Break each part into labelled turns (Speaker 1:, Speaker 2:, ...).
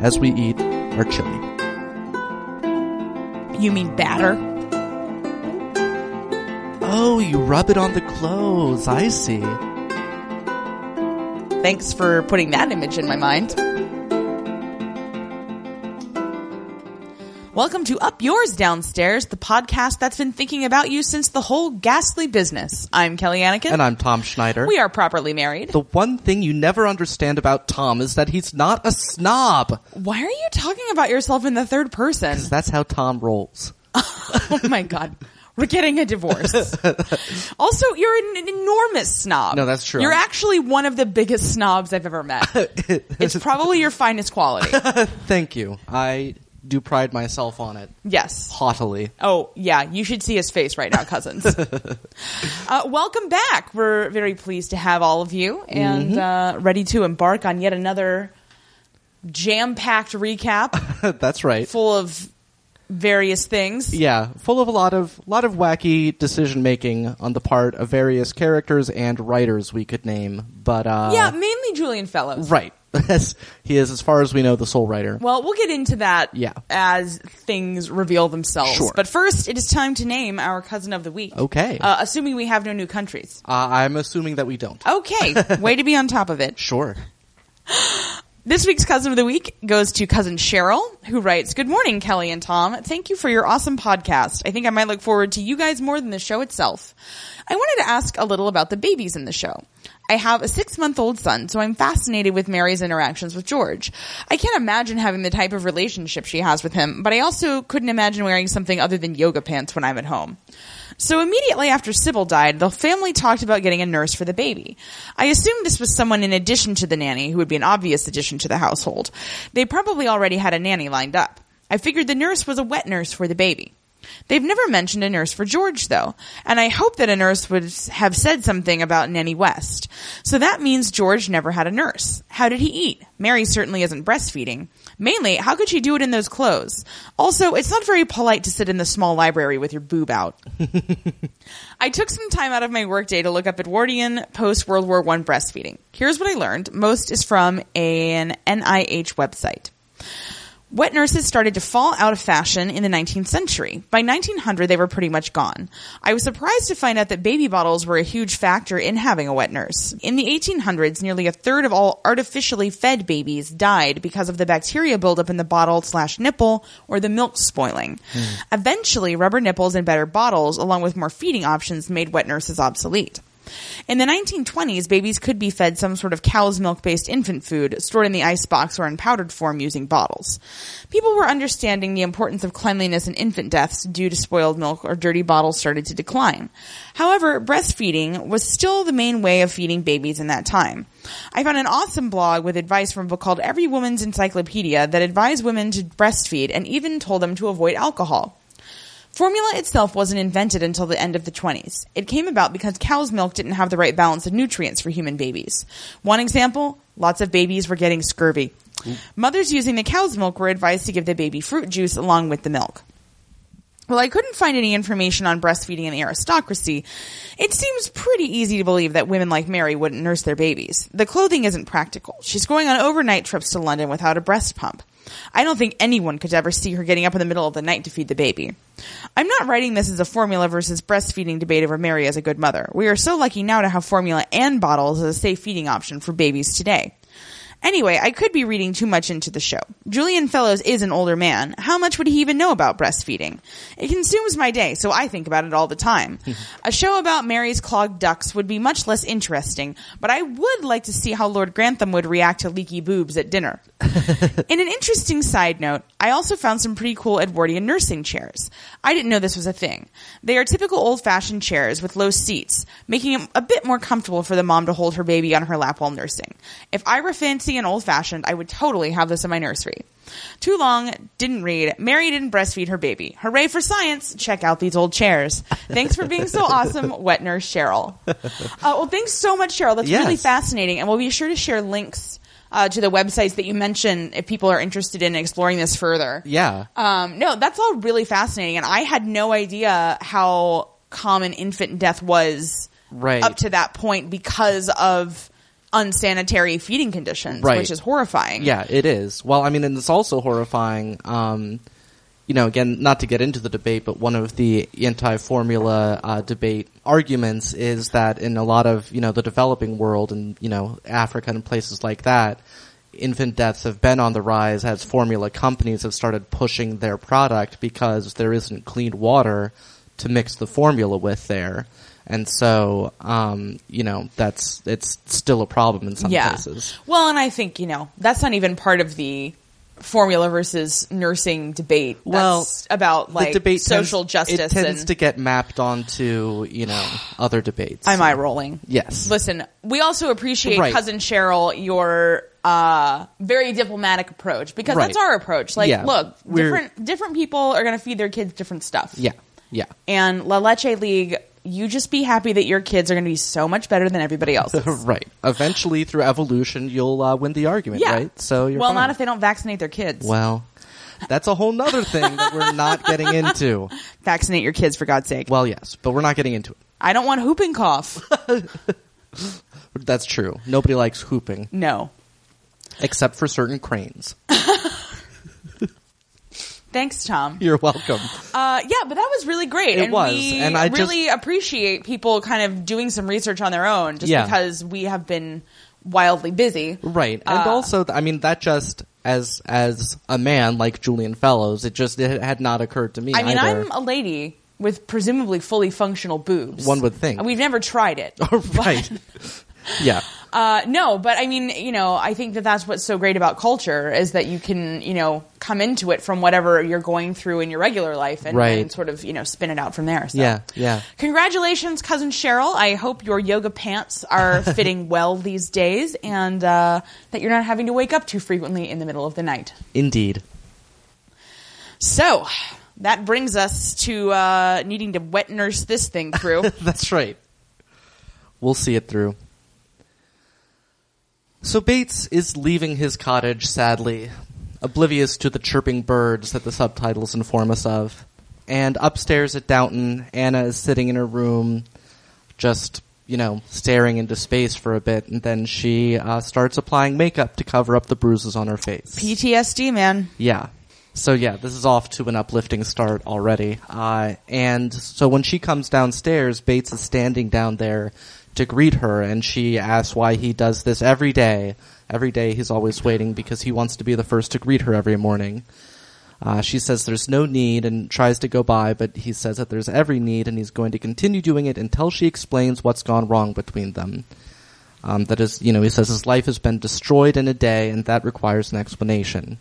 Speaker 1: as we eat our chili.
Speaker 2: You mean batter?
Speaker 1: Oh, you rub it on the clothes. I see.
Speaker 2: Thanks for putting that image in my mind. Welcome to Up Yours Downstairs, the podcast that's been thinking about you since the whole ghastly business. I'm Kelly Anakin.
Speaker 1: And I'm Tom Schneider.
Speaker 2: we are properly married.
Speaker 1: the one thing you never understand about Tom is that he's not a snob.
Speaker 2: Why are you talking about yourself in the third person?
Speaker 1: That's how Tom rolls.
Speaker 2: Oh my god. We're getting a divorce. also, you're an, an enormous snob.
Speaker 1: No, that's true.
Speaker 2: You're actually one of the biggest snobs I've ever met. it's probably your finest quality.
Speaker 1: Thank you. I do pride myself on it
Speaker 2: Yes.
Speaker 1: haughtily.
Speaker 2: Oh, yeah. You should see his face right now, cousins. uh, welcome back. We're very pleased to have all of you and
Speaker 1: Mm-hmm.
Speaker 2: uh, ready to embark on yet another jam packed recap
Speaker 1: That's right.
Speaker 2: full of various things.
Speaker 1: Yeah, full of a lot of lot of wacky decision making on the part of various characters and writers we could name, but uh,
Speaker 2: Yeah, mainly Julian Fellows.
Speaker 1: right. Yes, he is, as far as we know, the sole writer.
Speaker 2: Well, we'll get into that
Speaker 1: Yeah.
Speaker 2: as things reveal themselves.
Speaker 1: Sure.
Speaker 2: But first, it is time to name our cousin of the week.
Speaker 1: Okay.
Speaker 2: Uh, assuming we have no new countries.
Speaker 1: Uh, I'm assuming that we don't.
Speaker 2: Okay. Way to be on top of it.
Speaker 1: Sure.
Speaker 2: This week's cousin of the week goes to cousin Cheryl, who writes, Good morning, Kelly and Tom. Thank you for your awesome podcast. I think I might look forward to you guys more than the show itself. I wanted to ask a little about the babies in the show. I have a six month old son, so I'm fascinated with Mary's interactions with George. I can't imagine having the type of relationship she has with him, but I also couldn't imagine wearing something other than yoga pants when I'm at home. So immediately after Sybil died, the family talked about getting a nurse for the baby. I assumed this was someone in addition to the nanny who would be an obvious addition to the household. They probably already had a nanny lined up. I figured the nurse was a wet nurse for the baby. They've never mentioned a nurse for George though, and I hope that a nurse would have said something about Nanny West. So that means George never had a nurse. How did he eat? Mary certainly isn't breastfeeding. Mainly, how could she do it in those clothes? Also, it's not very polite to sit in the small library with your boob out. I took some time out of my workday to look up Edwardian post World War I breastfeeding. Here's what I learned. Most is from an NIH website. Wet nurses started to fall out of fashion in the 19th century. By 1900, they were pretty much gone. I was surprised to find out that baby bottles were a huge factor in having a wet nurse. In the 1800s, nearly a third of all artificially fed babies died because of the bacteria buildup in the bottle slash nipple or the milk spoiling. Eventually, rubber nipples and better bottles, along with more feeding options, made wet nurses obsolete. In the 1920s, babies could be fed some sort of cow's milk based infant food stored in the icebox or in powdered form using bottles. People were understanding the importance of cleanliness and infant deaths due to spoiled milk or dirty bottles started to decline. However, breastfeeding was still the main way of feeding babies in that time. I found an awesome blog with advice from a book called Every Woman's Encyclopedia that advised women to breastfeed and even told them to avoid alcohol. Formula itself wasn't invented until the end of the 20s. It came about because cow's milk didn't have the right balance of nutrients for human babies. One example lots of babies were getting scurvy. Mothers using the cow's milk were advised to give the baby fruit juice along with the milk. Well, I couldn't find any information on breastfeeding in the aristocracy. It seems pretty easy to believe that women like Mary wouldn't nurse their babies. The clothing isn't practical. She's going on overnight trips to London without a breast pump. I don't think anyone could ever see her getting up in the middle of the night to feed the baby. I'm not writing this as a formula versus breastfeeding debate over Mary as a good mother. We are so lucky now to have formula and bottles as a safe feeding option for babies today. Anyway, I could be reading too much into the show. Julian Fellows is an older man. How much would he even know about breastfeeding? It consumes my day, so I think about it all the time. a show about Mary's clogged ducts would be much less interesting, but I would like to see how Lord Grantham would react to leaky boobs at dinner. In an interesting side note, I also found some pretty cool Edwardian nursing chairs. I didn't know this was a thing. They are typical old fashioned chairs with low seats, making it a bit more comfortable for the mom to hold her baby on her lap while nursing. If I were fancy and old fashioned, I would totally have this in my nursery. Too long, didn't read. Mary didn't breastfeed her baby. Hooray for science! Check out these old chairs. Thanks for being so awesome, wet nurse Cheryl. Uh, well, thanks so much, Cheryl. That's really
Speaker 1: Yes.
Speaker 2: fascinating fascinating, and we'll be sure to share links uh, to the websites that you mentioned if people are interested in exploring this further.
Speaker 1: Yeah.
Speaker 2: Um, no, that's all really fascinating, and I had no idea how common infant death was
Speaker 1: Right.
Speaker 2: up to that point because of unsanitary feeding conditions,
Speaker 1: Right.
Speaker 2: which is horrifying.
Speaker 1: Yeah, it is. Well, I mean, and it's also horrifying. Um, you know, again, not to get into the debate, but one of the anti-formula uh, debate arguments is that in a lot of you know the developing world and you know Africa and places like that, infant deaths have been on the rise as formula companies have started pushing their product because there isn't clean water to mix the formula with there. And so, um, you know, that's it's still a problem in some
Speaker 2: yeah.
Speaker 1: cases.
Speaker 2: Well, and I think you know that's not even part of the formula versus nursing debate.
Speaker 1: Well,
Speaker 2: That's about like
Speaker 1: the debate
Speaker 2: social
Speaker 1: tends-
Speaker 2: justice.
Speaker 1: It tends
Speaker 2: and
Speaker 1: to get mapped onto you know other debates.
Speaker 2: am I rolling?
Speaker 1: Yes.
Speaker 2: Listen, we also appreciate
Speaker 1: Right.
Speaker 2: cousin Cheryl your uh, very diplomatic approach because
Speaker 1: Right.
Speaker 2: that's our approach. Like,
Speaker 1: Yeah,
Speaker 2: look,
Speaker 1: we're-
Speaker 2: different different people are going to feed their kids different stuff.
Speaker 1: yeah. Yeah.
Speaker 2: And La Leche League, you just be happy that your kids are going to be so much better than everybody else.
Speaker 1: right. Eventually, through evolution, you'll uh, win the argument.
Speaker 2: yeah.
Speaker 1: Right. So you're
Speaker 2: well,
Speaker 1: fine.
Speaker 2: not if they don't vaccinate their kids.
Speaker 1: Well, that's a whole nother thing that we're not getting into.
Speaker 2: Vaccinate your kids for God's sake.
Speaker 1: Well, yes, but we're not getting into it.
Speaker 2: I don't want whooping cough.
Speaker 1: That's true. Nobody likes hooping
Speaker 2: no.
Speaker 1: except for certain cranes.
Speaker 2: Thanks, Tom.
Speaker 1: You're welcome.
Speaker 2: Uh, yeah, but that was really great.
Speaker 1: It
Speaker 2: and
Speaker 1: was,
Speaker 2: We
Speaker 1: and I just-
Speaker 2: really appreciate people kind of doing some research on their own just
Speaker 1: Yeah.
Speaker 2: because we have been wildly busy.
Speaker 1: Right. And
Speaker 2: Uh,
Speaker 1: also, th- I mean, that just as as a man like Julian Fellows, it just it had not occurred to me.
Speaker 2: I mean,
Speaker 1: either.
Speaker 2: I'm a lady with presumably fully functional boobs.
Speaker 1: One would think.
Speaker 2: We've never tried it.
Speaker 1: right. yeah.
Speaker 2: Uh, no, but I mean, you know, I think that that's what's so great about culture is that you can, you know, come into it from whatever you're going through in your regular life and,
Speaker 1: Right.
Speaker 2: and sort of, you know, spin it out from there. So.
Speaker 1: Yeah. Yeah.
Speaker 2: Congratulations, cousin Cheryl. I hope your yoga pants are fitting well these days and uh, that you're not having to wake up too frequently in the middle of the night.
Speaker 1: Indeed.
Speaker 2: So that brings us to uh, needing to wet nurse this thing through.
Speaker 1: That's right. We'll see it through. So Bates is leaving his cottage sadly, oblivious to the chirping birds that the subtitles inform us of. And upstairs at Downton, Anna is sitting in her room, just, you know, staring into space for a bit, and then she uh, starts applying makeup to cover up the bruises on her face.
Speaker 2: PTSD, man.
Speaker 1: Yeah. So yeah, this is off to an uplifting start already. Uh, and so when she comes downstairs, Bates is standing down there to greet her, and she asks why he does this every day. Every day he's always waiting because he wants to be the first to greet her every morning. Uh, she says there's no need and tries to go by, but he says that there's every need, and he's going to continue doing it until she explains what's gone wrong between them. Um, that is, you know, he says his life has been destroyed in a day, and that requires an explanation.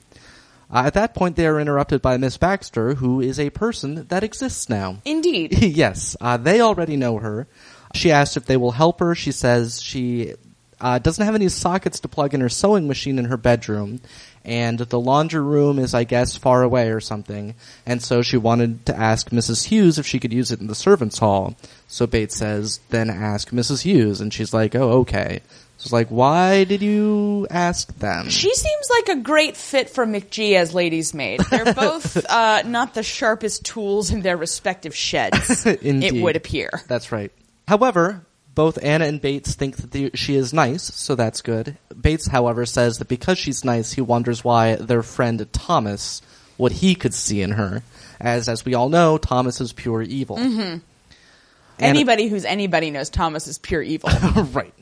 Speaker 1: Uh, at that point, they are interrupted by Miss Baxter, who is a person that exists now.
Speaker 2: Indeed.
Speaker 1: yes, uh, they already know her. She asks if they will help her. She says she uh, doesn't have any sockets to plug in her sewing machine in her bedroom, and the laundry room is, I guess, far away or something. And so she wanted to ask Mrs. Hughes if she could use it in the servants' hall. So Bates says, "Then ask Mrs. Hughes," and she's like, "Oh, okay." So it's like, "Why did you ask them?"
Speaker 2: She seems like a great fit for McGee as ladies' maid. They're both uh, not the sharpest tools in their respective sheds.
Speaker 1: Indeed.
Speaker 2: It would appear.
Speaker 1: That's right. However, both Anna and Bates think that the, she is nice, so that's good. Bates, however, says that because she's nice, he wonders why their friend Thomas, what he could see in her, as as we all know, Thomas is pure evil. Anna-
Speaker 2: Mm-hmm. Anybody who's anybody knows Thomas is pure evil.
Speaker 1: right.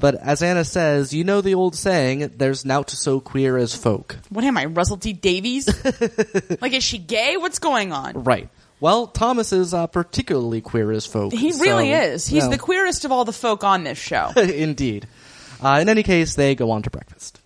Speaker 1: But as Anna says, you know the old saying, "There's nowt so queer as folk."
Speaker 2: what am I, Russell T Davies? like, is she gay? What's going on?
Speaker 1: Right. Well, Thomas is uh, particularly queer as folk.
Speaker 2: He really
Speaker 1: so,
Speaker 2: is. He's
Speaker 1: well,
Speaker 2: the queerest of all the folk on this show.
Speaker 1: indeed. Uh, in any case, they go on to breakfast.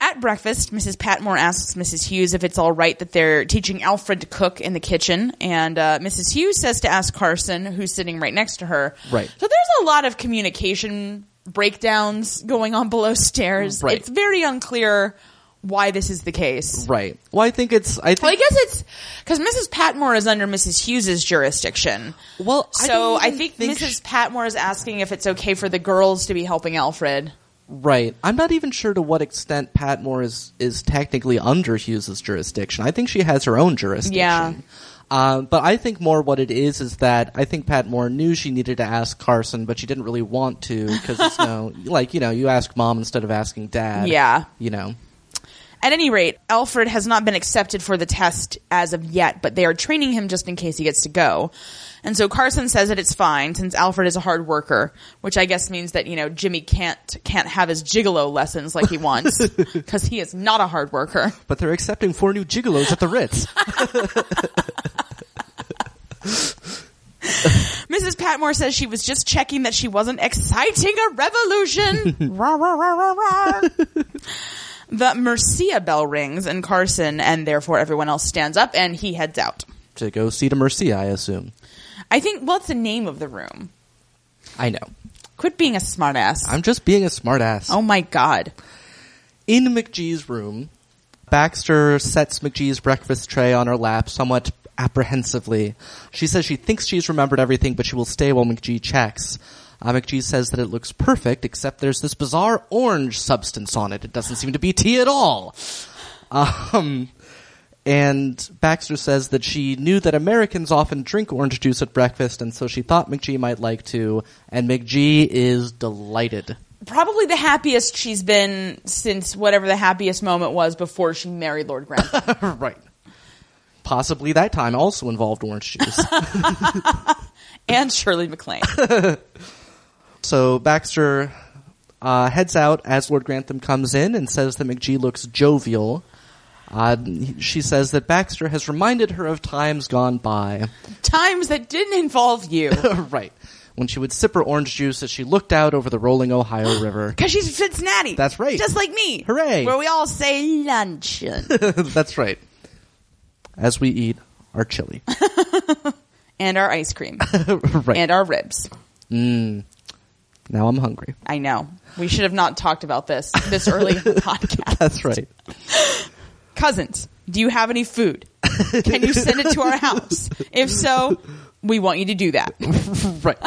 Speaker 2: At breakfast, Mrs. Patmore asks Mrs. Hughes if it's all right that they're teaching Alfred to cook in the kitchen, and uh, Mrs. Hughes says to ask Carson, who's sitting right next to her.
Speaker 1: Right.
Speaker 2: So there's a lot of communication breakdowns going on below stairs.
Speaker 1: Right.
Speaker 2: It's very unclear why this is the case.
Speaker 1: Right. Well, I think it's. I think.
Speaker 2: Well, I guess it's because Mrs. Patmore is under Mrs. Hughes's jurisdiction.
Speaker 1: Well, I
Speaker 2: So
Speaker 1: don't
Speaker 2: I,
Speaker 1: even
Speaker 2: think,
Speaker 1: think
Speaker 2: Mrs.
Speaker 1: sh-
Speaker 2: Patmore is asking if it's okay for the girls to be helping Alfred.
Speaker 1: Right. I'm not even sure to what extent Patmore is is technically under Hughes's jurisdiction. I think she has her own jurisdiction.
Speaker 2: Yeah.
Speaker 1: Um, but I think more what it is is that I think Pat Moore knew she needed to ask Carson, but she didn't really want to because it's no, like, you know, you ask mom instead of asking dad.
Speaker 2: Yeah.
Speaker 1: You know.
Speaker 2: At any rate, Alfred has not been accepted for the test as of yet, but they are training him just in case he gets to go. And so Carson says that it's fine since Alfred is a hard worker, which I guess means that, you know, Jimmy can't can't have his gigolo lessons like he wants because he is not a hard worker.
Speaker 1: But they're accepting four new gigolos at the Ritz.
Speaker 2: Mrs. Patmore says she was just checking that she wasn't exciting a revolution. rah, rah, rah, rah, rah. the Mercia bell rings and Carson and therefore everyone else stands up and he heads out.
Speaker 1: to go see to Mercy, I assume.
Speaker 2: I think, well, it's the name of the room.
Speaker 1: I know.
Speaker 2: Quit being a smartass.
Speaker 1: I'm just being a smartass.
Speaker 2: oh my god.
Speaker 1: In McGee's room, Baxter sets McGee's breakfast tray on her lap somewhat apprehensively. She says she thinks she's remembered everything, but she will stay while McGee checks. Uh, McGee says that it looks perfect, except there's this bizarre orange substance on it. It doesn't seem to be tea at all. Um, and Baxter says that she knew that Americans often drink orange juice at breakfast, and so she thought McGee might like to, and McGee is delighted.
Speaker 2: Probably the happiest she's been since whatever the happiest moment was before she married Lord Grantham.
Speaker 1: right. Possibly that time also involved orange juice.
Speaker 2: and Shirley MacLaine.
Speaker 1: so Baxter uh, heads out as Lord Grantham comes in and says that McGee looks jovial. Uh, he- she says that Baxter has reminded her of times gone by.
Speaker 2: Times that didn't involve you.
Speaker 1: right. When she would sip her orange juice as she looked out over the rolling Ohio River.
Speaker 2: Because she's from Cincinnati.
Speaker 1: That's right.
Speaker 2: Just like me.
Speaker 1: Hooray.
Speaker 2: Where we all say luncheon.
Speaker 1: That's right. As we eat our chili.
Speaker 2: and our ice cream.
Speaker 1: right.
Speaker 2: and our ribs.
Speaker 1: now I'm hungry.
Speaker 2: I know. We should have not talked about this this early in the podcast.
Speaker 1: That's right.
Speaker 2: Cousins, do you have any food? Can you send it to our house? If so, we want you to do that.
Speaker 1: right.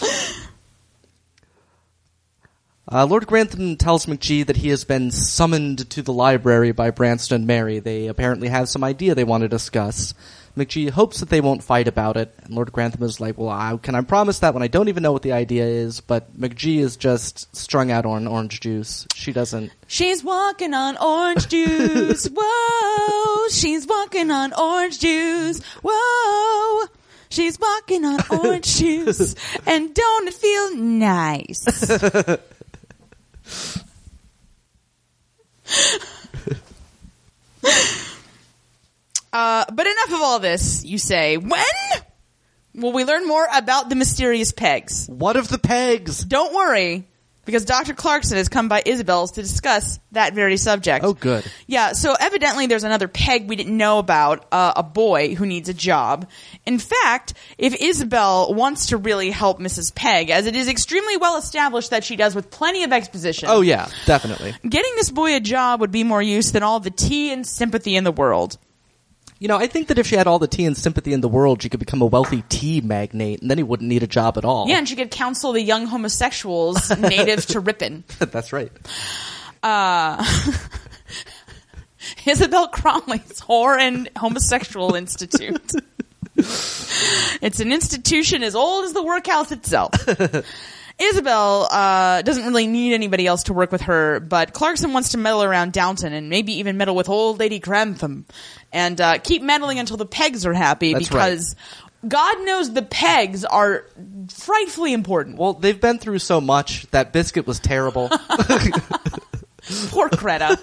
Speaker 1: Uh, Lord Grantham tells McGee that he has been summoned to the library by Branston and Mary. They apparently have some idea they want to discuss. McGee hopes that they won't fight about it, and Lord Grantham is like, "Well, I, can I promise that when I don't even know what the idea is?" But McGee is just strung out on orange juice. She doesn't.
Speaker 2: She's walking on orange juice. Whoa. She's walking on orange juice. Whoa. She's walking on orange juice. And don't it feel nice? uh, but enough of all this, you say. When will we learn more about the mysterious pegs?
Speaker 1: What of the pegs?
Speaker 2: Don't worry, because Dr. Clarkson has come by Isabel's to discuss that very subject.
Speaker 1: Oh, good.
Speaker 2: Yeah, so evidently there's another peg we didn't know about, uh, a boy who needs a job. In fact, if Isabel wants to really help Mrs. Peg, as it is extremely well established that she does with plenty of exposition,
Speaker 1: Oh yeah, definitely.
Speaker 2: getting this boy a job would be more use than all the tea and sympathy in the world.
Speaker 1: You know, I think that if she had all the tea and sympathy in the world, she could become a wealthy tea magnate, and then he wouldn't need a job at all.
Speaker 2: Yeah, and she could counsel the young homosexuals native to Ripon.
Speaker 1: That's right.
Speaker 2: Isabel Cromley's Whore and Homosexual Institute. it's an institution as old as the workhouse itself. Isabel uh, doesn't really need anybody else to work with her, but Clarkson wants to meddle around Downton and maybe even meddle with old Lady Grantham and uh, keep meddling until the pegs are happy
Speaker 1: That's right.
Speaker 2: because God knows the pegs are frightfully important.
Speaker 1: Well, they've been through so much. That biscuit was terrible.
Speaker 2: Poor Greta.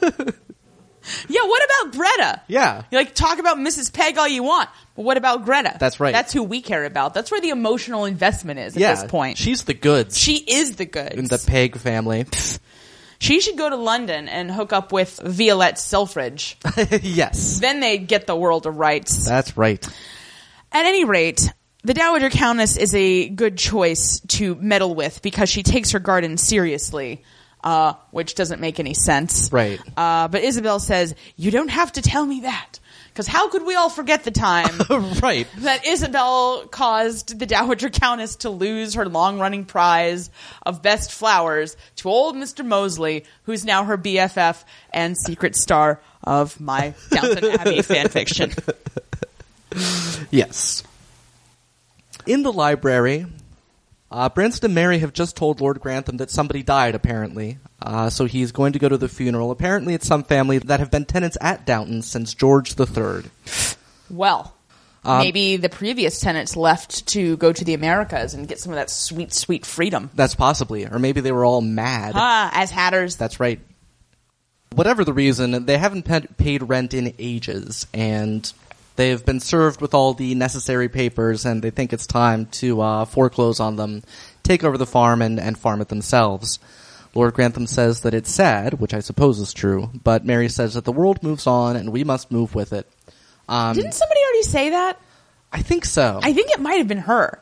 Speaker 2: yeah, what about Greta?
Speaker 1: yeah.
Speaker 2: You like talk about Mrs. Peg all you want, but what about Greta?
Speaker 1: That's right.
Speaker 2: That's who we care about. That's where the emotional investment is at
Speaker 1: yeah.
Speaker 2: this point. She,
Speaker 1: She's the goods
Speaker 2: is the goods.
Speaker 1: in the pig family.
Speaker 2: she should go to London and hook up with Violette Selfridge.
Speaker 1: yes.
Speaker 2: then they'd get the world to rights.
Speaker 1: That's right.
Speaker 2: At any rate, the Dowager Countess is a good choice to meddle with because she takes her garden seriously, uh, which doesn't make any sense.
Speaker 1: Right.
Speaker 2: Uh, but Isabel says, You don't have to tell me that. Because how could we all forget the time
Speaker 1: right.
Speaker 2: that Isabel caused the Dowager Countess to lose her long running prize of best flowers to old Mr. Mosley, who's now her BFF and secret star of my Downton Abbey fanfiction.
Speaker 1: Yes. In the library, uh, Branston and Mary have just told Lord Grantham that somebody died, apparently. Uh, so he's going to go to the funeral. Apparently, it's some family that have been tenants at Downton since George III.
Speaker 2: Well,
Speaker 1: Um,
Speaker 2: maybe the previous tenants left to go to the Americas and get some of that sweet, sweet freedom.
Speaker 1: That's possibly. Or maybe they were all mad.
Speaker 2: Ah, as hatters.
Speaker 1: That's right. Whatever the reason, they haven't pa- paid rent in ages, and they have been served with all the necessary papers, and they think it's time to uh, foreclose on them, take over the farm, and, and farm it themselves. Lord Grantham says that it's sad, which I suppose is true, but Mary says that the world moves on, and we must move with it. Um,
Speaker 2: Didn't somebody already say that?
Speaker 1: I think so.
Speaker 2: I think it might have been her.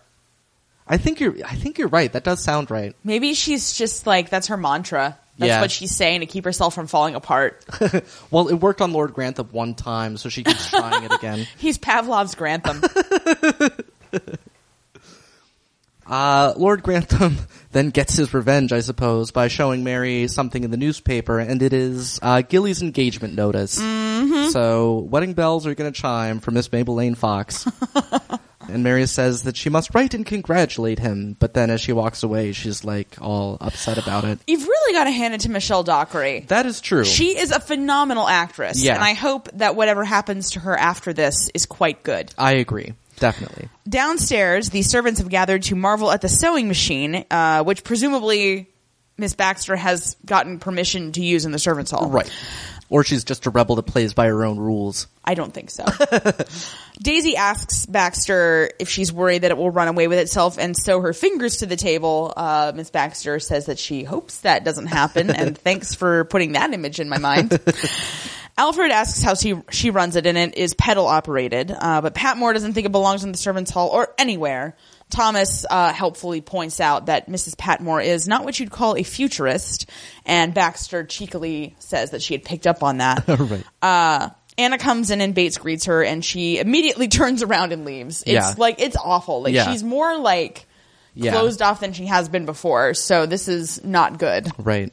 Speaker 1: I think you're. I think you're right. That does sound right.
Speaker 2: Maybe she's just like that's her mantra. That's
Speaker 1: Yeah.
Speaker 2: what she's saying to keep herself from falling apart.
Speaker 1: Well, it worked on Lord Grantham one time, so she keeps trying it again.
Speaker 2: He's Pavlov's Grantham.
Speaker 1: Uh, Lord Grantham then gets his revenge, I suppose, by showing Mary something in the newspaper, and it is uh, Gilly's engagement notice.
Speaker 2: Mm-hmm.
Speaker 1: So wedding bells are going to chime for Miss Mabel Lane Fox. and Mary says that she must write and congratulate him, but then as she walks away, she's like all upset about it.
Speaker 2: You've really got to hand it to Michelle Dockery.
Speaker 1: That is true.
Speaker 2: She is a phenomenal actress,
Speaker 1: Yeah.
Speaker 2: and I hope that whatever happens to her after this is quite good.
Speaker 1: I agree. Definitely.
Speaker 2: Downstairs, the servants have gathered to marvel at the sewing machine, uh, which presumably Miss Baxter has gotten permission to use in the servants' hall.
Speaker 1: Right. Or she's just a rebel that plays by her own rules.
Speaker 2: I don't think so. Daisy asks Baxter if she's worried that it will run away with itself and sew her fingers to the table. Uh, Miss Baxter says that she hopes that doesn't happen, and thanks for putting that image in my mind. Alfred asks how she she runs it, and it is pedal operated. Uh, but Patmore doesn't think it belongs in the servants' hall or anywhere. Thomas uh, helpfully points out that Mrs. Patmore is not what you'd call a futurist, and Baxter cheekily says that she had picked up on that.
Speaker 1: Right.
Speaker 2: Uh, Anna comes in and Bates greets her, and she immediately turns around and leaves. It's
Speaker 1: Yeah.
Speaker 2: like it's awful. Like
Speaker 1: Yeah.
Speaker 2: she's more like
Speaker 1: Yeah.
Speaker 2: closed off than she has been before. So this is not good
Speaker 1: Right.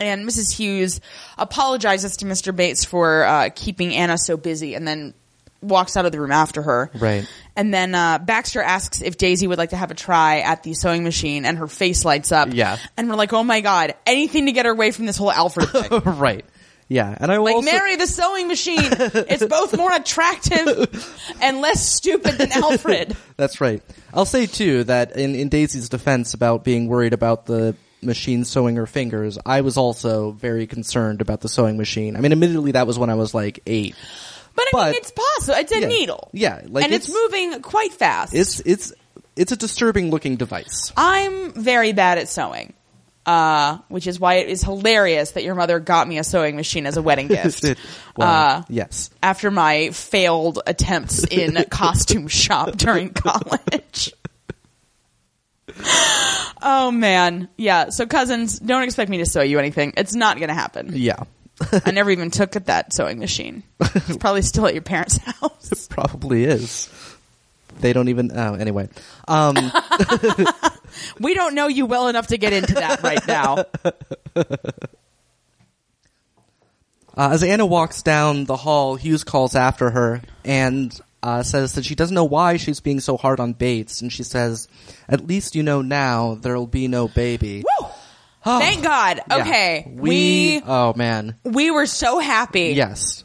Speaker 2: and Mrs. Hughes apologizes to Mr. Bates for uh, keeping Anna so busy, and then walks out of the room after her.
Speaker 1: Right.
Speaker 2: And then uh, Baxter asks if Daisy would like to have a try at the sewing machine, and her face lights up.
Speaker 1: Yeah.
Speaker 2: And we're like, oh my god, anything to get her away from this whole Alfred thing.
Speaker 1: right. Yeah. And I will
Speaker 2: Like
Speaker 1: also-
Speaker 2: marry the sewing machine. It's both more attractive and less stupid than Alfred.
Speaker 1: That's right. I'll say too that in, in Daisy's defense about being worried about the machine sewing her fingers, I was also very concerned about the sewing machine. I mean, admittedly, that was when I was like eight.
Speaker 2: But I
Speaker 1: But-
Speaker 2: mean, it's possible. It's a
Speaker 1: Yeah.
Speaker 2: needle.
Speaker 1: Yeah, like,
Speaker 2: and it's,
Speaker 1: it's-
Speaker 2: moving quite fast.
Speaker 1: It's it's it's a disturbing looking device.
Speaker 2: I'm very bad at sewing, uh, which is why it is hilarious that your mother got me a sewing machine as a wedding gift.
Speaker 1: well,
Speaker 2: uh,
Speaker 1: yes.
Speaker 2: After my failed attempts in costume shop during college. oh man. Yeah. So cousins, don't expect me to sew you anything. It's not going to happen.
Speaker 1: Yeah.
Speaker 2: I never even took at that sewing machine. It's probably still at your parents' house.
Speaker 1: It probably is. They don't even. Oh, anyway. Um,
Speaker 2: We don't know you well enough to get into that right now.
Speaker 1: Uh, as Anna walks down the hall, Hughes calls after her and uh, says that she doesn't know why she's being so hard on Bates, and she says, "At least you know now there'll be no baby." Ah,
Speaker 2: Woo! Thank God.
Speaker 1: Yeah.
Speaker 2: Okay.
Speaker 1: we,
Speaker 2: Oh. we
Speaker 1: Oh man.
Speaker 2: we were so happy.
Speaker 1: Yes.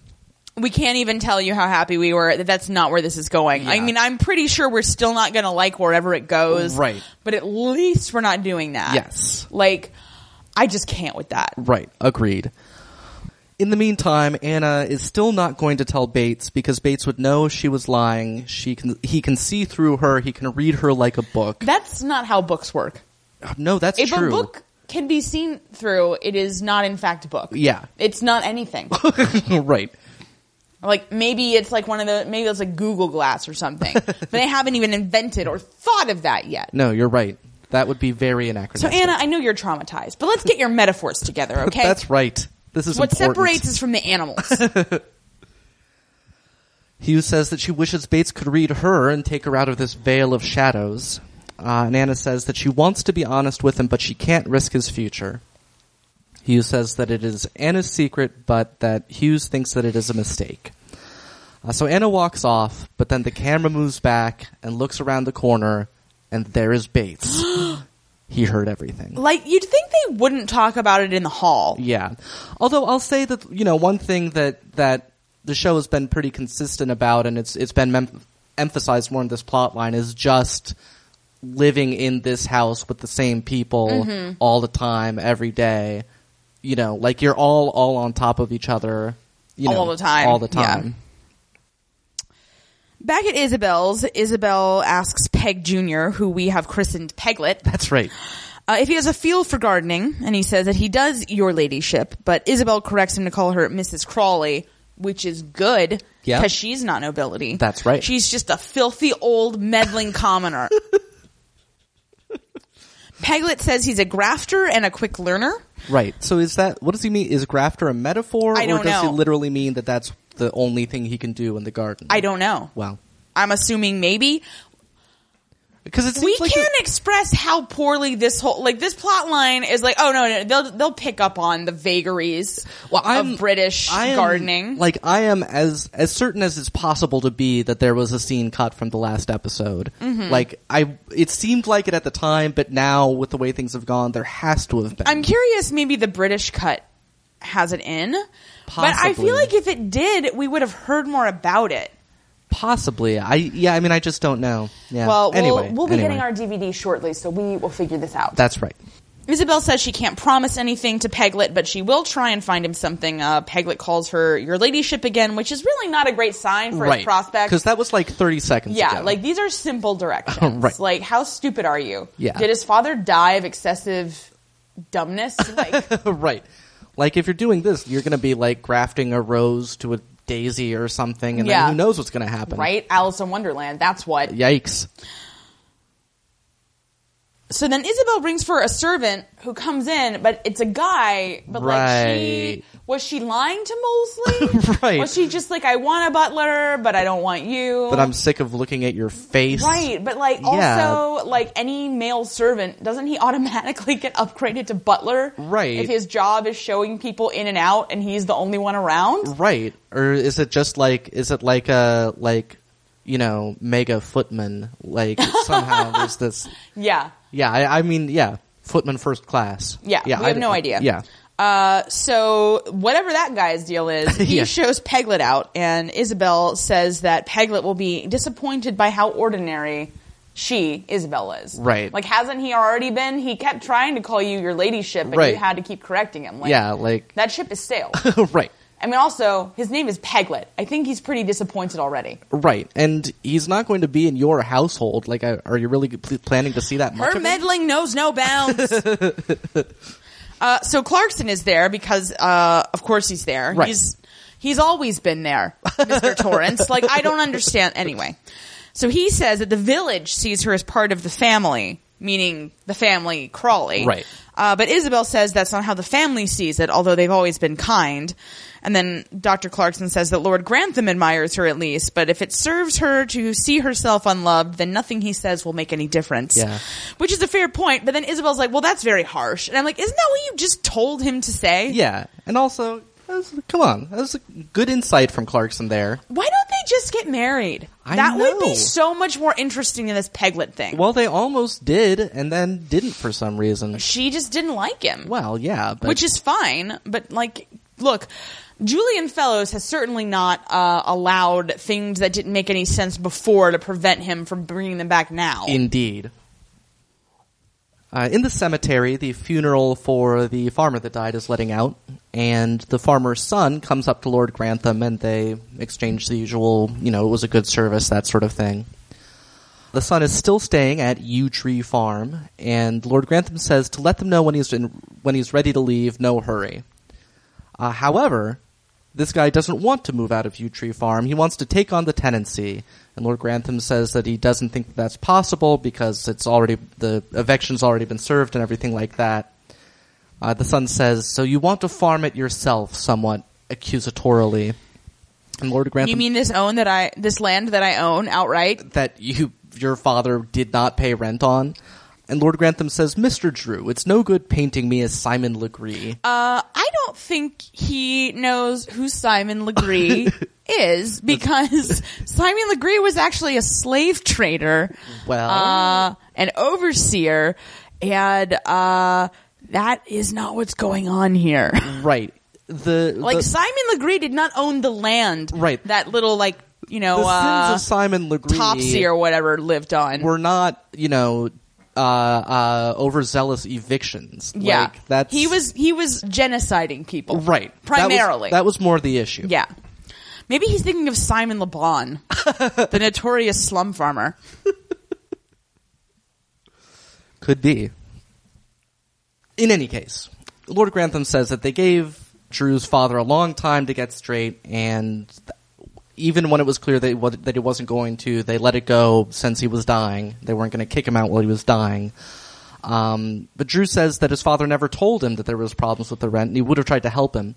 Speaker 2: We can't even tell you how happy we were that that's not where this is going. I
Speaker 1: Yeah.
Speaker 2: mean, I'm pretty sure we're still not going to like wherever it goes.
Speaker 1: Right.
Speaker 2: But at least we're not doing that.
Speaker 1: Yes.
Speaker 2: Like, I just can't with that.
Speaker 1: Right. Agreed. In the meantime, Anna is still not going to tell Bates because Bates would know she was lying. She can. He can see through her. He can read her like a book.
Speaker 2: That's not how books work.
Speaker 1: no, that's
Speaker 2: If
Speaker 1: true.
Speaker 2: a book can be seen through, it is not in fact a book.
Speaker 1: Yeah.
Speaker 2: It's not anything.
Speaker 1: right.
Speaker 2: like maybe it's like one of the maybe it's like Google Glass or something. but they haven't even invented or thought of that yet.
Speaker 1: No, you're right. That would be very
Speaker 2: So
Speaker 1: anachronistic.
Speaker 2: Anna, I know you're traumatized, but let's get your metaphors together, okay?
Speaker 1: That's right. This is
Speaker 2: what
Speaker 1: important.
Speaker 2: separates us from the animals.
Speaker 1: Hughes says that she wishes Bates could read her and take her out of this veil of shadows. Uh, and Anna says that she wants to be honest with him, but she can't risk his future. Hughes says that it is Anna's secret, but that Hughes thinks that it is a mistake. Uh, so Anna walks off, but then the camera moves back and looks around the corner, and there is Bates. he heard everything.
Speaker 2: Like you'd think they wouldn't talk about it in the hall.
Speaker 1: Yeah. Although I'll say that you know one thing that that the show has been pretty consistent about, and it's it's been mem- emphasized more in this plot line is just living in this house with the same people
Speaker 2: Mm-hmm.
Speaker 1: all the time, every day. You know, like you're all all on top of each other. You
Speaker 2: All
Speaker 1: know,
Speaker 2: the time.
Speaker 1: All the
Speaker 2: Yeah.
Speaker 1: time.
Speaker 2: Back at Isabel's, Isabel asks Peg Jr., who we have christened Peglet,
Speaker 1: That's right.
Speaker 2: uh, if he has a feel for gardening, and he says that he does, your ladyship, but Isabel corrects him to call her Mrs. Crawley, which is good,
Speaker 1: Yeah.
Speaker 2: because she's not nobility.
Speaker 1: That's right.
Speaker 2: She's just a filthy old meddling commoner. Peglet says he's a grafter and a quick learner.
Speaker 1: Right. So is that what does he mean? Is grafter a metaphor,
Speaker 2: I
Speaker 1: or
Speaker 2: don't
Speaker 1: does
Speaker 2: know.
Speaker 1: he literally mean that that's the only thing he can do in the garden?
Speaker 2: I don't know.
Speaker 1: Wow.
Speaker 2: I'm assuming maybe
Speaker 1: Because it seems
Speaker 2: we
Speaker 1: like the-
Speaker 2: can't express how poorly this whole like this plot line is like oh no no they'll they'll pick up on the vagaries of British
Speaker 1: I am-
Speaker 2: gardening.
Speaker 1: Like I am as as certain as it's possible to be that there was a scene cut from the last episode. Like I, it seemed like it at the time, but now with the way things have gone, there has to have been.
Speaker 2: I'm curious maybe the British cut has it in. But I
Speaker 1: Possibly.
Speaker 2: feel like if it did, we would have heard more about it.
Speaker 1: Possibly, I yeah. I mean, I just don't know. Yeah.
Speaker 3: Well,
Speaker 1: anyway,
Speaker 3: we'll, we'll be
Speaker 1: anyway.
Speaker 3: getting our DVD shortly, so we will figure this out.
Speaker 1: That's right.
Speaker 2: Isabel says she can't promise anything to Peglet, but she will try and find him something. Uh, Peglet calls her your ladyship again, which is really not a great sign for his
Speaker 1: right.
Speaker 2: prospects.
Speaker 1: Because that was like thirty seconds.
Speaker 2: Yeah,
Speaker 1: ago.
Speaker 2: like these are simple directions.
Speaker 1: Right.
Speaker 2: Like, how stupid are you?
Speaker 1: Yeah.
Speaker 2: Did his father die of excessive dumbness? Like,
Speaker 1: right. Like if you're doing this, you're going to be like grafting a rose to a daisy or something, and
Speaker 2: Yeah.
Speaker 1: then who knows what's going to happen?
Speaker 2: right? Alice in Wonderland. That's what.
Speaker 1: Yikes.
Speaker 2: So then Isabel brings for a servant who comes in, but it's a guy. But like, she
Speaker 1: Right.
Speaker 2: was she lying to Molesley?
Speaker 1: Right.
Speaker 2: Was she just like, I want a butler, but I don't want you?
Speaker 1: But I'm sick of looking at your face.
Speaker 2: Right, but like
Speaker 1: Yeah.
Speaker 2: also like any male servant, doesn't he automatically get upgraded to butler?
Speaker 1: Right.
Speaker 2: If his job is showing people in and out and he's the only one around?
Speaker 1: Right. Or is it just like is it like a like you know, mega footman like somehow there's this
Speaker 2: Yeah.
Speaker 1: Yeah, I, I mean, yeah. Footman first class.
Speaker 2: Yeah, we have
Speaker 1: I-
Speaker 2: no idea.
Speaker 1: Yeah.
Speaker 2: Uh, so whatever that guy's deal is, he
Speaker 1: Yeah.
Speaker 2: shows Peglet out, and Isabel says that Peglet will be disappointed by how ordinary she, Isabel, is.
Speaker 1: Right.
Speaker 2: Like, hasn't he already been? He kept trying to call you your ladyship, and
Speaker 1: Right.
Speaker 2: you had to keep correcting him. Like,
Speaker 1: Yeah, like
Speaker 2: That ship is sailed.
Speaker 1: right.
Speaker 2: I mean, also, his name is Peglet. I think he's pretty disappointed already.
Speaker 1: Right. And he's not going to be in your household. Like I, are you really pl- planning to see that much
Speaker 2: Her
Speaker 1: of him?
Speaker 2: meddling knows no bounds. uh, so Clarkson is there because, uh, of course, he's there.
Speaker 1: Right.
Speaker 2: He's he's always been there, Mister Torrance. Like I don't understand anyway. So he says that the village sees her as part of the family, meaning the family Crawley.
Speaker 1: Right.
Speaker 2: Uh, but Isabel says that's not how the family sees it, although they've always been kind. And then Dr. Clarkson says that Lord Grantham admires her at least, but if it serves her to see herself unloved, then nothing he says will make any difference.
Speaker 1: Yeah.
Speaker 2: Which is a fair point, but then Isabel's like, well, that's very harsh. And I'm like, isn't that what you just told him to say?
Speaker 1: Yeah, and also, that's- come on, that was a good insight from Clarkson there.
Speaker 2: Why don't they just get married?
Speaker 1: I
Speaker 2: that would be
Speaker 1: know.
Speaker 2: so much more interesting than this Peglet thing.
Speaker 1: Well, they almost did, and then didn't for some reason.
Speaker 2: she just didn't like him.
Speaker 1: Well, yeah, but
Speaker 2: which is fine. But like, look, Julian Fellows has certainly not uh, allowed things that didn't make any sense before to prevent him from bringing them back now.
Speaker 1: indeed. Uh, in the cemetery, the funeral for the farmer that died is letting out, and the farmer's son comes up to Lord Grantham, and they exchange the usual, you know, it was a good service, that sort of thing. The son is still staying at Yew Tree Farm, and Lord Grantham says to let them know when he's in, when he's ready to leave. No hurry. Uh, however, this guy doesn't want to move out of Yew Tree Farm. He wants to take on the tenancy, and Lord Grantham says that he doesn't think that that's possible because it's already the eviction's already been served and everything like that. Uh, the son says, "So you want to farm it yourself?" Somewhat accusatorily, and Lord Grantham
Speaker 2: you mean this own that I this land that I own outright?
Speaker 1: that you your father did not pay rent on. And Lord Grantham says, "Mr. Drew, it's no good painting me as Simon Legree."
Speaker 2: Uh, I don't think he knows who Simon Legree is because Simon Legree was actually a slave trader,
Speaker 1: Well.
Speaker 2: uh, an overseer, and uh, that is not what's going on here.
Speaker 1: right. The
Speaker 2: Uh, Like
Speaker 1: Mm. the,
Speaker 2: Simon Legree did not own the land,
Speaker 1: Right.
Speaker 2: That little like you
Speaker 1: the
Speaker 2: know
Speaker 1: sins
Speaker 2: uh,
Speaker 1: of Simon Legree
Speaker 2: Topsy or whatever lived on.
Speaker 1: were not, you know, uh, uh, overzealous evictions.
Speaker 2: yeah,
Speaker 1: Like, that's
Speaker 2: he was he was genociding people,
Speaker 1: right. That was-
Speaker 2: Primarily,
Speaker 1: that was, more the issue.
Speaker 2: Yeah. Maybe he's thinking of Simon Le Bon, the notorious slum farmer.
Speaker 1: Could be. In any case, Lord Grantham says that they gave Drew's father a long time to get straight, and th- even when it was clear that he, wa- that he wasn't going to, they let it go since he was dying. They weren't going to kick him out while he was dying. Um, but Drew says that his father never told him that there was problems with the rent, and he would have tried to help him.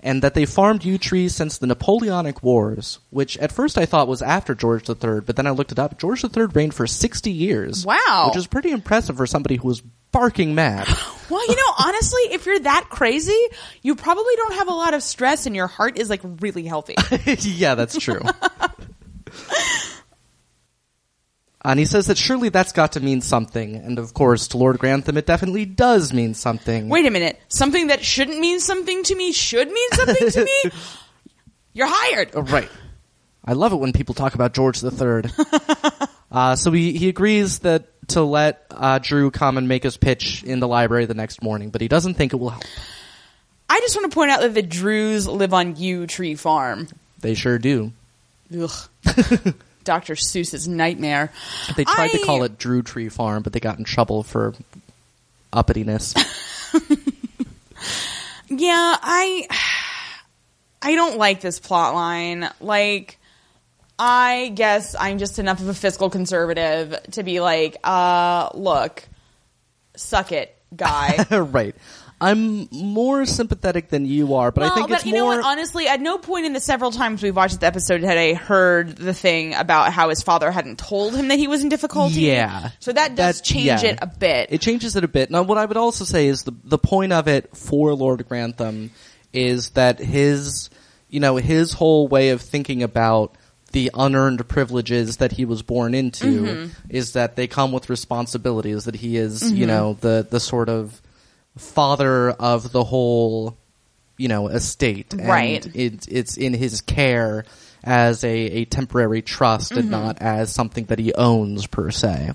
Speaker 1: And that they farmed yew trees since the Napoleonic Wars, which at first I thought was after George III, but then I looked it up. George III reigned for 60 years.
Speaker 2: Wow.
Speaker 1: Which is pretty impressive for somebody who was barking mad.
Speaker 2: Well, you know, honestly, if you're that crazy, you probably don't have a lot of stress and your heart is like really healthy.
Speaker 1: yeah, that's true. and he says that surely that's got to mean something. And of course, to Lord Grantham, it definitely does mean something.
Speaker 2: Wait a minute. Something that shouldn't mean something to me should mean something to me? You're hired.
Speaker 1: Oh, right. I love it when people talk about George III. uh, so he, he agrees that to let uh, Drew come and make his pitch in the library the next morning, but he doesn't think it will help.
Speaker 2: I just want to point out that the Drews live on Yew Tree Farm.
Speaker 1: They sure do.
Speaker 2: Ugh. Dr. Seuss's nightmare.
Speaker 1: They tried to
Speaker 2: I-
Speaker 1: call it Drew Tree Farm, but they got in trouble for uppityness.
Speaker 2: Yeah, I I don't like this plot line. Like I guess I'm just enough of a fiscal conservative to be like, uh, look, suck it, guy.
Speaker 1: right. I'm more sympathetic than you are, but I
Speaker 2: Well,
Speaker 1: think
Speaker 2: but
Speaker 1: it's
Speaker 2: you
Speaker 1: more.
Speaker 2: know what? Honestly, at no point in the several times we watched the episode had I heard the thing about how his father hadn't told him that he was in difficulty.
Speaker 1: Yeah.
Speaker 2: So that does change
Speaker 1: yeah.
Speaker 2: it a bit.
Speaker 1: It changes it a bit. Now, what I would also say is the the point of it for Lord Grantham is that his, you know, his whole way of thinking about the unearned privileges that he was born into
Speaker 2: Mm-hmm.
Speaker 1: is that they come with responsibilities. That he is, you know, the the sort of father of the whole, you know, estate. And
Speaker 2: Right.
Speaker 1: it, it's in his care as a, a temporary trust
Speaker 2: Mm-hmm.
Speaker 1: and not as something that he owns per se.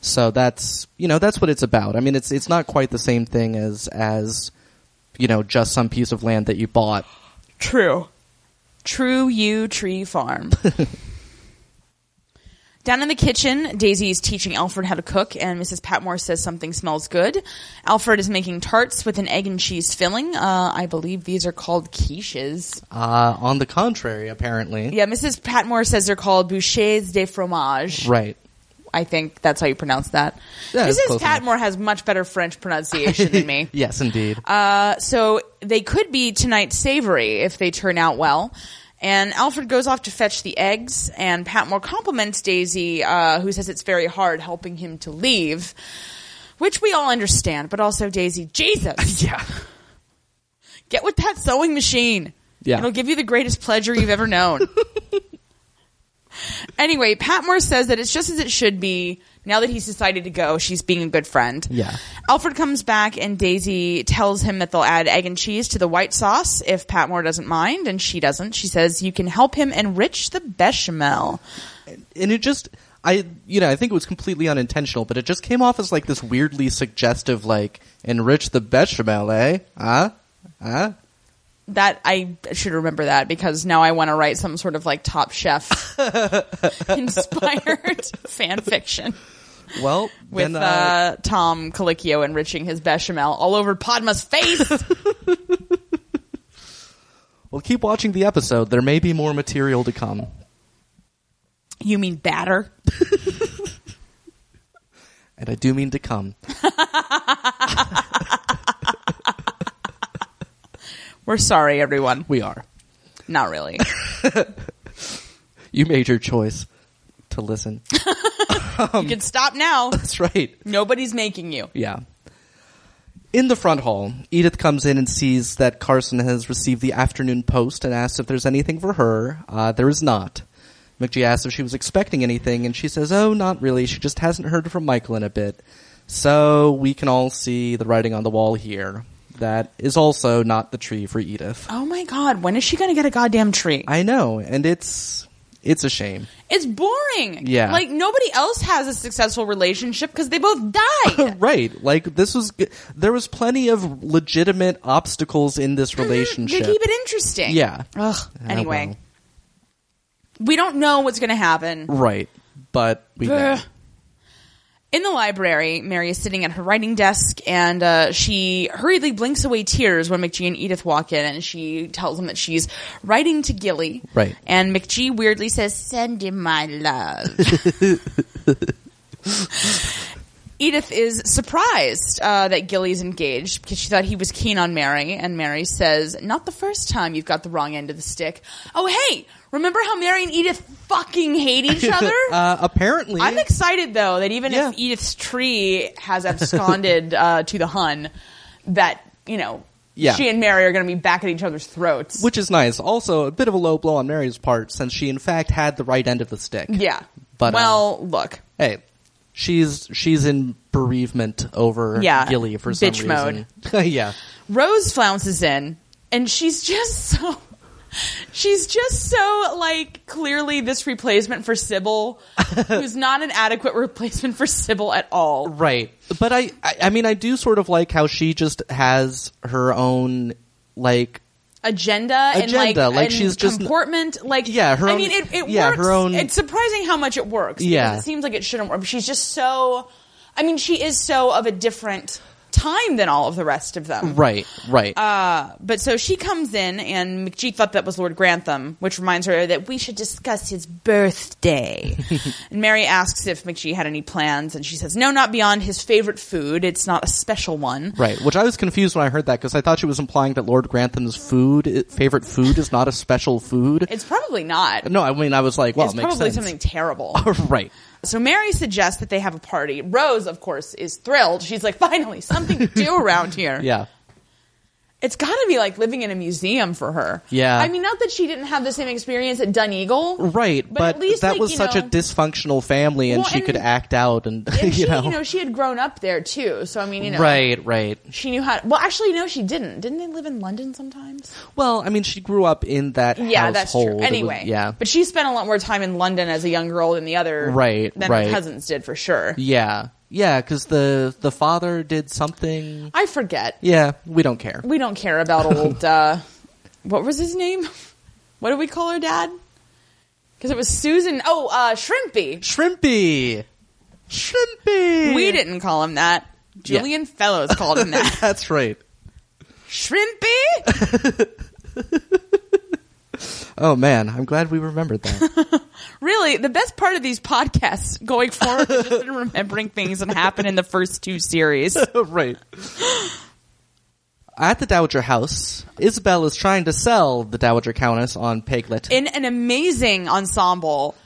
Speaker 1: So that's you know that's what it's about. I mean, it's it's not quite the same thing as as you know just some piece of land that you bought.
Speaker 2: True. True You Tree Farm. Down in the kitchen, Daisy is teaching Alfred how to cook, and Mrs. Patmore says something smells good. Alfred is making tarts with an egg and cheese filling. Uh, I believe these are called quiches.
Speaker 1: Uh, on the contrary, apparently,
Speaker 2: Yeah, Mrs. Patmore says they're called bouchées de fromage.
Speaker 1: right.
Speaker 2: I think that's how you pronounce that.
Speaker 1: Yeah, it's
Speaker 2: Mrs.
Speaker 1: close enough.
Speaker 2: Patmore has much better French pronunciation than me.
Speaker 1: Yes, indeed.
Speaker 2: Uh, so they could be tonight's savory if they turn out well. And Alfred goes off to fetch the eggs, and Patmore compliments Daisy, uh, who says it's very hard helping him to leave, which we all understand. But also, Daisy, Jesus,
Speaker 1: yeah,
Speaker 2: get with that sewing machine.
Speaker 1: Yeah.
Speaker 2: It'll give you the greatest pleasure you've ever known. anyway, Patmore says that it's just as it should be. Now that he's decided to go, she's being a good friend.
Speaker 1: Yeah.
Speaker 2: Alfred comes back and Daisy tells him that they'll add egg and cheese to the white sauce if Patmore doesn't mind, and she doesn't. She says you can help him enrich the bechamel.
Speaker 1: and it just I you know I think it was completely unintentional, but it just came off as like this weirdly suggestive like enrich the bechamel, eh? Huh? Huh?
Speaker 2: That I should remember that because now I want to write some sort of like Top Chef inspired fan fiction.
Speaker 1: Well,
Speaker 2: with
Speaker 1: then,
Speaker 2: uh, Tom Colicchio enriching his bechamel all over Padma's face.
Speaker 1: Well, keep watching the episode. There may be more material to come.
Speaker 2: you mean batter?
Speaker 1: And I do mean to come.
Speaker 2: We're sorry, everyone.
Speaker 1: We are.
Speaker 2: Not really.
Speaker 1: You made your choice to listen.
Speaker 2: you can stop now.
Speaker 1: That's right.
Speaker 2: Nobody's making you.
Speaker 1: Yeah. In the front hall, Edith comes in and sees that Carson has received the afternoon post and asks if there's anything for her. Uh, there is not. McGee asks if she was expecting anything, and she says, Oh, not really. She just hasn't heard from Michael in a bit. So we can all see the writing on the wall here. That is also not the tree for Edith.
Speaker 2: Oh my god, when is she gonna get a goddamn tree?
Speaker 1: I know, and it's it's a shame.
Speaker 2: It's boring.
Speaker 1: Yeah.
Speaker 2: Like nobody else has a successful relationship because they both died.
Speaker 1: right. Like this was g- there was plenty of legitimate obstacles in this
Speaker 2: they
Speaker 1: relationship.
Speaker 2: Mm-hmm. keep it interesting.
Speaker 1: Yeah.
Speaker 2: Ugh.
Speaker 1: Oh,
Speaker 2: Anyway,
Speaker 1: well.
Speaker 2: we don't know what's gonna happen.
Speaker 1: Right. But we know.
Speaker 2: Ugh. In the library, Mary is sitting at her writing desk and uh, she hurriedly blinks away tears when McGee and Edith walk in and she tells them that she's writing to Gilly.
Speaker 1: Right.
Speaker 2: And McGee weirdly says, Send him my love. Edith is surprised uh, that Gilly's engaged because she thought he was keen on Mary. And Mary says, Not the first time you've got the wrong end of the stick. Oh, hey, remember how Mary and Edith fucking hate each other?
Speaker 1: uh, apparently
Speaker 2: I'm excited though that even
Speaker 1: Yeah.
Speaker 2: if Edith's tree has absconded uh, to the Hun, that you know,
Speaker 1: Yeah.
Speaker 2: she and Mary are going to be back at each other's throats.
Speaker 1: which is nice. Also, a bit of a low blow on Mary's part since she in fact had the right end of the stick.
Speaker 2: yeah,
Speaker 1: But, uh,
Speaker 2: well, look,
Speaker 1: Hey, she's she's in bereavement over
Speaker 2: Yeah.
Speaker 1: Gilly for
Speaker 2: Bitch
Speaker 1: some
Speaker 2: mode.
Speaker 1: reason. yeah.
Speaker 2: Rose flounces in, and she's just so. She's just so like clearly this replacement for Sybil, who's not an adequate replacement for Sybil at all.
Speaker 1: Right. But I, I I mean I do sort of like how she just has her own like
Speaker 2: Agenda, and
Speaker 1: Agenda,
Speaker 2: like,
Speaker 1: like,
Speaker 2: and
Speaker 1: she's just-
Speaker 2: comportment, like
Speaker 1: Yeah, her
Speaker 2: I
Speaker 1: own-
Speaker 2: mean, it, it
Speaker 1: yeah,
Speaker 2: works.
Speaker 1: her own-
Speaker 2: It's surprising how much it works. because
Speaker 1: Yeah.
Speaker 2: it seems like it shouldn't work. But she's just so. I mean, she is so of a different time than all of the rest of them.
Speaker 1: right, right.
Speaker 2: Uh, But so she comes in, and McGee thought that was Lord Grantham, which reminds her that we should discuss his birthday. and Mary asks if McGee had any plans, and she says, "No, not beyond his favorite food. It's not a special one."
Speaker 1: Right, which I was confused when I heard that because I thought she was implying that Lord Grantham's food, i- favorite food, is not a special food.
Speaker 2: It's probably not.
Speaker 1: no, I mean I was like, well,
Speaker 2: it's
Speaker 1: it makes
Speaker 2: probably
Speaker 1: sense.
Speaker 2: something terrible.
Speaker 1: right,
Speaker 2: So Mary suggests that they have a party. Rose, of course, is thrilled. She's like, finally, something to do around here.
Speaker 1: yeah,
Speaker 2: It's got to be like living in a museum for her.
Speaker 1: Yeah.
Speaker 2: I mean, not that she didn't have the same experience at Dun Eagle.
Speaker 1: right. But,
Speaker 2: at least,
Speaker 1: that
Speaker 2: like,
Speaker 1: was
Speaker 2: you
Speaker 1: such a
Speaker 2: know-
Speaker 1: dysfunctional family, and
Speaker 2: Well,
Speaker 1: she could
Speaker 2: and-
Speaker 1: act out, and,
Speaker 2: and she,
Speaker 1: you know,
Speaker 2: she had grown up there too. So, I mean, you know.
Speaker 1: right, right.
Speaker 2: She knew how. well, actually, no, she didn't. Didn't they live in London sometimes?
Speaker 1: Well, I mean, she grew up in that
Speaker 2: Yeah, that's
Speaker 1: household. It
Speaker 2: true.
Speaker 1: was-
Speaker 2: Anyway,
Speaker 1: yeah,
Speaker 2: But she spent a lot more time in London as a young girl than the other,
Speaker 1: Right,
Speaker 2: Than
Speaker 1: right.
Speaker 2: her cousins did for sure.
Speaker 1: yeah, yeah, because the the father did something.
Speaker 2: I forget.
Speaker 1: Yeah, we don't care.
Speaker 2: we don't care about old uh what was his name what do we call her dad because it was susan oh uh shrimpy
Speaker 1: Shrimpy, Shrimpy.
Speaker 2: we didn't call him that
Speaker 1: Yeah.
Speaker 2: julian fellows called him that
Speaker 1: That's right.
Speaker 2: shrimpy
Speaker 1: Oh man, I'm glad we remembered that.
Speaker 2: really the best part of these podcasts going forward has just been remembering things that happened in the first two series
Speaker 1: right. At the Dowager House, Isabel is trying to sell the Dowager Countess on Piglet.
Speaker 2: in an amazing ensemble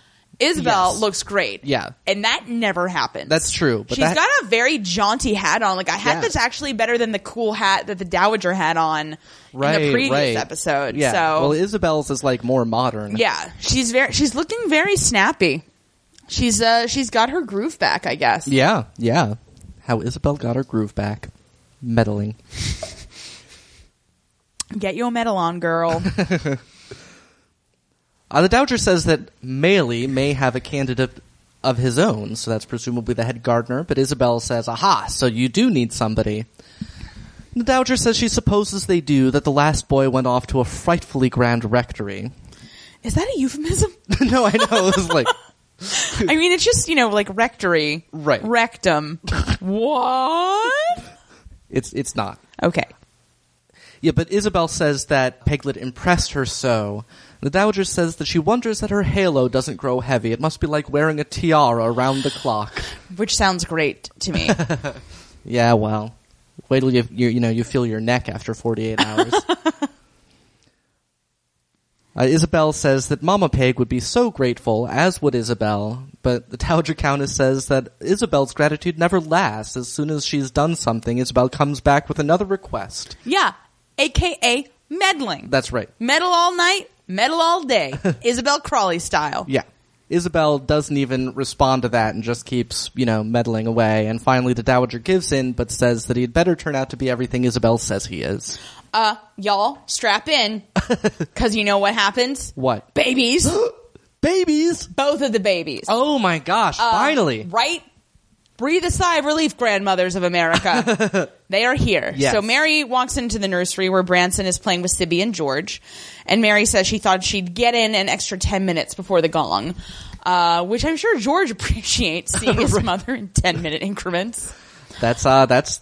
Speaker 2: Isabel
Speaker 1: Yes.
Speaker 2: looks great.
Speaker 1: Yeah.
Speaker 2: And that never happened.
Speaker 1: That's true, but
Speaker 2: She's
Speaker 1: that-
Speaker 2: got a very jaunty hat on. Like, I had
Speaker 1: Yeah.
Speaker 2: this actually better than the cool hat that the Dowager had on in the previous episode.
Speaker 1: Yeah.
Speaker 2: So,
Speaker 1: Well, Isabel's is like more modern.
Speaker 2: yeah. She's very, she's looking very snappy. She's, uh, she's got her groove back, I guess.
Speaker 1: Yeah, yeah. How Isabel got her groove back. Meddling.
Speaker 2: Get you a medal on, girl.
Speaker 1: Uh, the Dowager says that Maley may have a candidate of his own, so that's presumably the head gardener, but Isabel says, aha, so you do need somebody. The Dowager says she supposes they do, that the last boy went off to a frightfully grand rectory.
Speaker 2: Is that a euphemism?
Speaker 1: no, I know, it was like,
Speaker 2: I mean, it's just, you know, like rectory.
Speaker 1: Right.
Speaker 2: Rectum. what?
Speaker 1: it's, it's not.
Speaker 2: Okay.
Speaker 1: Yeah, but Isabel says that Piglet impressed her so. The Dowager says that she wonders that her halo doesn't grow heavy. It must be like wearing a tiara around the clock.
Speaker 2: Which sounds great to me.
Speaker 1: Yeah, well, wait till you, you you know you feel your neck after forty eight hours. Uh, Isabel says that Mama Pig would be so grateful, as would Isabel, but the Dowager Countess says that Isabel's gratitude never lasts. As soon as she's done something, Isabel comes back with another request.
Speaker 2: Yeah, aka meddling.
Speaker 1: That's right.
Speaker 2: Meddle all night, meddle all day, Isabel Crawley style.
Speaker 1: Yeah. Isabel doesn't even respond to that and just keeps, you know, meddling away. And finally, the Dowager gives in, but says that he'd better turn out to be everything Isabel says he is.
Speaker 2: Uh, y'all strap in, because you know what happens.
Speaker 1: What?
Speaker 2: Babies,
Speaker 1: Babies!
Speaker 2: both of the babies. Uh,
Speaker 1: Oh my gosh,
Speaker 2: Um,
Speaker 1: finally!
Speaker 2: right? Breathe a sigh of relief, grandmothers of America. they are here.
Speaker 1: Yes.
Speaker 2: So Mary walks into the nursery where Branson is playing with Sibby and George, and Mary says she thought she'd get in an extra ten minutes before the gong, uh, which I'm sure George appreciates seeing his mother in ten minute increments.
Speaker 1: That's, uh, that's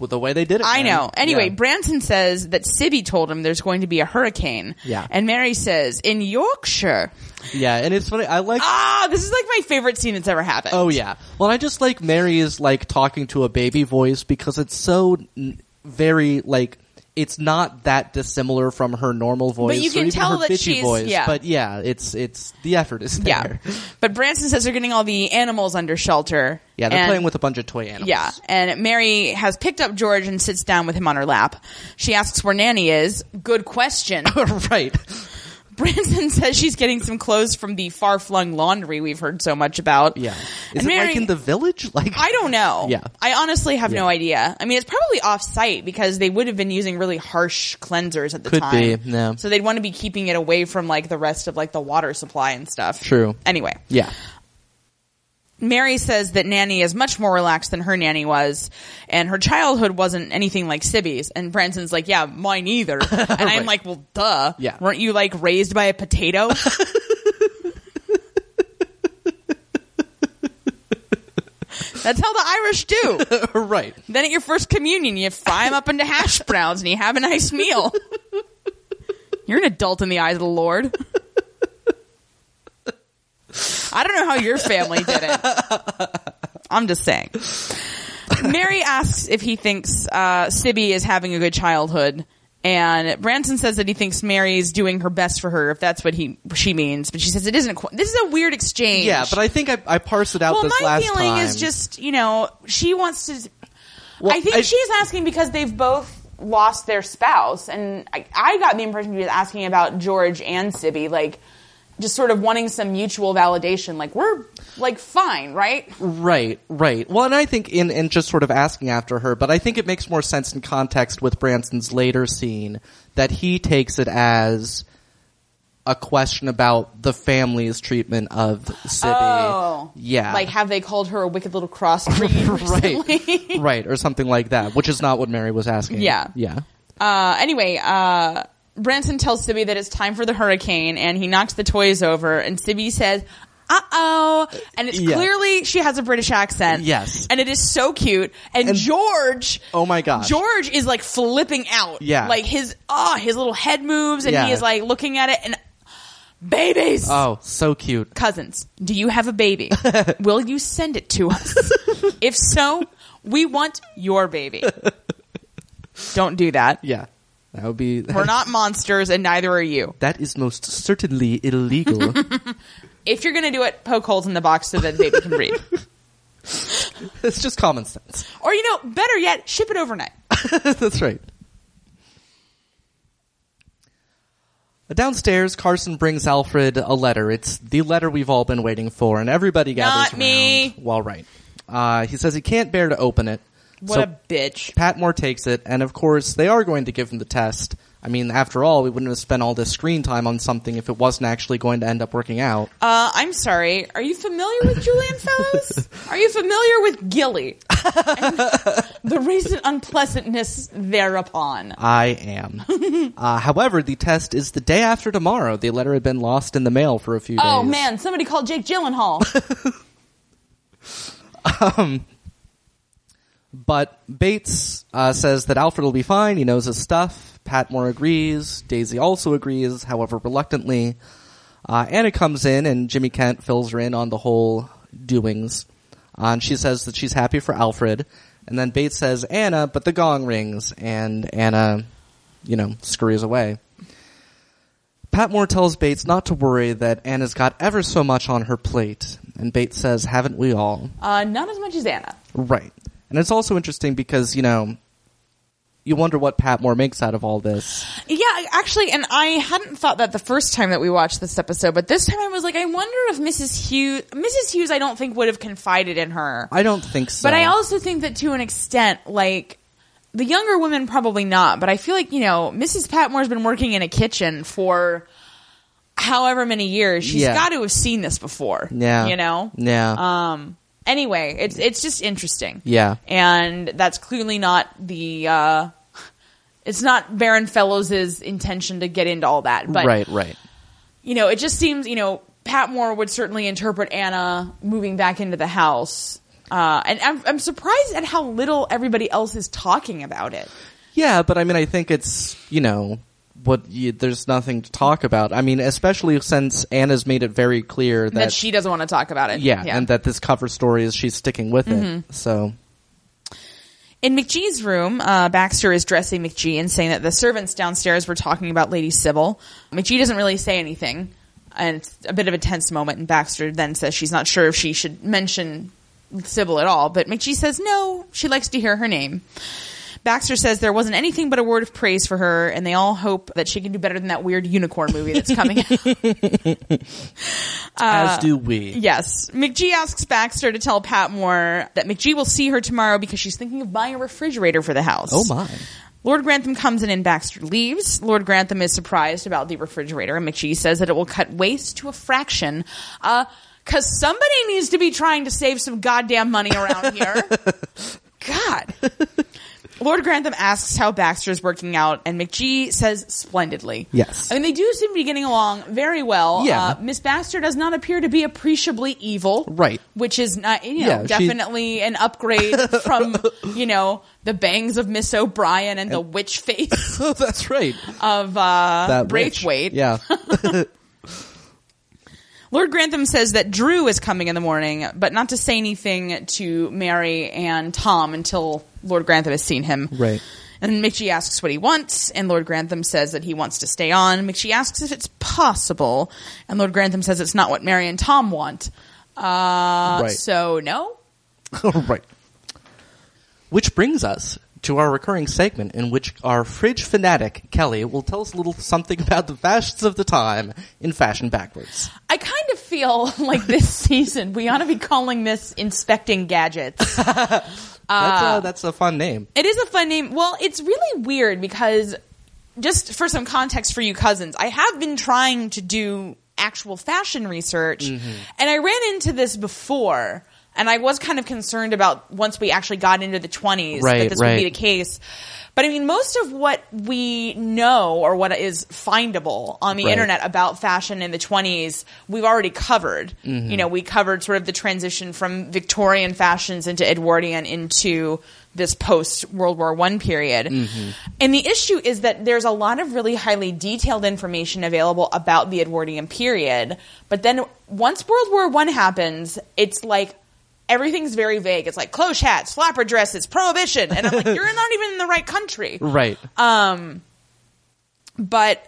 Speaker 1: the way they did it.
Speaker 2: I
Speaker 1: man.
Speaker 2: know. Anyway,
Speaker 1: Yeah.
Speaker 2: Branson says that Sibby told him there's going to be a hurricane.
Speaker 1: Yeah.
Speaker 2: And Mary says, in Yorkshire.
Speaker 1: Yeah, and it's funny. I like.
Speaker 2: Ah, this is like my favorite scene that's ever happened.
Speaker 1: Oh yeah. Well, I just like Mary is like talking to a baby voice because it's so n- very like it's not that dissimilar from her normal voice.
Speaker 2: you
Speaker 1: or
Speaker 2: can
Speaker 1: even
Speaker 2: tell
Speaker 1: her
Speaker 2: that
Speaker 1: bitchy
Speaker 2: she's-
Speaker 1: voice.
Speaker 2: yeah.
Speaker 1: But yeah, it's it's the effort is there.
Speaker 2: Yeah. But Branson says they're getting all the animals under shelter.
Speaker 1: Yeah, they're
Speaker 2: And-
Speaker 1: playing with a bunch of toy animals.
Speaker 2: Yeah. And Mary has picked up George and sits down with him on her lap. She asks where Nanny is. Good question.
Speaker 1: right.
Speaker 2: Branson says she's getting some clothes from the far flung laundry we've heard so much about.
Speaker 1: Yeah.
Speaker 2: And
Speaker 1: Is it
Speaker 2: Mary-
Speaker 1: like in the village? Like
Speaker 2: I don't know.
Speaker 1: Yeah.
Speaker 2: I honestly have no
Speaker 1: Yeah.
Speaker 2: idea. I mean, it's probably off site because they would have been using really harsh cleansers at the
Speaker 1: Could
Speaker 2: time.
Speaker 1: be, yeah.
Speaker 2: So they'd want to be keeping it away from like the rest of like the water supply and stuff.
Speaker 1: True.
Speaker 2: Anyway.
Speaker 1: Yeah.
Speaker 2: Mary says that Nanny is much more relaxed than her nanny was, and her childhood wasn't anything like Sibby's. And Branson's like, yeah, mine either. And I'm
Speaker 1: Right.
Speaker 2: like, well, duh.
Speaker 1: Yeah.
Speaker 2: Weren't you like raised by a potato? That's how the Irish do.
Speaker 1: right.
Speaker 2: Then at your first communion, you fry them up into hash browns and you have a nice meal. You're an adult in the eyes of the Lord. I don't know how your family did it. I'm just saying. Mary asks if he thinks uh, Sibby is having a good childhood, and Branson says that he thinks Mary's doing her best for her, if that's what he she means. But she says it isn't. Qu- this is a weird exchange
Speaker 1: Yeah, but I think I, I parsed it out
Speaker 2: well,
Speaker 1: this
Speaker 2: my
Speaker 1: last
Speaker 2: feeling
Speaker 1: time.
Speaker 2: is just you know she wants to.
Speaker 1: Well,
Speaker 2: I think
Speaker 1: I-
Speaker 2: she's asking because
Speaker 3: They've both lost their spouse, and I, I got the impression he was asking about George and Sibby, like just sort of wanting some mutual validation. Like we're like fine, right?
Speaker 1: Right, right. Well, and I think in and just sort of asking after her, but I think it makes more sense in context with Branson's later scene that he takes it as a question about the family's treatment of Sibby.
Speaker 2: Oh.
Speaker 1: yeah.
Speaker 2: like have they called her a wicked little crossbreed recently?
Speaker 1: right, right, or something like that, which is not what Mary was asking.
Speaker 2: Yeah.
Speaker 1: yeah.
Speaker 2: Uh, anyway, uh, Branson tells Sibby that it's time for the hurricane, and he knocks the toys over, and Sibby says. Uh oh, and it's
Speaker 1: Yeah.
Speaker 2: clearly she has a British accent.
Speaker 1: Yes.
Speaker 2: and it is so cute. And,
Speaker 1: And-
Speaker 2: George,
Speaker 1: Oh my gosh.
Speaker 2: George is like flipping out.
Speaker 1: Yeah.
Speaker 2: like his ah, his little head moves, and
Speaker 1: Yeah.
Speaker 2: he is like looking at it, and babies.
Speaker 1: Oh, so cute.
Speaker 2: cousins, do you have a baby? Will you send it to us? if so, we want your baby. Don't do that.
Speaker 1: Yeah, that would be.
Speaker 2: We're not monsters, and neither are you.
Speaker 1: That is most certainly illegal.
Speaker 2: If you're going to do it, poke holes in the box so that the baby can breathe.
Speaker 1: it's just common sense.
Speaker 2: Or, you know, better yet, ship it overnight.
Speaker 1: That's right. Downstairs, Carson brings Alfred a letter. It's the letter we've all been waiting for, and everybody gathers
Speaker 2: Not me.
Speaker 1: around. Well, right. Uh, he says he can't bear to open it.
Speaker 2: What
Speaker 1: so
Speaker 2: a bitch.
Speaker 1: Patmore takes it, and of course, they are going to give him the test. I mean, after all, we wouldn't have spent all this screen time on something if it wasn't actually going to end up working out.
Speaker 2: Uh, I'm sorry. Are you familiar with Julian Fellows? Are you familiar with Gilly? And the recent unpleasantness thereupon.
Speaker 1: I am. uh, however, the test is the day after tomorrow. The letter had been lost in the mail for a few days.
Speaker 2: Oh, man. Somebody called Jake Gyllenhaal.
Speaker 1: But Bates uh, says that Alfred will be fine. He knows his stuff. Patmore agrees. Daisy also agrees, however reluctantly. Uh, Anna comes in, and Jimmy Kent fills her in on the whole doings. Uh, and she says that she's happy for Alfred. And then Bates says, Anna, but the gong rings. And Anna, you know, scurries away. Patmore tells Bates not to worry that Anna's got ever so much on her plate, and Bates says, haven't we all?
Speaker 3: Uh, not as much as Anna.
Speaker 1: Right. And it's also interesting because, you know, you wonder what Patmore makes out of all this.
Speaker 2: Yeah, I- actually, and I hadn't thought that the first time that we watched this episode, but this time I was like, I wonder if Mrs. Hughes, Mrs. Hughes, I don't think would have confided in her.
Speaker 1: I don't think so.
Speaker 2: But I also think that to an extent, like the younger women probably not, but I feel like, you know, Mrs. Patmore's been working in a kitchen for however many years. She's
Speaker 1: Yeah.
Speaker 2: got to have seen this before.
Speaker 1: Yeah.
Speaker 2: You know?
Speaker 1: Yeah.
Speaker 2: Um anyway, it's it's just interesting.
Speaker 1: Yeah.
Speaker 2: And that's clearly not the uh it's not Baron Fellows' intention to get into all that. But
Speaker 1: right, right.
Speaker 2: you know, it just seems, you know, Patmore would certainly interpret Anna moving back into the house. Uh, and I'm, I'm surprised at how little everybody else is talking about it.
Speaker 1: Yeah, but I mean, I think it's, you know, what you, there's nothing to talk about. I mean, especially since Anna's made it very clear that,
Speaker 2: That, she doesn't want to talk about it.
Speaker 1: yeah, and that this cover story is she's sticking with
Speaker 2: Mm-hmm.
Speaker 1: it. So,
Speaker 2: In McGee's room, uh, Baxter is dressing McGee and saying that the servants downstairs were talking about Lady Sybil. McGee doesn't really say anything, and it's a bit of a tense moment. And Baxter then says she's not sure if she should mention Sybil at all, but McGee says no, she likes to hear her name. Baxter says there wasn't anything but a word of praise for her, and they all hope that she can do better than that weird unicorn movie that's coming out.
Speaker 1: as do we.
Speaker 2: Uh, Yes. McGee asks Baxter to tell Patmore that McGee will see her tomorrow because she's thinking of buying a refrigerator for the house.
Speaker 1: Oh my.
Speaker 2: Lord Grantham comes in and Baxter leaves. Lord Grantham is surprised about the refrigerator and McGee says that it will cut waste to a fraction. Uh, cause somebody needs to be trying to save some goddamn money around here. God. Lord Grantham asks how Baxter's working out and McGee says splendidly.
Speaker 1: Yes.
Speaker 2: I mean, they do seem to be getting along very well.
Speaker 1: Yeah.
Speaker 2: Uh, Miss Baxter does not appear to be appreciably evil.
Speaker 1: Right.
Speaker 2: Which is not, you know,
Speaker 1: Yeah, she-
Speaker 2: Oh, definitely an upgrade from, you know, the bangs of Miss O'Brien and the witch face
Speaker 1: Oh, that's right.
Speaker 2: of uh,
Speaker 1: That witch.
Speaker 2: Braithwaite.
Speaker 1: Yeah.
Speaker 2: Lord Grantham says that Drew is coming in the morning, but not to say anything to Mary and Tom until Lord Grantham has seen him.
Speaker 1: Right.
Speaker 2: And McGee asks what he wants, and Lord Grantham says that he wants to stay on. McGee asks if it's possible, and Lord Grantham says it's not what Mary and Tom want. Uh,
Speaker 1: Right.
Speaker 2: So, no?
Speaker 1: right. Which brings us to our recurring segment in which our fridge fanatic, Kelly, will tell us a little something about the fashions of the time in Fashion Backwards.
Speaker 2: I kind of feel like this season we ought to be calling this Inspecting Gadgets.
Speaker 1: that's, a, that's a fun name.
Speaker 2: It is a fun name. Well, it's really weird because just for some context for you cousins, I have been trying to do actual fashion research
Speaker 1: Mm-hmm.
Speaker 2: and I ran into this before and I was kind of concerned about once we actually got into the 20s that
Speaker 1: Right,
Speaker 2: this would
Speaker 1: right.
Speaker 2: be the case. But I mean, most of what we know or what is findable on the
Speaker 1: Right.
Speaker 2: internet about fashion in the 20s, we've already covered. You know, we covered sort of the transition from Victorian fashions into Edwardian into this post World War One period. And the issue is that there's a lot of really highly detailed information available about the Edwardian period. But then once World War One happens, it's like, everything's very vague. It's like cloche hats, flapper dresses, prohibition, and I'm like, you're not even in the right country. Um,
Speaker 1: Right.
Speaker 2: But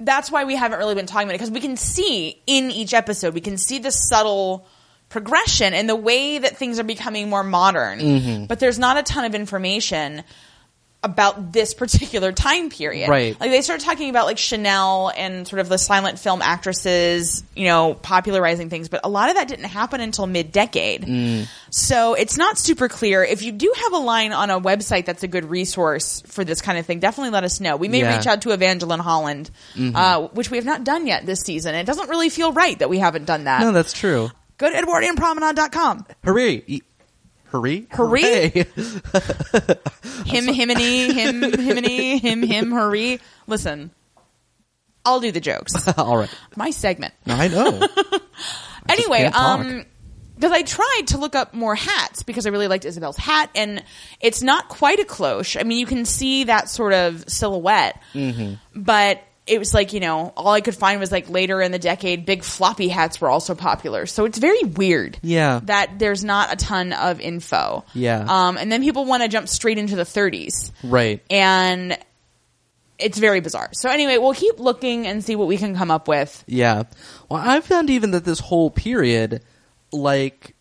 Speaker 2: that's why we haven't really been talking about it because we can see in each episode we can see the subtle progression and the way that things are becoming more modern.
Speaker 1: Mm-hmm.
Speaker 2: But there's not a ton of information about this particular time period.
Speaker 1: Right.
Speaker 2: Like they start talking about like Chanel and sort of the silent film actresses, you know, popularizing things, but a lot of that didn't happen until mid decade.
Speaker 1: Mm.
Speaker 2: So it's not super clear. If you do have a line on a website that's a good resource for this kind of thing, definitely let us know. We may
Speaker 1: Yeah.
Speaker 2: reach out to Evangeline Holland, uh, which we have not done yet this season. It doesn't really feel right that we haven't done that.
Speaker 1: no, that's true.
Speaker 2: Go to EdwardianPromenade.com.
Speaker 1: Hooray. E- Hooray?
Speaker 2: Hooray?
Speaker 1: Hooray.
Speaker 2: Him, himiny, him, himiny, him, him, hurry. Listen, I'll do the jokes.
Speaker 1: All right.
Speaker 2: My segment.
Speaker 1: I know.
Speaker 2: anyway,
Speaker 1: can't talk.
Speaker 2: um, because I tried to look up more hats because I really liked Isabel's hat, and it's not quite a cloche. I mean, you can see that sort of silhouette,
Speaker 1: Mm-hmm.
Speaker 2: but it was like you know, all I could find was like later in the decade, big floppy hats were also popular. So it's very weird,
Speaker 1: Yeah.
Speaker 2: that there's not a ton of info,
Speaker 1: Yeah.
Speaker 2: Um, and then people want to jump straight into the 30s,
Speaker 1: right.
Speaker 2: and It's
Speaker 3: It's very bizarre. So anyway, we'll keep looking and see what we can come up with.
Speaker 1: Yeah. Well, I found even that this whole period, like,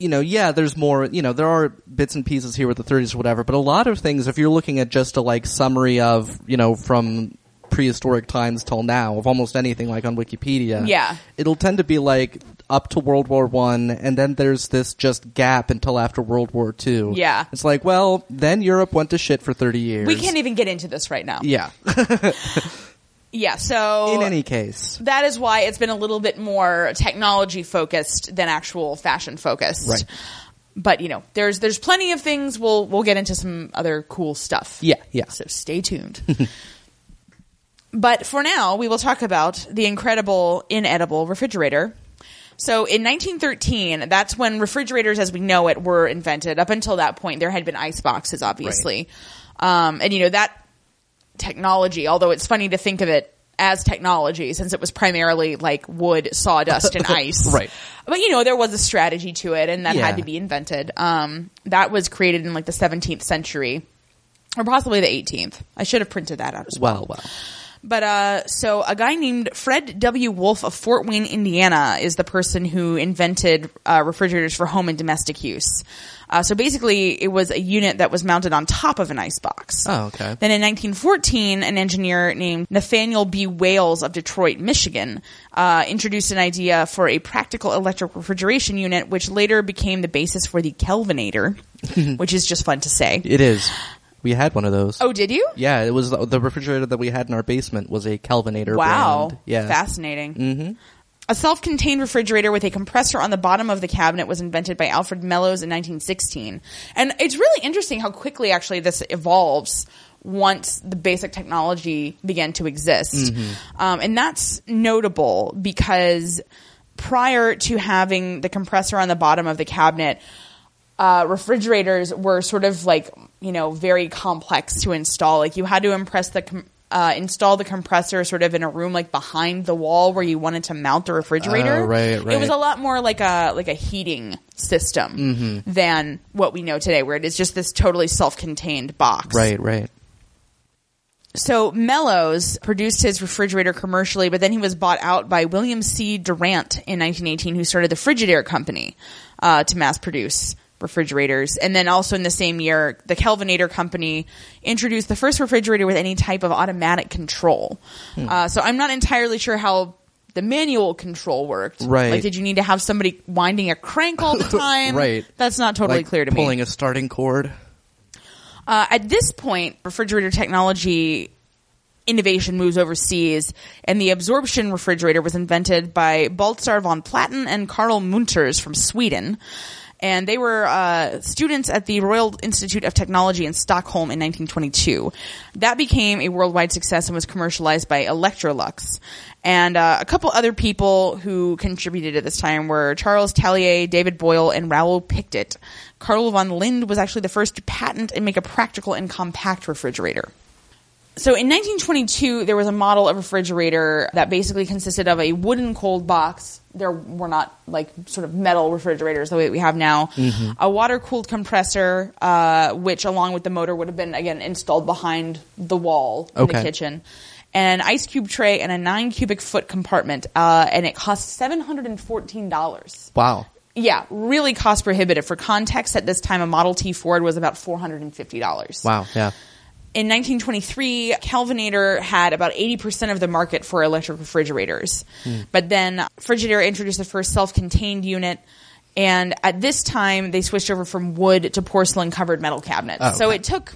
Speaker 1: you know, yeah, there's more, you know, there are bits and pieces here with the 30s or whatever, but a lot of things, if you're looking at just a, like, summary of, you know, from prehistoric times till now, of almost anything, like, on Wikipedia.
Speaker 3: Yeah.
Speaker 1: It'll tend to be, like, up to World War One, and then there's this just gap until after World War Two.
Speaker 3: Yeah.
Speaker 1: It's like, well, then Europe went to shit for 30 years.
Speaker 2: we can't e- even get into this right now.
Speaker 1: Yeah.
Speaker 2: Yeah, so
Speaker 1: In any case.
Speaker 2: that is why it's been a little bit more technology focused than actual fashion focused.
Speaker 1: Right.
Speaker 2: But you know, there's there's plenty of things. We'll we'll get into some other cool stuff.
Speaker 1: Yeah, yeah.
Speaker 2: So stay tuned. but for now, we will talk about the incredible inedible refrigerator. So in 1913, that's when refrigerators as we know it were invented. Up until that point, there had been ice boxes, obviously. Um, and you know, that technology, although it's funny to think of it as technology since it was primarily like wood, sawdust, and ice.
Speaker 1: Right.
Speaker 2: But you know, there was a strategy to it and that
Speaker 1: Yeah.
Speaker 2: had to be invented. Um, that was created in like the 17th century or possibly the 18th. I should have printed that out as
Speaker 1: Well,
Speaker 2: well.
Speaker 1: well.
Speaker 2: But uh, so a guy named Fred W. Wolf of Fort Wayne, Indiana, is the person who invented uh, refrigerators for home and domestic use. Uh, so basically, it was a unit that was mounted on top of an icebox.
Speaker 1: Oh, okay.
Speaker 2: Then in 1914, an engineer named Nathaniel B. Wales of Detroit, Michigan, uh, introduced an idea for a practical electric refrigeration unit, which later became the basis for the Kelvinator, which is just fun to say.
Speaker 1: It is. We had one of those.
Speaker 2: Oh, did you?
Speaker 1: Yeah, it was the refrigerator that we had in our basement was a Kelvinator
Speaker 2: Wow.
Speaker 1: brand. Yeah.
Speaker 2: Fascinating. Mm-hmm. A self contained refrigerator with a compressor on the bottom of the cabinet was invented by Alfred Mellows in 1916. And it's really interesting how quickly actually this evolves once the basic technology began to exist.
Speaker 1: Mm-hmm.
Speaker 2: Um, and that's notable because prior to having the compressor on the bottom of the cabinet, uh, refrigerators were sort of like you know very complex to install. Like you had to impress the com- uh, install the compressor sort of in a room like behind the wall where you wanted to mount the
Speaker 1: Oh,
Speaker 2: refrigerator.
Speaker 1: right,
Speaker 2: It was
Speaker 1: right.
Speaker 2: a lot more like a like a heating system
Speaker 1: Mm-hmm.
Speaker 2: than what we know today, where it is just this totally self contained box.
Speaker 1: Right, right.
Speaker 2: So Mellows produced his refrigerator commercially, but then he was bought out by William C. Durant in 1918, who started the Frigidaire Company uh, to mass produce refrigerators. And then also in the same year, the Kelvinator Company introduced the first refrigerator with any type of automatic control.
Speaker 1: Hmm.
Speaker 2: Uh, so I'm not entirely sure how the manual control worked.
Speaker 1: Right.
Speaker 2: Like, did you need to have somebody winding a crank all the time?
Speaker 1: Right.
Speaker 2: That's not totally
Speaker 1: like
Speaker 2: clear to me.
Speaker 1: pulling a starting cord.
Speaker 2: Uh, at this point, refrigerator technology innovation moves overseas, and the absorption refrigerator was invented by Baltzar von Platen and Karl Munters from Sweden. And they were uh, students at the Royal Institute of Technology in Stockholm in 1922. That became a worldwide success and was commercialized by Electrolux. And uh, a couple other people who contributed at this time were Charles Tellier, David Boyle, and Raoul Pictet. Carl von Lind was actually the first to patent and make a practical and compact refrigerator. So in 1922, there was a model of refrigerator that basically consisted of a wooden cold box. There were not like sort of metal refrigerators the way we have now.
Speaker 1: Mm-hmm.
Speaker 2: A water cooled compressor, uh, which along with the motor would have been again installed behind the wall in the
Speaker 1: Okay.
Speaker 2: kitchen, an ice cube tray, and a nine cubic foot compartment. Uh, and it cost seven hundred and fourteen dollars.
Speaker 1: Wow.
Speaker 2: Yeah, really cost prohibitive. For context, at this time, a Model T Ford was about four hundred and fifty dollars.
Speaker 1: Wow. Yeah.
Speaker 2: In 1923, Kelvinator had about 80% of the market for electric refrigerators.
Speaker 1: Hmm.
Speaker 2: But then Frigidaire introduced the first self-contained unit. And at this time, they switched over from wood to porcelain covered metal cabinets.
Speaker 1: Oh,
Speaker 2: So
Speaker 1: okay.
Speaker 2: it took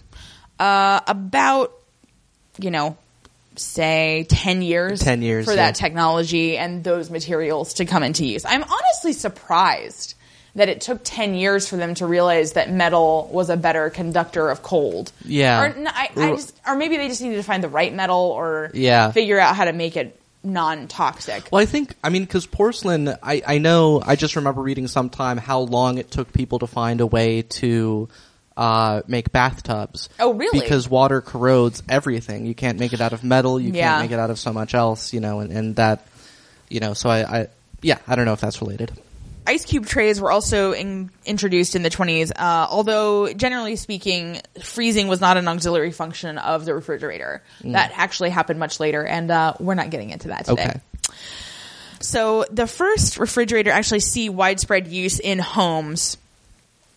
Speaker 2: uh, about, you know, say 10 years
Speaker 1: 10 years,
Speaker 2: for
Speaker 1: yeah.
Speaker 2: that technology and those materials to come into use. I'm honestly surprised that it took 10 years for them to realize that metal was a better conductor of cold.
Speaker 1: Yeah.
Speaker 2: Or, no, I, I just, or maybe they just needed to find the right metal or
Speaker 1: Yeah.
Speaker 2: figure out how to make it non-toxic.
Speaker 1: Well, I think I mean because porcelain. I I know. I just remember reading sometime how long it took people to find a way to. Uh, make bathtubs.
Speaker 2: Oh, really?
Speaker 1: Because water corrodes everything. You can't make it out of metal. You
Speaker 2: Yeah.
Speaker 1: can't make it out of so much else, you know, and, and that, you know, so I, I, yeah, I don't know if that's related.
Speaker 2: ice cube trays were also in, introduced in the 20s, uh, although generally speaking, freezing was not an auxiliary function of the refrigerator.
Speaker 1: Mm.
Speaker 2: That actually happened much later, and uh, we're not getting into that today.
Speaker 1: Okay.
Speaker 2: So the first refrigerator to actually see widespread use in homes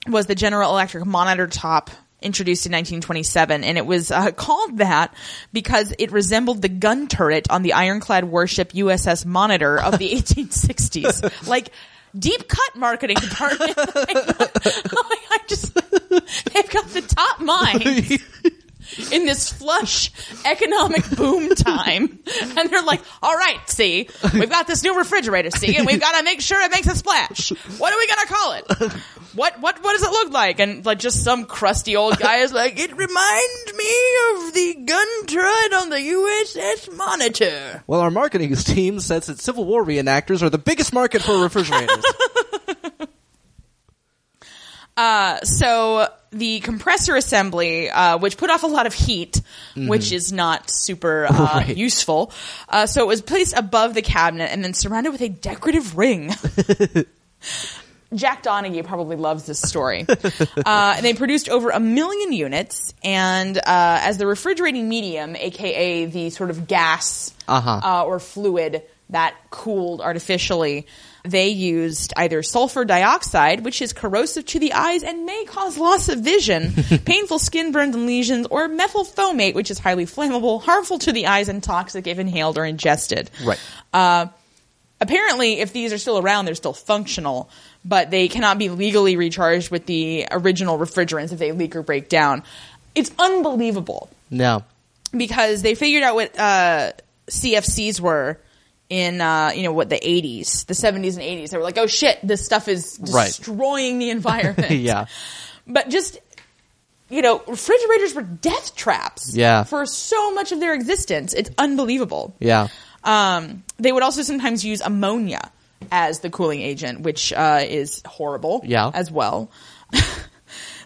Speaker 2: was the General Electric monitor top introduced in 1927 and it was uh, called that because it resembled the gun turret on the ironclad warship USS Monitor of the 1860s. Like deep cut marketing department. like, I just they've got the top mind in this flush economic boom time. And they're like, all right, see, we've got this new refrigerator, see, and we've got to make sure it makes a splash. What are we going to call it? What, what, what does it look like? And like just some crusty old guy is like, it reminds me of the gun turret on the USS Monitor.
Speaker 1: well, our marketing team says that Civil War reenactors are the biggest market for refrigerators.
Speaker 2: so the compressor assembly, uh, which put off a lot of heat, which is not super uh,
Speaker 1: Right.
Speaker 2: useful, uh, so it was placed above the cabinet and then surrounded with a decorative ring. Jack Donaghy probably loves this story. uh, and they produced over a million units, and uh, as the refrigerating medium, aka the sort of gas
Speaker 1: Uh-huh.
Speaker 2: uh, or fluid that cooled artificially, they used either sulfur dioxide, which is corrosive to the eyes and may cause loss of vision, painful skin burns and lesions, or methyl fomate, which is highly flammable, harmful to the eyes, and toxic if inhaled or ingested
Speaker 1: right.
Speaker 2: Uh, apparently if these are still around they're still functional but they cannot be legally recharged with the original refrigerants if they leak or break down it's unbelievable
Speaker 1: No.
Speaker 2: because they figured out what uh, cfcs were in uh, you know what the 80s the 70s and 80s they were like oh shit this stuff is
Speaker 1: Right.
Speaker 2: destroying the environment
Speaker 1: Yeah.
Speaker 2: but just you know refrigerators were death traps
Speaker 1: Yeah.
Speaker 2: for so much of their existence it's unbelievable
Speaker 1: Yeah.
Speaker 2: um, they would also sometimes use ammonia as the cooling agent, which uh, is horrible
Speaker 1: Yeah.
Speaker 2: as well.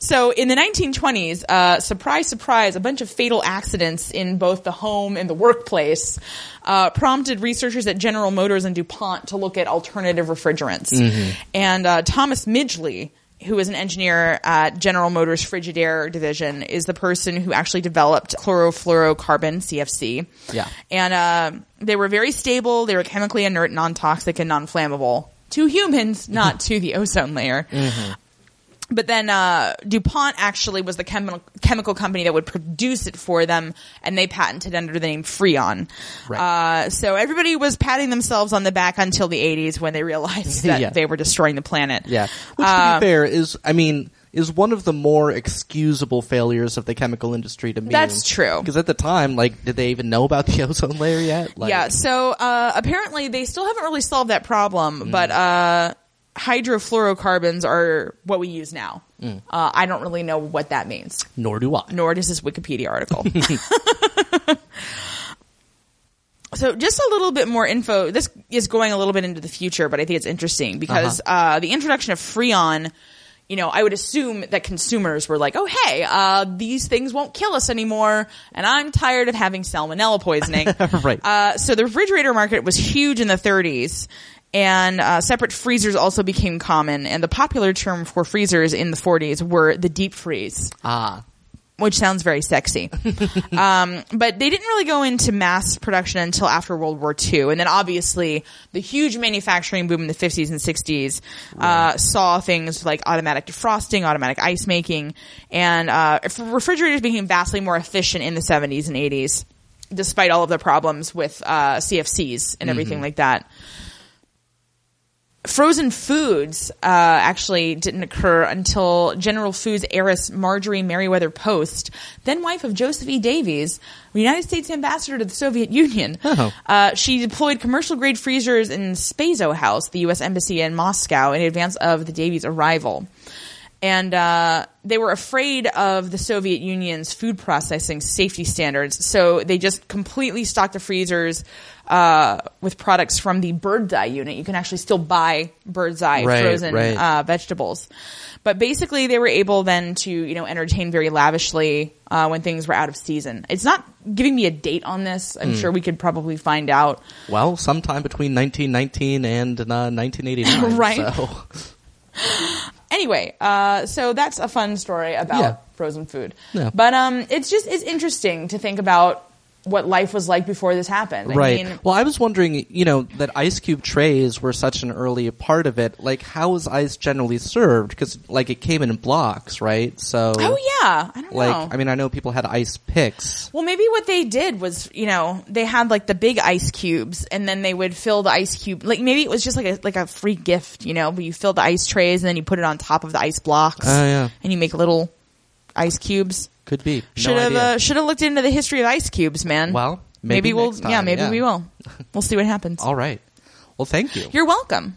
Speaker 2: so in the 1920s, uh, surprise, surprise, a bunch of fatal accidents in both the home and the workplace uh, prompted researchers at General Motors and DuPont to look at alternative refrigerants. And uh, Thomas Midgley, who is an engineer at General Motors Frigidaire division, is the person who actually developed chlorofluorocarbon, CFC.
Speaker 1: Yeah.
Speaker 2: And uh, they were very stable. They were chemically inert, non toxic, and non flammable to humans, not to the ozone layer. But then uh, DuPont actually was the chemi- chemical company that would produce it for them, and they patented under the name Freon.
Speaker 1: Right.
Speaker 2: Uh, so everybody was patting themselves on the back until the 80s when they realized that
Speaker 1: Yeah.
Speaker 2: they were destroying the planet. Uh,
Speaker 1: Yeah. Which, to
Speaker 2: Um,
Speaker 1: be fair, is I mean is one of the more excusable failures of the chemical industry to me.
Speaker 2: That's true.
Speaker 1: Because at the time, like, did they even know about the ozone layer yet? Like,
Speaker 2: yeah. So uh, apparently, they still haven't really solved that problem,
Speaker 1: Mm.
Speaker 2: but uh, hydrofluorocarbons are what we use now.
Speaker 1: Mm.
Speaker 2: Uh, I don't really know what that means,
Speaker 1: Nor do I.
Speaker 2: nor does this Wikipedia article. so, just a little bit more info. This is going a little bit into the future, but I think it's interesting because uh the introduction of Freon. You know, I would assume that consumers were like, "Oh, hey, uh, these things won't kill us anymore," and I'm tired of having salmonella poisoning.
Speaker 1: Right.
Speaker 2: Uh, so the refrigerator market was huge in the 30s, and uh, separate freezers also became common. And the popular term for freezers in the 40s were the deep freeze,
Speaker 1: ah.
Speaker 2: which sounds very sexy. um, but they didn't really go into mass production until after World War II, and then obviously the huge manufacturing boom in the 50s and 60s uh, saw things like automatic defrosting, automatic ice making, and uh, refrigerators became vastly more efficient in the 70s and 80s despite all of the problems with uh, CFCs and everything like that. Frozen foods uh, actually didn't occur until General Foods heiress Marjorie Merriweather Post, then wife of Joseph E. Davies, United States ambassador to the Soviet Union.
Speaker 1: Oh.
Speaker 2: Uh, she deployed commercial grade freezers in Spazo House, the U.S. Embassy in Moscow, in advance of the Davies arrival. and uh, they were afraid of the Soviet Union's food processing safety standards, so they just completely stocked the freezers uh, with products from the Bird's Eye unit. You can actually still buy Bird's Eye
Speaker 1: Right,
Speaker 2: frozen
Speaker 1: right.
Speaker 2: Uh, vegetables, but basically they were able then to you know entertain very lavishly uh, when things were out of season. It's not giving me a date on this.
Speaker 1: Hmm.
Speaker 2: I'm sure we could probably find out.
Speaker 1: Well, sometime between 1919 and uh, 1989.
Speaker 2: Right.
Speaker 1: So.
Speaker 2: anyway, uh, so that's a fun story about
Speaker 1: Yeah.
Speaker 2: frozen food.
Speaker 1: Yeah.
Speaker 2: But um, it's just it's interesting to think about what life was like before this happened.
Speaker 1: Right.
Speaker 2: I mean,
Speaker 1: well, I was wondering, you know, that ice cube trays were such an early part of it. Like, how was ice generally served? Because, like, it came in blocks, right? So.
Speaker 2: oh yeah, I don't
Speaker 1: Like,
Speaker 2: know.
Speaker 1: I mean, I know people had ice picks.
Speaker 2: well, maybe what they did was, you know, they had like the big ice cubes, and then they would fill the ice cube. Like maybe it was just like a like a free gift, you know, but you fill the ice trays and then you put it on top of the ice blocks,
Speaker 1: Oh, yeah.
Speaker 2: and you make little ice cubes.
Speaker 1: Could be. No
Speaker 2: Should have
Speaker 1: idea.
Speaker 2: uh, should have looked into the history of ice cubes, man.
Speaker 1: Well, maybe
Speaker 2: we'll
Speaker 1: next time,
Speaker 2: yeah, maybe
Speaker 1: yeah.
Speaker 2: we will. We'll see what happens.
Speaker 1: All right. Well, thank you.
Speaker 2: You're welcome.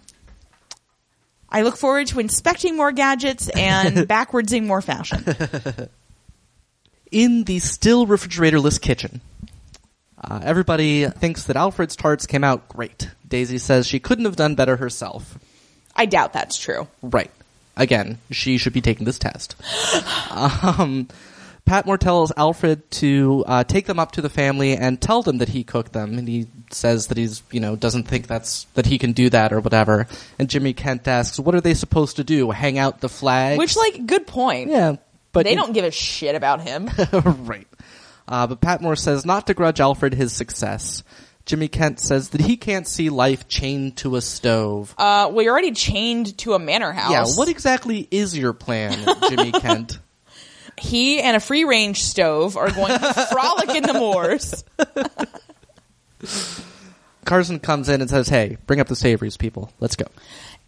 Speaker 2: I look forward to inspecting more gadgets and backwardsing more fashion.
Speaker 1: in the still refrigeratorless kitchen. Uh, everybody thinks that Alfred's tarts came out great. Daisy says she couldn't have done better herself.
Speaker 2: I doubt that's true.
Speaker 1: Right. Again, she should be taking this test. um, Patmore tells Alfred to uh, take them up to the family and tell them that he cooked them, and he says that he's you know doesn't think that's that he can do that or whatever. And Jimmy Kent asks, "What are they supposed to do? Hang out the flag?"
Speaker 2: Which, like, good point.
Speaker 1: yeah, but
Speaker 2: they
Speaker 1: in-
Speaker 2: don't give a shit about him.
Speaker 1: right. Uh, but Patmore says not to grudge Alfred his success. Jimmy Kent says that he can't see life chained to a stove.
Speaker 2: Uh, well, you're already chained to a manor house.
Speaker 1: Yeah, what exactly is your plan, Jimmy Kent?
Speaker 2: he and a free range stove are going to frolic in the moors.
Speaker 1: Carson comes in and says, "Hey, bring up the savories, people. Let's go."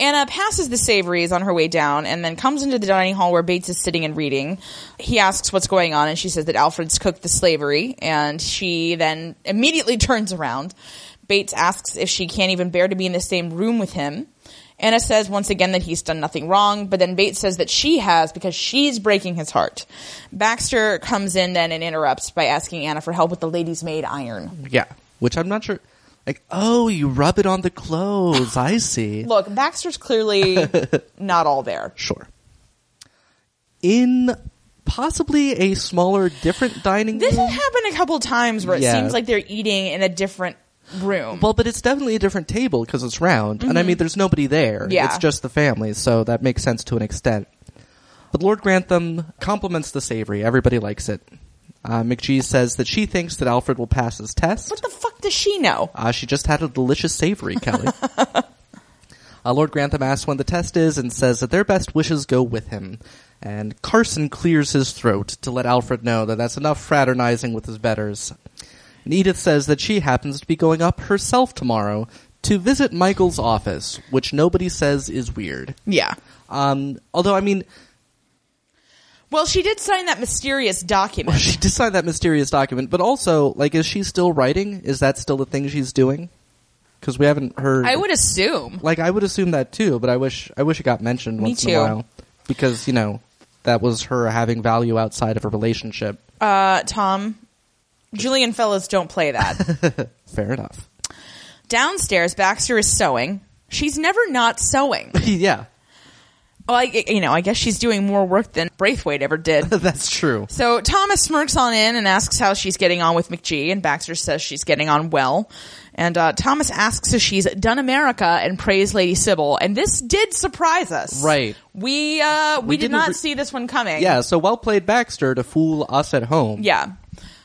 Speaker 2: Anna passes the savories on her way down and then comes into the dining hall where Bates is sitting and reading. He asks what's going on and she says that Alfred's cooked the slavery and she then immediately turns around. Bates asks if she can't even bear to be in the same room with him. Anna says once again that he's done nothing wrong, but then Bates says that she has because she's breaking his heart. Baxter comes in then and interrupts by asking Anna for help with the lady's maid iron.
Speaker 1: Yeah, which I'm not sure. Like, oh, you rub it on the clothes. I see.
Speaker 2: Look, Baxter's clearly not all there.
Speaker 1: Sure. In possibly a smaller, different dining
Speaker 2: This
Speaker 1: room.
Speaker 2: has happened a couple times where it
Speaker 1: Yeah.
Speaker 2: seems like they're eating in a different room.
Speaker 1: Well, but it's definitely a different table because it's round, and I mean, there's nobody there.
Speaker 2: Mm-hmm. Yeah.
Speaker 1: it's just the family, so that makes sense to an extent. But Lord Grantham compliments the savory; everybody likes it. Uh, McGee says that she thinks that Alfred will pass his
Speaker 2: what
Speaker 1: test.
Speaker 2: the fuck does she know?
Speaker 1: Uh, she just had a delicious savory, Kelly. uh, Lord Grantham asks when the test is and says that their best wishes go with him. And Carson clears his throat to let Alfred know that that's enough fraternizing with his betters. And Edith says that she happens to be going up herself tomorrow to visit Michael's office, which nobody says is weird.
Speaker 2: Yeah.
Speaker 1: Um, although, I mean,
Speaker 2: Well, she did sign that mysterious document.
Speaker 1: she did sign that mysterious document, but also, like, is she still writing? Is that still the thing she's doing? Because we haven't heard.
Speaker 2: I would assume.
Speaker 1: like I would assume that too, but I wish I wish it got mentioned once in
Speaker 2: too.
Speaker 1: a while because you know that was her having value outside of her relationship.
Speaker 2: Uh, Tom, Julian fellas don't play that.
Speaker 1: Fair enough.
Speaker 2: Downstairs, Baxter is sewing. She's never not sewing.
Speaker 1: yeah,
Speaker 2: Well, I, you know, I guess she's doing more work than Braithwaite ever did.
Speaker 1: that's true.
Speaker 2: So Thomas smirks on in and asks how she's getting on with McGee, and Baxter says she's getting on well. And uh, Thomas asks if she's done America and praise Lady Sybil, and this did surprise us.
Speaker 1: Right.
Speaker 2: We uh, we, did
Speaker 1: didn't
Speaker 2: not
Speaker 1: re-
Speaker 2: see this one coming.
Speaker 1: Yeah, so well played Baxter to fool us at home.
Speaker 2: Yeah.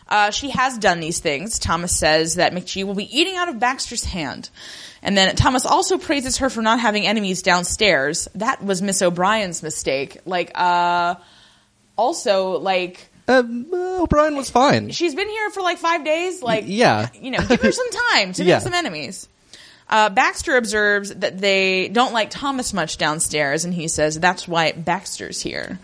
Speaker 2: Uh, she has done these things. Thomas says that McGee will be eating out of Baxter's hand. And then Thomas also praises her for not having enemies downstairs. That was Miss O'Brien's mistake. Like, uh, also, like,
Speaker 1: um, uh, O'Brien was fine.
Speaker 2: she's been here for like five days. Like,
Speaker 1: yeah.
Speaker 2: you know, give her some time to
Speaker 1: Yeah.
Speaker 2: make some enemies. Uh, Baxter observes that they don't like Thomas much downstairs, and he says that's why Baxter's here.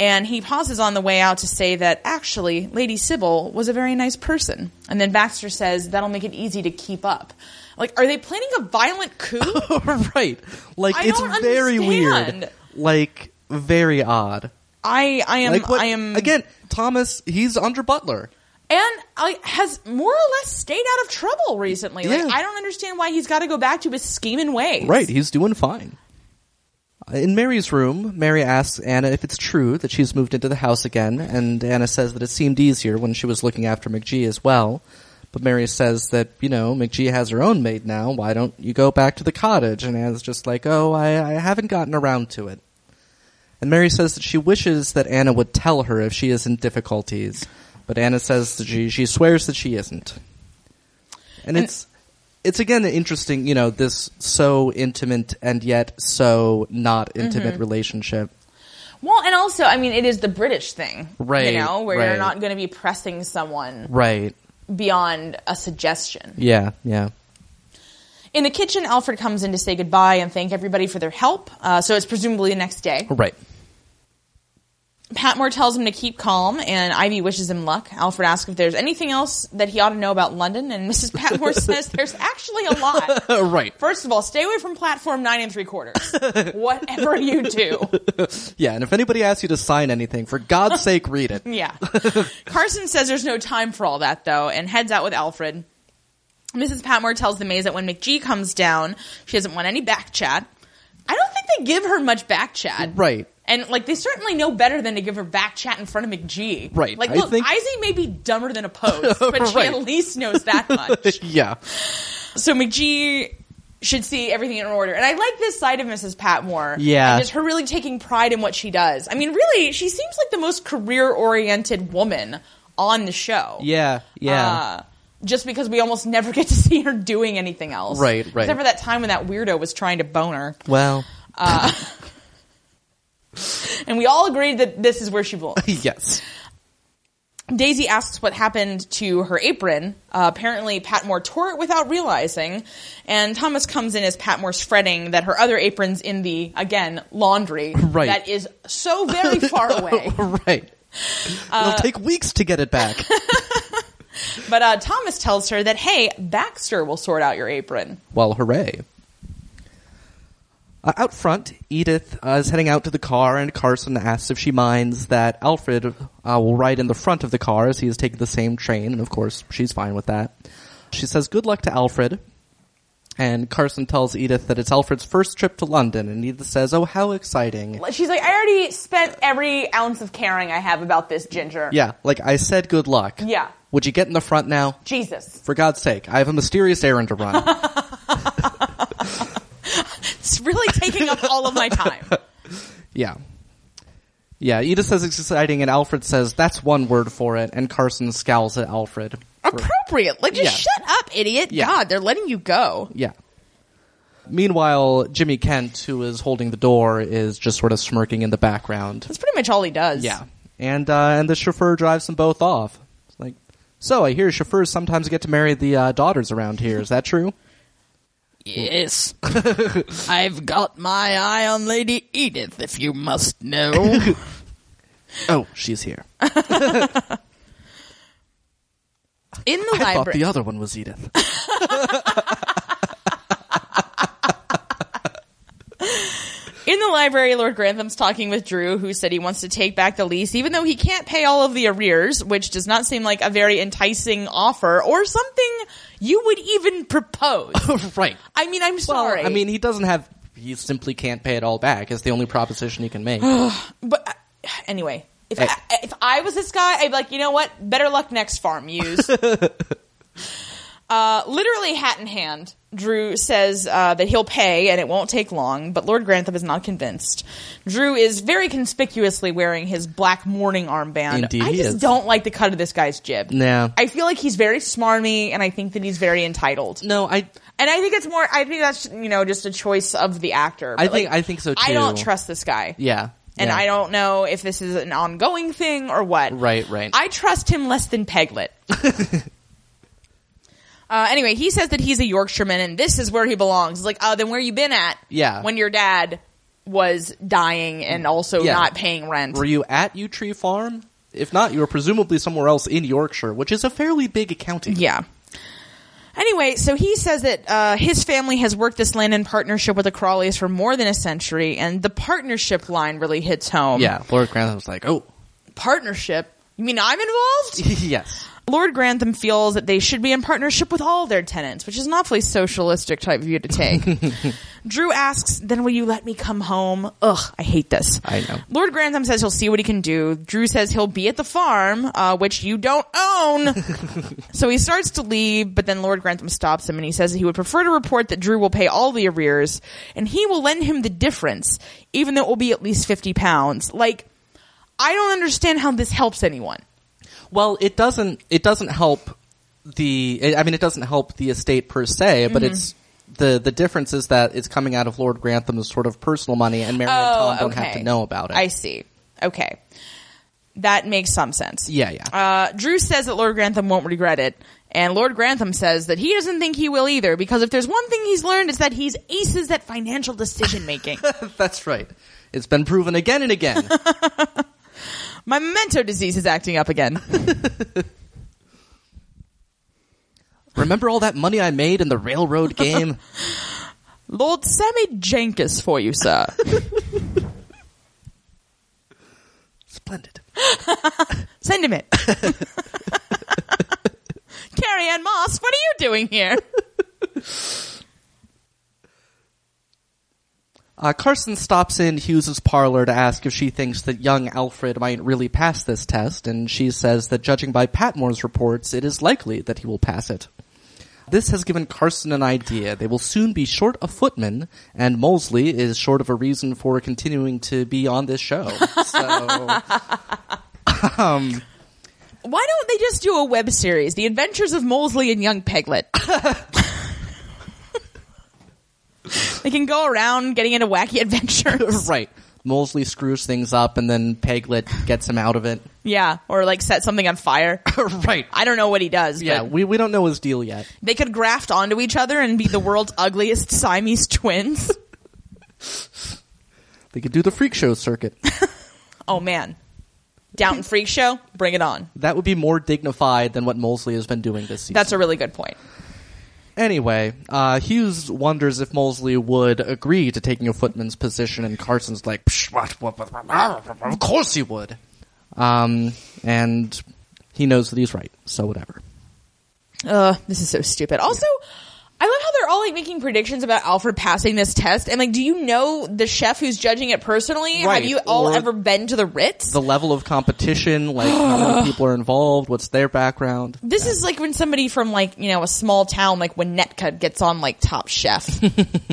Speaker 2: And he pauses on the way out to say that actually, Lady Sybil was a very nice person. And then Baxter says that'll make it easy to keep up. Like, are they planning a violent coup?
Speaker 1: right, like
Speaker 2: I
Speaker 1: it's
Speaker 2: don't
Speaker 1: very
Speaker 2: understand.
Speaker 1: weird. Like very odd.
Speaker 4: I I am
Speaker 1: like what,
Speaker 4: I am
Speaker 1: again, Thomas, he's under Butler.
Speaker 4: and
Speaker 2: I, has more or less stayed out of trouble recently. Like
Speaker 1: Yeah.
Speaker 2: I don't understand why he's got to go back to his scheming ways.
Speaker 1: Right, he's doing fine. In Mary's room, Mary asks Anna if it's true that she's moved into the house again, and Anna says that it seemed easier when she was looking after McGee as well. But Mary says that, you know, McGee has her own maid now, why don't you go back to the cottage? And Anna's just like, oh, I, I haven't gotten around to it. And Mary says that she wishes that Anna would tell her if she is in difficulties, but Anna says that she, she swears that she isn't. And, it's it's again interesting, you know, this so intimate and yet so not
Speaker 2: Mm-hmm.
Speaker 1: intimate relationship.
Speaker 2: Well, and also, I mean, it is the British thing,
Speaker 1: Right,
Speaker 2: You know, where
Speaker 1: right.
Speaker 2: you're not going to be pressing someone
Speaker 1: Right.
Speaker 2: beyond a suggestion.
Speaker 1: Yeah, yeah.
Speaker 2: In the kitchen, Alfred comes in to say goodbye and thank everybody for their help. Uh, so it's presumably the next day.
Speaker 1: Right.
Speaker 2: Patmore tells him to keep calm, and Ivy wishes him luck. Alfred asks if there's anything else that he ought to know about London, and Mrs. Patmore says there's actually a lot.
Speaker 1: right.
Speaker 2: First of all, stay away from platform nine and three quarters. Whatever you do.
Speaker 1: Yeah, and if anybody asks you to sign anything, for God's sake, read it.
Speaker 2: Yeah. Carson says there's no time for all that, though, and heads out with Alfred. Mrs. Patmore tells the maid that when McGee comes down, she doesn't want any back chat. I don't think they give her much back chat.
Speaker 1: Right.
Speaker 2: And, like, they certainly know better than to give her back chat in front of McGee.
Speaker 1: Right.
Speaker 2: Like,
Speaker 1: I
Speaker 2: look,
Speaker 1: think-
Speaker 2: Izzy may be dumber than a post, but she
Speaker 1: Right.
Speaker 2: at least knows that much.
Speaker 1: yeah.
Speaker 2: so McGee should see everything in order. And I like this side of Mrs. Patmore.
Speaker 1: Yeah.
Speaker 2: And just her really taking pride in what she does. I mean, really, she seems like the most career oriented woman on the show.
Speaker 1: Yeah, yeah.
Speaker 2: Uh, just because we almost never get to see her doing anything else.
Speaker 1: Right, right.
Speaker 2: Except for that time when that weirdo was trying to bone her.
Speaker 1: well,
Speaker 2: And we all agreed that this is where she belongs.
Speaker 1: yes.
Speaker 2: Daisy asks what happened to her apron. Uh, apparently, Patmore tore it without realizing, and Thomas comes in as Patmore's fretting that her other apron's in the again laundry
Speaker 1: Right.
Speaker 2: that is so very far away. Uh,
Speaker 1: right. It'll take weeks to get it back.
Speaker 2: But uh, Thomas tells her that hey, Baxter will sort out your apron.
Speaker 1: Well, hooray. Uh, out front, Edith uh, is heading out to the car, and Carson asks if she minds that Alfred uh, will ride in the front of the car as he is taking the same train, and of course, she's fine with that. She says good luck to Alfred, and Carson tells Edith that it's Alfred's first trip to London, and Edith says, Oh, how exciting.
Speaker 2: She's like, I already spent every ounce of caring I have about this ginger.
Speaker 1: Yeah, like I said, good luck.
Speaker 2: Yeah.
Speaker 1: Would you get in the front now?
Speaker 2: Jesus,
Speaker 1: For God's sake, I have a mysterious errand to run.
Speaker 2: it's really taking up all of my time.
Speaker 1: Yeah. Yeah, Edith says it's exciting, and Alfred says that's one word for it, and Carson scowls at Alfred.
Speaker 4: appropriate. Like just
Speaker 1: Yeah.
Speaker 4: shut up, idiot.
Speaker 1: Yeah.
Speaker 4: God, they're letting you go.
Speaker 1: Yeah. Meanwhile, Jimmy Kent, who is holding the door, is just sort of smirking in the background.
Speaker 4: That's pretty much all he does.
Speaker 1: Yeah. And uh, and the chauffeur drives them both off. It's like, so I hear chauffeurs sometimes get to marry the uh, daughters around here. Is that true?
Speaker 4: Yes. I've got my eye on Lady Edith, if you must know.
Speaker 1: Oh, she's here.
Speaker 4: In the
Speaker 1: I thought
Speaker 4: library.
Speaker 1: the other one was Edith.
Speaker 2: In the library, Lord Grantham's talking with Drew, who said he wants to take back the lease, even though he can't pay all of the arrears, which does not seem like a very enticing offer or something you would even propose.
Speaker 1: right.
Speaker 2: I mean, I'm sorry.
Speaker 1: I mean, he doesn't have. He simply can't pay it all back. It's the only proposition he can make.
Speaker 2: but uh, anyway, if
Speaker 1: Hey.
Speaker 2: I, if I was this guy, I'd be like, you know what? Better luck next farm, use. uh, literally, hat in hand, Drew says uh, that he'll pay and it won't take long, but Lord Grantham is not convinced. Drew is very conspicuously wearing his black mourning armband.
Speaker 1: Indeed
Speaker 2: I
Speaker 1: he
Speaker 2: just
Speaker 1: is.
Speaker 2: don't like the cut of this guy's jib.
Speaker 1: Nah.
Speaker 2: I feel like he's very smarmy, and I think that he's very entitled.
Speaker 1: no, I
Speaker 2: And I think it's more. I think that's you know just a choice of the actor.
Speaker 1: I
Speaker 2: But,
Speaker 1: think-
Speaker 2: like,
Speaker 1: I think so,
Speaker 2: I don't
Speaker 1: too.
Speaker 2: trust this guy.
Speaker 1: Yeah.
Speaker 2: And
Speaker 1: yeah.
Speaker 2: I don't know if this is an ongoing thing or what.
Speaker 1: Right, right.
Speaker 2: I trust him less than Peglet. uh, anyway, he says that he's a Yorkshireman and this is where he belongs. It's like, oh, then where you been at?
Speaker 1: Yeah.
Speaker 2: When your dad was dying and also
Speaker 1: Yeah.
Speaker 2: not paying rent.
Speaker 1: Were you at Yew Tree Farm? If not, you were presumably somewhere else in Yorkshire, which is a fairly big county.
Speaker 2: yeah. Anyway, so he says that uh, his family has worked this land in partnership with the Crawleys for more than a century, and the partnership line really hits home.
Speaker 1: Yeah, Lord Grantham's like, oh,
Speaker 2: Partnership? You mean I'm involved?
Speaker 1: yes.
Speaker 2: Lord Grantham feels that they should be in partnership with all their tenants, which is an awfully socialistic type view to take. Drew asks, then will you let me come home? Ugh, I hate this.
Speaker 1: I know.
Speaker 2: Lord Grantham says he'll see what he can do. Drew says he'll be at the farm, uh, which you don't own. so he starts to leave, but then Lord Grantham stops him and he says that he would prefer to report that Drew will pay all the arrears and he will lend him the difference, even though it will be at least 50 pounds. Like, I don't understand how this helps anyone.
Speaker 1: Well, it doesn't. It doesn't help the. I mean, it doesn't help the estate per se, but
Speaker 2: Mm-hmm.
Speaker 1: it's the the difference is that it's coming out of Lord Grantham's sort of personal money, and Mary and Tom don't have to know about it.
Speaker 2: Oh, I see. Okay. That makes some sense.
Speaker 1: yeah, yeah.
Speaker 2: Uh, Drew says that Lord Grantham won't regret it, and Lord Grantham says that he doesn't think he will either, because if there's one thing he's learned, it's that he's aces at financial decision making.
Speaker 1: That's right. It's been proven again and again.
Speaker 2: My memento disease is acting up again.
Speaker 1: Remember all that money I made in the railroad game?
Speaker 2: Lord Sammy Jenkins for you, sir.
Speaker 1: Splendid.
Speaker 2: Send him it. Carrie Ann Moss, what are you doing here?
Speaker 1: Uh, Carson stops in Hughes's parlor to ask if she thinks that young Alfred might really pass this test, and she says that judging by Patmore's reports, it is likely that he will pass it. This has given Carson an idea. They will soon be short a footman, and Molesley is short of a reason for continuing to be on this show. So,
Speaker 2: Why don't they just do a web series, The Adventures of Molesley and Young Peglet? they can go around getting into wacky adventures.
Speaker 1: right. Molesley screws things up, and then Peglet gets him out of it.
Speaker 2: Yeah, or like set something on fire.
Speaker 1: right.
Speaker 2: I don't know what he does, but
Speaker 1: Yeah, we, we don't know his deal yet.
Speaker 2: they could graft onto each other and be the world's ugliest Siamese twins.
Speaker 1: They could do the freak show circuit.
Speaker 2: Oh man. Downton Freak Show, bring it on.
Speaker 1: That would be more dignified than what Molesley has been doing this season.
Speaker 2: That's a really good point.
Speaker 1: anyway, uh, Hughes wonders if Molesley would agree to taking a footman's position, and Carson's like, Psh, what, what, what, what, what, what, of course he would. Um, and he knows that he's right, so whatever.
Speaker 2: Ugh, this is so stupid. Also, I love how they're all like making predictions about Alfred passing this test. And like, do you know the chef who's judging it personally?
Speaker 1: Right,
Speaker 2: Have you all
Speaker 1: or-
Speaker 2: ever been to the Ritz?
Speaker 1: The level of competition, like how many people are involved, what's their background.
Speaker 2: This is like when somebody from like, you know, a small town like Winnetka gets on like Top Chef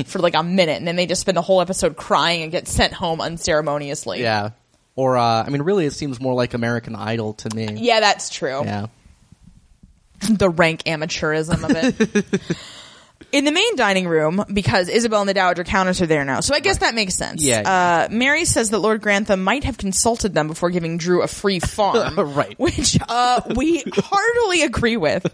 Speaker 2: for like a minute and then they just spend a whole episode crying and get sent home unceremoniously.
Speaker 1: Yeah. Or, uh, I mean, really, it seems more like American Idol to me.
Speaker 2: Yeah, that's true.
Speaker 1: Yeah.
Speaker 2: The rank amateurism of it. In the main dining room, because Isabel and the Dowager Countess are there now, so I guess that makes sense.
Speaker 1: Yeah, yeah.
Speaker 2: Uh, Mary says that Lord Grantham might have consulted them before giving Drew a free farm,
Speaker 1: Right.
Speaker 2: Which uh, we heartily agree with.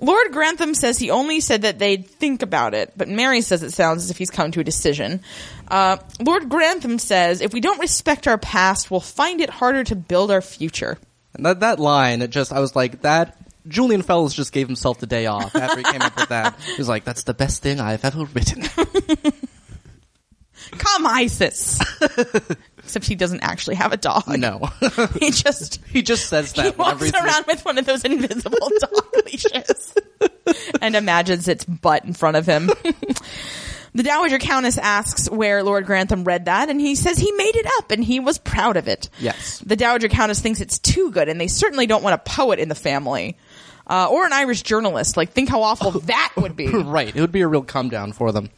Speaker 2: Lord Grantham says he only said that they'd think about it, but Mary says it sounds as if he's come to a decision. Uh, Lord Grantham says, "If we don't respect our past, we'll find it harder to build our future."
Speaker 1: And that that line, it just I was like that. Julian Fellows just gave himself the day off after he came up with that. He was like, "That's the best thing I've ever written."
Speaker 2: Come, Isis. Except he doesn't actually have a dog.
Speaker 1: No,
Speaker 2: He just
Speaker 1: he just says that.
Speaker 2: he
Speaker 1: whenever
Speaker 2: walks
Speaker 1: he's-
Speaker 2: around with one of those invisible dog leashes and imagines its butt in front of him. the Dowager Countess asks where Lord Grantham read that, and he says he made it up and he was proud of it.
Speaker 1: Yes.
Speaker 2: The Dowager Countess thinks it's too good, and they certainly don't want a poet in the family. Uh, or an Irish journalist. Like, think how awful that would be.
Speaker 1: right. It would be a real come down for them.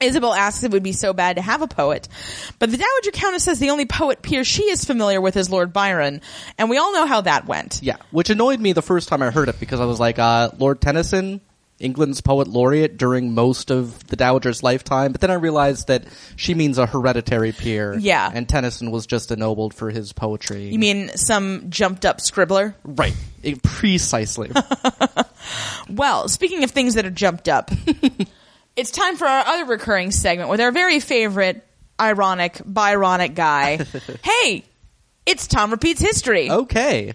Speaker 2: Isabel asks if it would be so bad to have a poet, but the Dowager Countess says the only poet peer she is familiar with is Lord Byron, and we all know how that went.
Speaker 1: Yeah, which annoyed me the first time I heard it because I was like, uh, "Lord Tennyson." England's poet laureate during most of the Dowager's lifetime, but then I realized that she means a hereditary peer.
Speaker 2: Yeah.
Speaker 1: And Tennyson was just ennobled for his poetry.
Speaker 2: You mean some jumped up scribbler?
Speaker 1: right. It- precisely.
Speaker 2: Well, speaking of things that are jumped up, it's time for our other recurring segment with our very favorite, ironic,
Speaker 1: Oh,
Speaker 2: Byronic guy. hey, it's Tom Repeats History.
Speaker 1: Okay.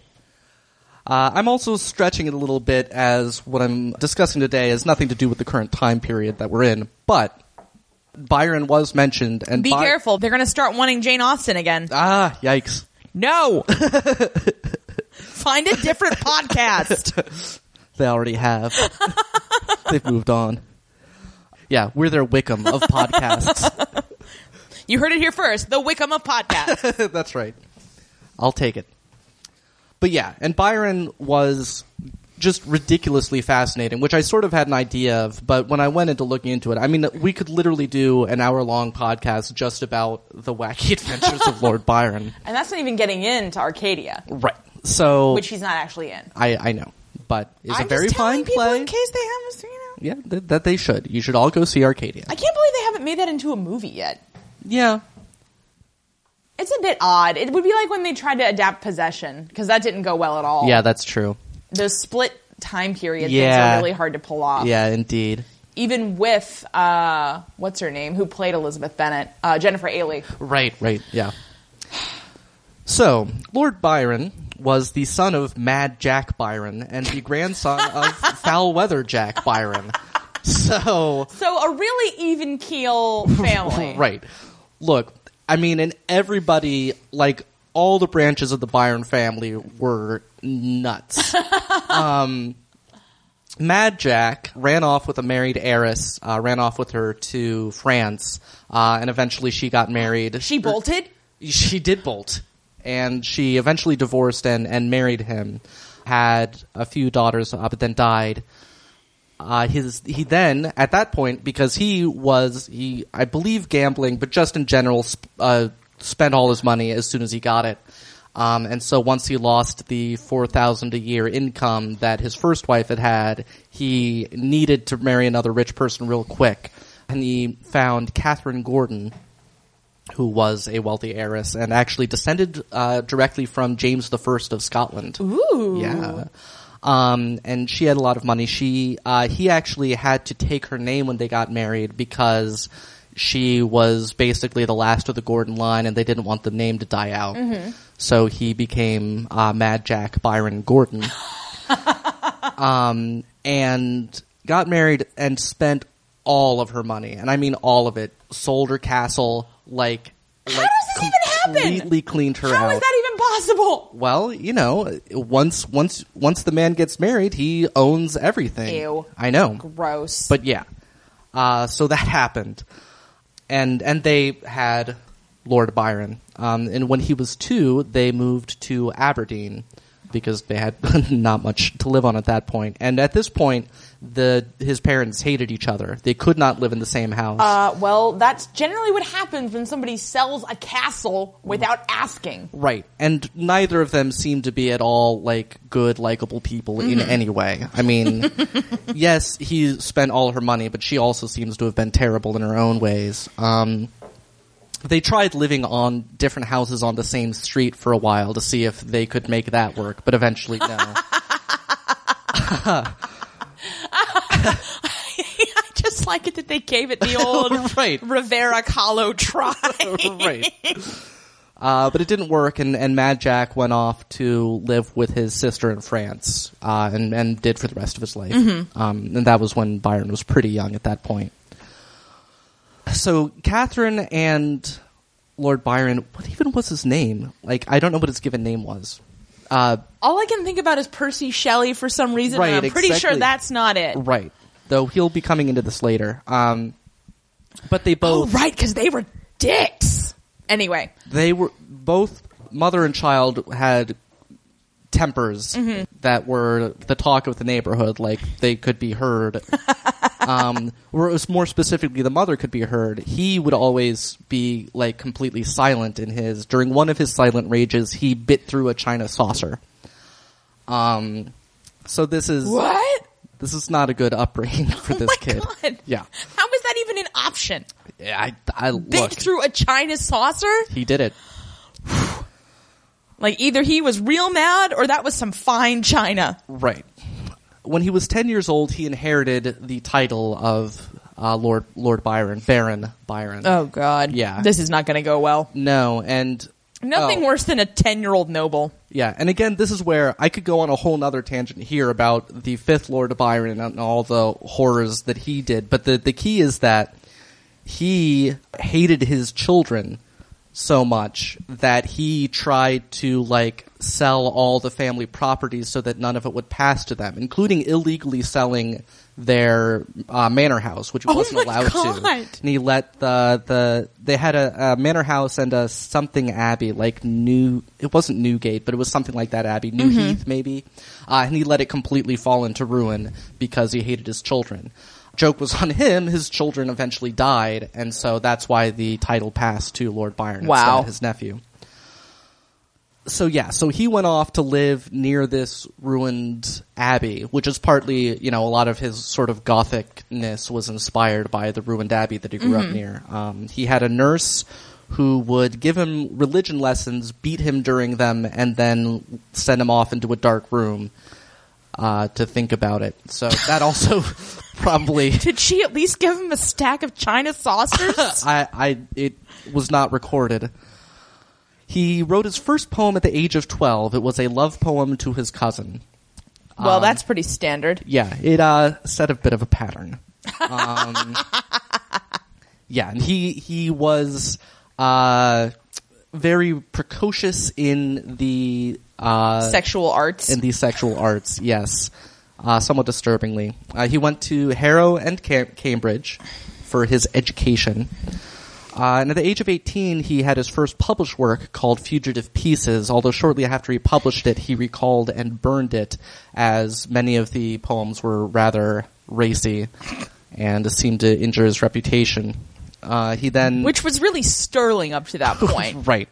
Speaker 1: Uh, I'm also stretching it a little bit as what I'm discussing today has nothing to do with the current time period that we're in, but Byron was mentioned and
Speaker 2: Be
Speaker 1: By-
Speaker 2: careful. They're going to start wanting Jane Austen again.
Speaker 1: Ah, yikes.
Speaker 2: No. Find a different podcast.
Speaker 1: They already have. They've moved on. Yeah, we're their Wickham of podcasts.
Speaker 2: You heard it here first. The Wickham of podcast.
Speaker 1: That's right. I'll take it. But yeah, and Byron was just ridiculously fascinating, which I sort of had an idea of, but when I went into looking into it, I mean, we could literally do an hour long podcast just about the wacky adventures of Lord Byron.
Speaker 2: And that's not even getting into Arcadia,
Speaker 1: Right. So,
Speaker 2: which he's not actually in.
Speaker 1: I, I know, but it's
Speaker 2: I'm
Speaker 1: a very
Speaker 2: just
Speaker 1: fine
Speaker 2: telling people
Speaker 1: play.
Speaker 2: in case they haven't seen it.
Speaker 1: yeah, th- that they should. You should all go see Arcadia.
Speaker 2: I can't believe they haven't made that into a movie yet.
Speaker 1: yeah.
Speaker 2: It's a bit odd. It would be like when they tried to adapt Possession because that didn't go well at all.
Speaker 1: Yeah, that's true.
Speaker 2: those split time period
Speaker 1: Yeah.
Speaker 2: things are really hard to pull off.
Speaker 1: Yeah, indeed.
Speaker 2: Even with uh, what's her name, who played Elizabeth Bennet, uh, Jennifer Ailey.
Speaker 1: Right, right, yeah. So, Lord Byron was the son of Mad Jack Byron and the grandson of Foul Weather Jack Byron. So,
Speaker 2: So a really even keel family.
Speaker 1: right. Look, I mean, and everybody, like, all the branches of the Byron family were nuts. um, Mad Jack ran off with a married heiress, uh, ran off with her to France, uh, and eventually she got married.
Speaker 2: She bolted.
Speaker 1: she did bolt and she eventually divorced and, and married him had a few daughters uh, but then died uh, his he then at that point because he was he I believe gambling but just in general sp- uh, spent all his money as soon as he got it um, and so once he lost the four thousand a year income that his first wife had had he needed to marry another rich person real quick and he found Catherine Gordon who was a wealthy heiress and actually descended uh, directly from James the First of Scotland. Ooh, yeah. Um, and she had a lot of money. She uh, he actually had to take her name when they got married because she was basically the last of the Gordon line, and they didn't want the name to die out. So he became uh, Mad Jack Byron Gordon Um, and got married and spent all of her money, and I mean all of it. Sold her castle, like
Speaker 2: How does this even happen?
Speaker 1: completely cleaned her
Speaker 2: How
Speaker 1: out.
Speaker 2: is that even possible?
Speaker 1: well, you know, once once once the man gets married, he owns everything.
Speaker 2: Ew.
Speaker 1: I know.
Speaker 2: Gross.
Speaker 1: But yeah, uh, so that happened, and and they had Lord Byron, um, and when he was two, they moved to Aberdeen because they had not much to live on at that point. And at this point, the his parents hated each other; they could not live in the same house.
Speaker 2: uh, well, that's generally what happens when somebody sells a castle without asking.
Speaker 1: Right. And neither of them seem to be at all like good, likable people in any way. I mean, yes, he spent all her money, but she also seems to have been terrible in her own ways. Um, they tried living on different houses on the same street for a while to see if they could make that work, but eventually no.
Speaker 2: I just like it that they gave it the old
Speaker 1: Right.
Speaker 2: Rivera Kahlo try.
Speaker 1: right. Uh, but it didn't work, and, and Mad Jack went off to live with his sister in France, uh, and, and did for the rest of his life. Um, and that was when Byron was pretty young at that point. So Catherine and Lord Byron, what even was his name? Like, I don't know what his given name was. Uh,
Speaker 2: All I can think about is Percy Shelley for some reason.
Speaker 1: Right,
Speaker 2: and I'm pretty sure
Speaker 1: exactly.
Speaker 2: that's not it.
Speaker 1: right. Though he'll be coming into this later. Um, but they
Speaker 2: Oh,
Speaker 1: both,
Speaker 2: right, because they were dicks. Anyway,
Speaker 1: they were both mother and child had tempers
Speaker 2: Mm-hmm.
Speaker 1: that were the talk of the neighborhood like they could be heard um or it was more specifically the mother could be heard he would always be like completely silent in his during one of his silent rages he bit through a china saucer um so this is
Speaker 2: what?
Speaker 1: this is not a good upbringing for
Speaker 2: oh
Speaker 1: this
Speaker 2: my
Speaker 1: kid
Speaker 2: god!
Speaker 1: yeah
Speaker 2: how is that even an option?
Speaker 1: i i
Speaker 2: Bit
Speaker 1: look
Speaker 2: through a china saucer?
Speaker 1: he did it
Speaker 2: Like either he was real mad or that was some fine china.
Speaker 1: Right. When he was ten years old, he inherited the title of uh, Lord Lord Byron, Baron Byron.
Speaker 2: Oh god!
Speaker 1: Yeah.
Speaker 2: this is not going to go well.
Speaker 1: No, and
Speaker 2: Nothing
Speaker 1: oh,
Speaker 2: worse than a ten-year-old noble.
Speaker 1: Yeah, and again, this is where I could go on a whole nother tangent here about the fifth Lord of Byron and all the horrors that he did, but the, the key is that he hated his children so much that he tried to like sell all the family properties so that none of it would pass to them, including illegally selling their uh, manor house, which he
Speaker 2: Oh
Speaker 1: wasn't
Speaker 2: my
Speaker 1: allowed
Speaker 2: God.
Speaker 1: to. And he let the the they had a, a manor house and a something abbey like New. It wasn't Newgate, but it was something like that abbey, New Heath maybe. Uh, and he let it completely fall into ruin because he hated his children. Joke was on him. His children eventually died, and so that's why the title passed to Lord Byron
Speaker 2: Wow.
Speaker 1: instead of his nephew. So yeah, so he went off to live near this ruined abbey, which is partly, you know, a lot of his sort of gothicness was inspired by the ruined abbey that he grew up near. Um, he had a nurse who would give him religion lessons, beat him during them, and then send him off into a dark room uh, to think about it. So that also probably
Speaker 2: Did she at least give him a stack of China saucers?
Speaker 1: I, I it was not recorded. He wrote his first poem at the age of twelve. It was a love poem to his cousin.
Speaker 3: Well,
Speaker 1: Um,
Speaker 3: that's pretty standard.
Speaker 1: Yeah, it uh, set a bit of a pattern. Um, yeah, and he he was uh, very precocious in the uh,
Speaker 3: Sexual arts.
Speaker 1: in the sexual arts. Yes, uh, somewhat disturbingly, uh, he went to Harrow and Cam- Cambridge for his education. Uh, and at the age of 18, he had his first published work called Fugitive Pieces, although shortly after he published it, he recalled and burned it, as many of the poems were rather racy and seemed to injure his reputation. Uh, he then.
Speaker 3: which was really sterling up to that point.
Speaker 1: Right.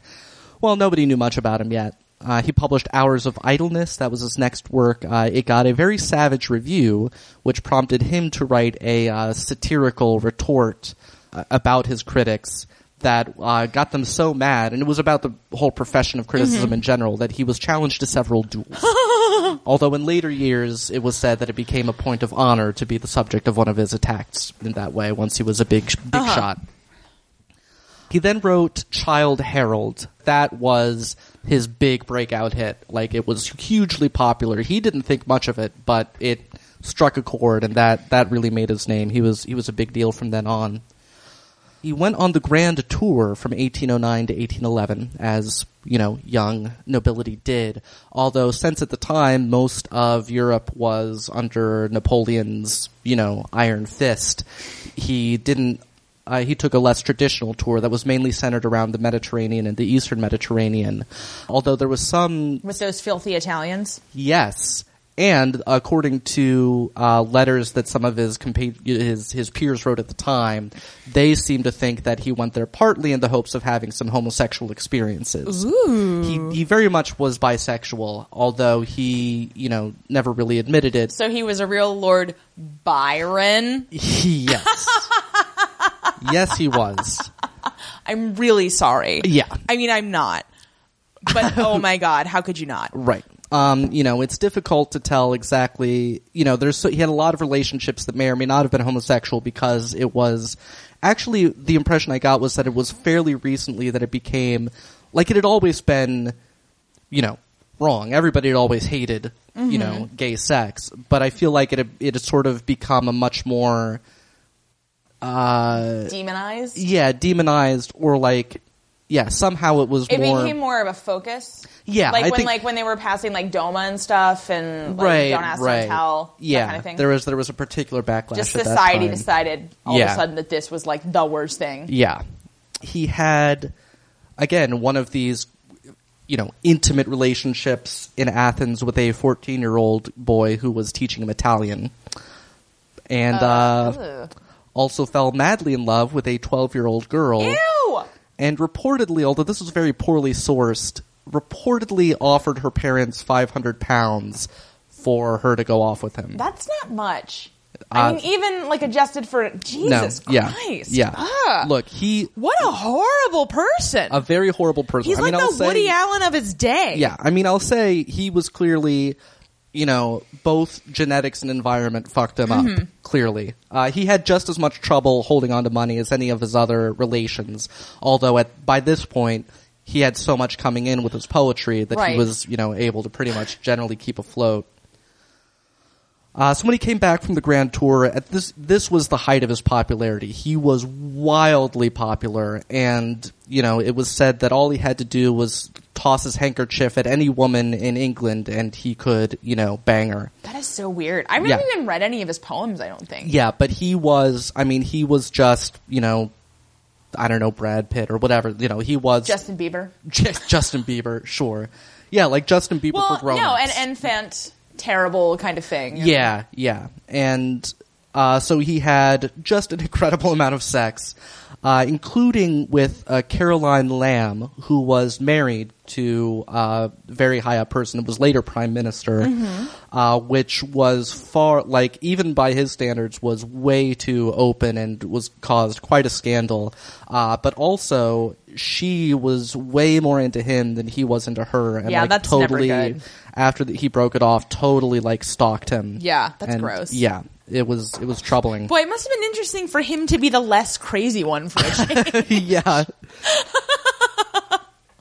Speaker 1: Well, nobody knew much about him yet. Uh, he published Hours of Idleness. That was his next work. Uh, it got a very savage review, which prompted him to write a uh, satirical retort uh, about his critics that uh, got them so mad, and it was about the whole profession of criticism in general, that he was challenged to several duels. Although in later years, it was said that it became a point of honor to be the subject of one of his attacks in that way once he was a big, big shot. He then wrote Child Herald. That was his big breakout hit. Like it was hugely popular. He didn't think much of it, but it struck a chord and that that really made his name. He was he was a big deal from then on. He went on the grand tour from 1809 to 1811 as, you know, young nobility did. Although since at the time most of Europe was under Napoleon's, you know, iron fist, he didn't uh, he took a less traditional tour that was mainly centered around the Mediterranean and the Eastern Mediterranean. Although there was some
Speaker 3: With those filthy Italians.
Speaker 1: Yes. And according to uh, letters that some of his, compa- his his peers wrote at the time, they seem to think that he went there partly in the hopes of having some homosexual experiences. He, he very much was bisexual, although he you know never really admitted it.
Speaker 3: So he was a real Lord Byron.
Speaker 1: yes, yes, he was.
Speaker 3: I'm really sorry.
Speaker 1: Yeah.
Speaker 3: I mean, I'm not. But oh my god, how could you not?
Speaker 1: Right. Um, you know, it's difficult to tell exactly, you know, there's, so, he had a lot of relationships that may or may not have been homosexual because it was, actually, the impression I got was that it was fairly recently that it became, like it had always been, you know, wrong. Everybody had always hated, you
Speaker 3: Mm-hmm.
Speaker 1: know, gay sex, but I feel like it had, it had sort of become a much more, uh,
Speaker 3: Demonized.
Speaker 1: yeah, demonized or like, yeah, somehow it was
Speaker 3: It
Speaker 1: more,
Speaker 3: became more of a focus.
Speaker 1: Yeah,
Speaker 3: like
Speaker 1: I
Speaker 3: when
Speaker 1: think-
Speaker 3: like when they were passing like Doma and stuff, and like,
Speaker 1: right,
Speaker 3: don't ask,
Speaker 1: right.
Speaker 3: don't tell.
Speaker 1: yeah,
Speaker 3: that kind of thing.
Speaker 1: there was, there was a particular backlash
Speaker 3: Just
Speaker 1: at that
Speaker 3: society
Speaker 1: time.
Speaker 3: decided all of
Speaker 1: Yeah.
Speaker 3: a sudden that this was like the worst thing.
Speaker 1: Yeah. He had, again, one of these, you know, intimate relationships in Athens with a 14 year old boy who was teaching him Italian. And
Speaker 3: Oh,
Speaker 1: uh,
Speaker 3: Ugh.
Speaker 1: also fell madly in love with a 12 year old girl.
Speaker 3: Ew.
Speaker 1: And reportedly, although this was very poorly sourced, reportedly offered her parents 500 pounds for her to go off with him.
Speaker 3: That's not much. I
Speaker 1: Uh,
Speaker 3: mean, even like adjusted for Jesus
Speaker 1: yeah.
Speaker 3: Christ.
Speaker 1: Yeah.
Speaker 3: Ugh.
Speaker 1: Look, he.
Speaker 3: What a horrible person.
Speaker 1: A very horrible person.
Speaker 3: He's
Speaker 1: I mean,
Speaker 3: like
Speaker 1: I'll
Speaker 3: the Woody
Speaker 1: say,
Speaker 3: Allen of his day.
Speaker 1: Yeah, I mean, I'll say he was clearly, you know, both genetics and environment fucked him
Speaker 3: Mm-hmm.
Speaker 1: up. Clearly, uh, he had just as much trouble holding on to money as any of his other relations. Although, at by this point, he had so much coming in with his poetry that
Speaker 2: Right.
Speaker 1: he was, you know, able to pretty much generally keep afloat. Uh, so when he came back from the Grand Tour, at this this was the height of his popularity. He was wildly popular, and you know it was said that all he had to do was toss his handkerchief at any woman in England, and he could you know bang her.
Speaker 2: That is so weird. I haven't
Speaker 1: Yeah.
Speaker 2: even read any of his poems. I don't think.
Speaker 1: Yeah, but he was. I mean, he was just you know, I don't know Brad Pitt or whatever. You know, he was
Speaker 2: Justin Bieber.
Speaker 1: Justin Bieber. Sure, yeah, like Justin Bieber
Speaker 2: Well,
Speaker 1: for grown
Speaker 2: no, an infant, terrible kind of thing.
Speaker 1: Yeah, yeah. And uh, so he had just an incredible amount of sex, uh, including with uh, Caroline Lamb, who was married to uh, a very high up person and was later prime minister,
Speaker 2: Mm-hmm.
Speaker 1: uh, which was far, like, even by his standards, was way too open and was caused quite a scandal. Uh, but also, she was way more into him than he was into her. And,
Speaker 2: Yeah,
Speaker 1: like,
Speaker 2: that's never
Speaker 1: totally
Speaker 2: good.
Speaker 1: after that he broke it off, totally like stalked him.
Speaker 2: Yeah, that's gross.
Speaker 1: Yeah, it was it was troubling.
Speaker 2: Boy, it must have been interesting for him to be the less crazy one for a change.
Speaker 1: yeah.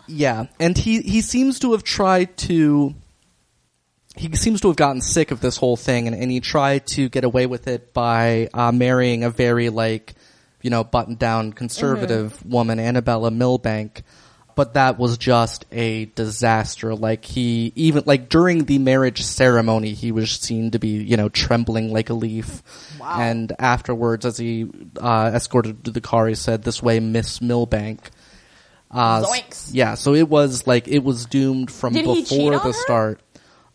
Speaker 1: yeah, and he he seems to have tried to he seems to have gotten sick of this whole thing, and, and he tried to get away with it by uh, marrying a very like you know buttoned down conservative
Speaker 2: Mm-hmm.
Speaker 1: woman, Annabella Milbank. But that was just a disaster. Like he even like during the marriage ceremony, he was seen to be you know trembling like a leaf.
Speaker 2: Wow.
Speaker 1: And afterwards, as he uh, escorted to the car, he said, "This way, Miss Milbank." Uh, s-
Speaker 2: Zoinks.
Speaker 1: Yeah, so it was like it was doomed from
Speaker 2: Did he
Speaker 1: before
Speaker 2: cheat
Speaker 1: the
Speaker 2: on her?
Speaker 1: start.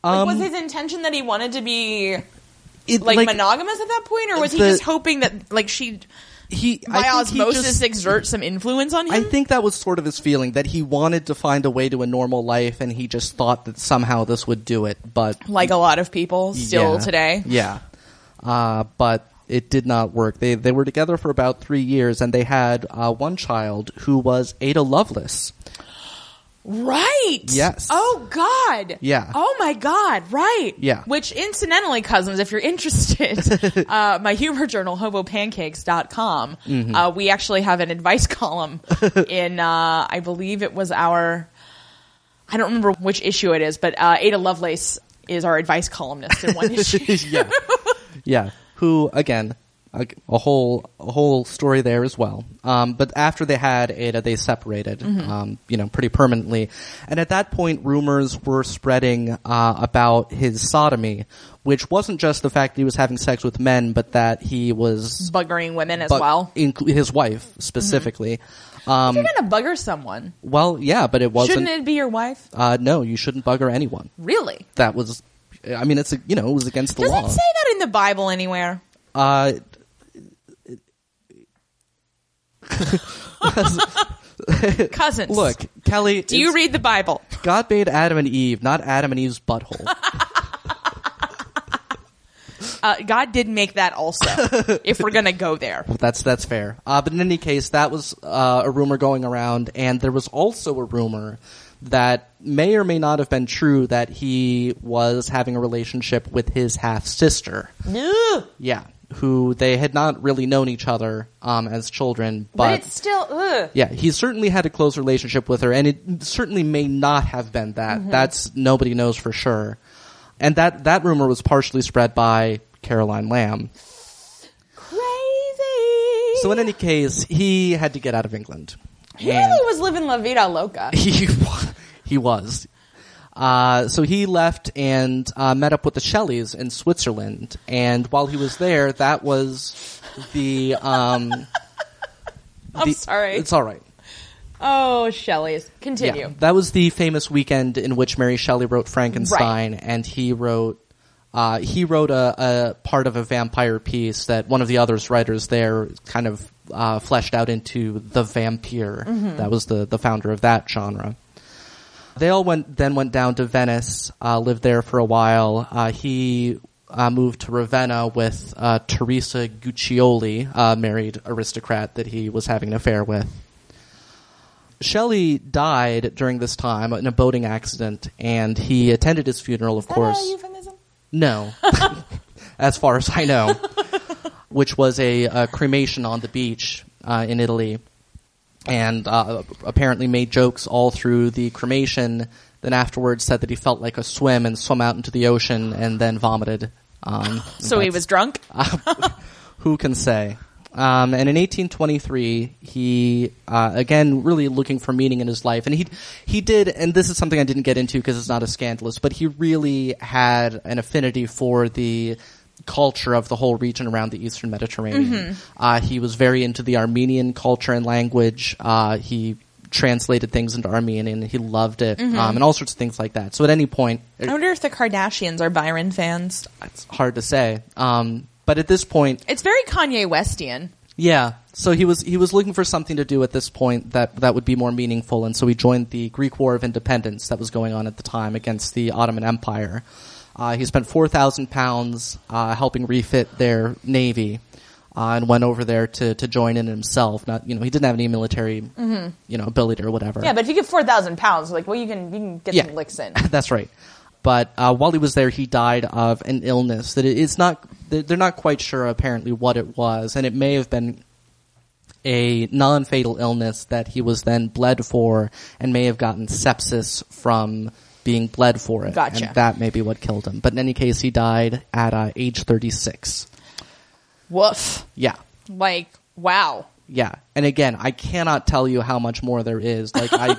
Speaker 1: Um,
Speaker 2: Like, was his intention that he wanted to be
Speaker 1: It,
Speaker 2: like, monogamous at that point, or was he
Speaker 1: the-
Speaker 2: just hoping that like she
Speaker 1: he
Speaker 2: by
Speaker 1: I think he
Speaker 2: osmosis
Speaker 1: just-
Speaker 2: exert some influence on him?
Speaker 1: I think that was sort of his feeling that he wanted to find a way to a normal life, and he just thought that somehow this would do it. But
Speaker 2: like a lot of people still
Speaker 1: yeah.
Speaker 2: today.
Speaker 1: yeah. Uh, but it did not work. They they were together for about three years, and they had uh, one child who was Ada Lovelace.
Speaker 2: Right.
Speaker 1: Yes.
Speaker 2: Oh God.
Speaker 1: Yeah.
Speaker 2: Oh my God. Right.
Speaker 1: Yeah.
Speaker 2: Which incidentally, cousins, if you're interested, uh, my humor journal, hobopancakes.com,
Speaker 1: Mm-hmm.
Speaker 2: uh, we actually have an advice column in, uh, I believe it was our, I don't remember which issue it is, but, uh, Ada Lovelace is our advice columnist in one issue.
Speaker 1: yeah, yeah. Who again? A, a whole a whole story there as well. Um, but after they had Ada, they separated.
Speaker 2: Mm-hmm.
Speaker 1: Um, you know, pretty permanently. And at that point, rumors were spreading uh, about his sodomy, which wasn't just the fact that he was having sex with men, but that he was
Speaker 2: Buggering women as
Speaker 1: but
Speaker 2: well. Mm-hmm.
Speaker 1: inc- his wife specifically. Um,
Speaker 2: You're gonna bugger someone.
Speaker 1: well, yeah, but it wasn't.
Speaker 2: Shouldn't it be your wife?
Speaker 1: uh, no, you shouldn't bugger anyone.
Speaker 2: Really?
Speaker 1: That was. I mean, it's a, you know it was against the
Speaker 2: Does
Speaker 1: law.
Speaker 2: it say that in the Bible anywhere?
Speaker 1: Uh,
Speaker 2: Cousins.
Speaker 1: look, Kelly.
Speaker 2: Do you
Speaker 1: it's-
Speaker 2: read the Bible?
Speaker 1: God made Adam and Eve, not Adam and Eve's butthole.
Speaker 2: Uh, God did make that also, if we're going to go there.
Speaker 1: that's that's fair. Uh, but in any case, that was uh, a rumor going around, and there was also a rumor that may or may not have been true that he was having a relationship with his half sister. Yeah, who they had not really known each other um, as children, but.
Speaker 2: still, ugh.
Speaker 1: yeah, he certainly had a close relationship with her, and it certainly may not have been that. That's nobody knows for sure. And that, that rumor was partially spread by Caroline Lamb.
Speaker 2: Crazy.
Speaker 1: So in any case, he had to get out of England.
Speaker 2: he
Speaker 1: And
Speaker 2: really was living La Vida Loca.
Speaker 1: he wa- he was. Uh, so he left and uh, met up with the Shelleys in Switzerland. And while he was there, that was the. Um,
Speaker 2: I'm
Speaker 1: the-
Speaker 2: sorry.
Speaker 1: It's all right.
Speaker 2: Oh, Shelley's. Continue.
Speaker 1: Yeah, that was the famous weekend in which Mary Shelley wrote Frankenstein, and he wrote uh, he wrote a, a part of a vampire piece that one of the others writers there kind of uh, fleshed out into the vampire. That was the the founder of that genre. They all went then went down to Venice, uh, lived there for a while. Uh, he uh, moved to Ravenna with uh, Teresa Guccioli, a married aristocrat that he was having an affair with. Shelley died during this time in a boating accident, and he attended his funeral, of
Speaker 2: Is that a
Speaker 1: course.
Speaker 2: euphemism?
Speaker 1: No, as far as I know, which was a, uh cremation on the beach uh, in Italy. and uh, apparently made jokes all through the cremation. Then afterwards, said that he felt like a swim and swam out into the ocean and then vomited. Um,
Speaker 2: So he
Speaker 1: that's-
Speaker 2: was drunk.
Speaker 1: who can say? Um, and in 1823, he uh, again really looking for meaning in his life, and he he did. And this is something I didn't get into because it's not as scandalous, but he really had an affinity for the culture of the whole region around the Eastern Mediterranean. Uh, he was very into the Armenian culture and language. Uh, he translated things into Armenian. He loved it, um, and all sorts of things like that. So at any point,
Speaker 2: I wonder if the Kardashians are Byron fans.
Speaker 1: it's hard to say. Um, but at this point,
Speaker 2: It's very Kanye Westian.
Speaker 1: Yeah. So he was he was looking for something to do at this point that that would be more meaningful, and so he joined the Greek War of Independence that was going on at the time against the Ottoman Empire. Uh, he spent four thousand pounds uh, helping refit their navy, uh, and went over there to to join in himself. Not you know he didn't have any military you know ability or whatever.
Speaker 3: Yeah, but if you get four thousand pounds, like well, you can you can get
Speaker 1: Yeah.
Speaker 3: some licks in.
Speaker 1: That's right. But uh, while he was there, he died of an illness that it- it's not. They're they're not quite sure apparently what it was, and it may have been a non-fatal illness that he was then bled for, and may have gotten sepsis from being bled for it.
Speaker 2: Gotcha.
Speaker 1: And that may be what killed him. But in any case, he died at uh, age 36.
Speaker 2: Woof.
Speaker 1: Yeah.
Speaker 2: Like, wow.
Speaker 1: Yeah. And again, I cannot tell you how much more there is. Like I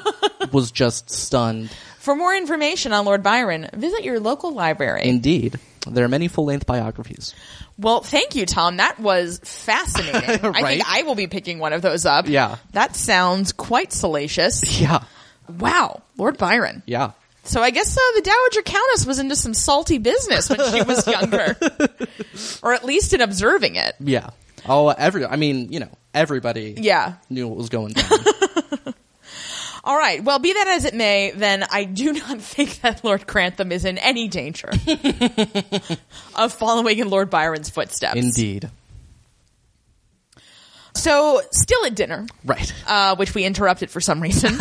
Speaker 1: was just stunned.
Speaker 2: For more information on Lord Byron, visit your local library.
Speaker 1: Indeed, there are many full-length biographies.
Speaker 2: Well, thank you, Tom. That was fascinating. I
Speaker 1: Right?
Speaker 2: think I will be picking one of those up.
Speaker 1: Yeah.
Speaker 2: That sounds quite salacious.
Speaker 1: Yeah.
Speaker 2: Wow. Lord Byron.
Speaker 1: Yeah.
Speaker 2: So I guess uh, the Dowager Countess was into some salty business when she was younger. or at least in observing it.
Speaker 1: Yeah. Oh, every. I mean, you know, everybody.
Speaker 2: Yeah.
Speaker 1: Knew what was going down.
Speaker 2: All right. Well, be that as it may, then I do not think that Lord Grantham is in any danger of following in Lord Byron's footsteps.
Speaker 1: Indeed.
Speaker 2: So, still at dinner,
Speaker 1: Right.
Speaker 2: uh, which we interrupted for some reason.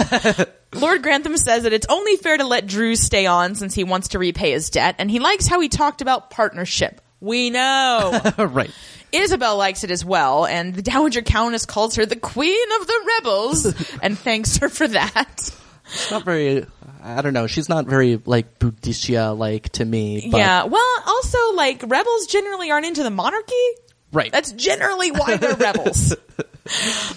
Speaker 2: Lord Grantham says that it's only fair to let Drew stay on since he wants to repay his debt, and he likes how he talked about partnership. We know.
Speaker 1: right.
Speaker 2: Isabel likes it as well, and the Dowager Countess calls her the Queen of the Rebels and thanks her for that.
Speaker 1: It's not very. I don't know. She's not very like Boudicca like to me. But,
Speaker 2: yeah. Well, also, like, rebels generally aren't into the monarchy.
Speaker 1: Right.
Speaker 2: That's generally why they're rebels.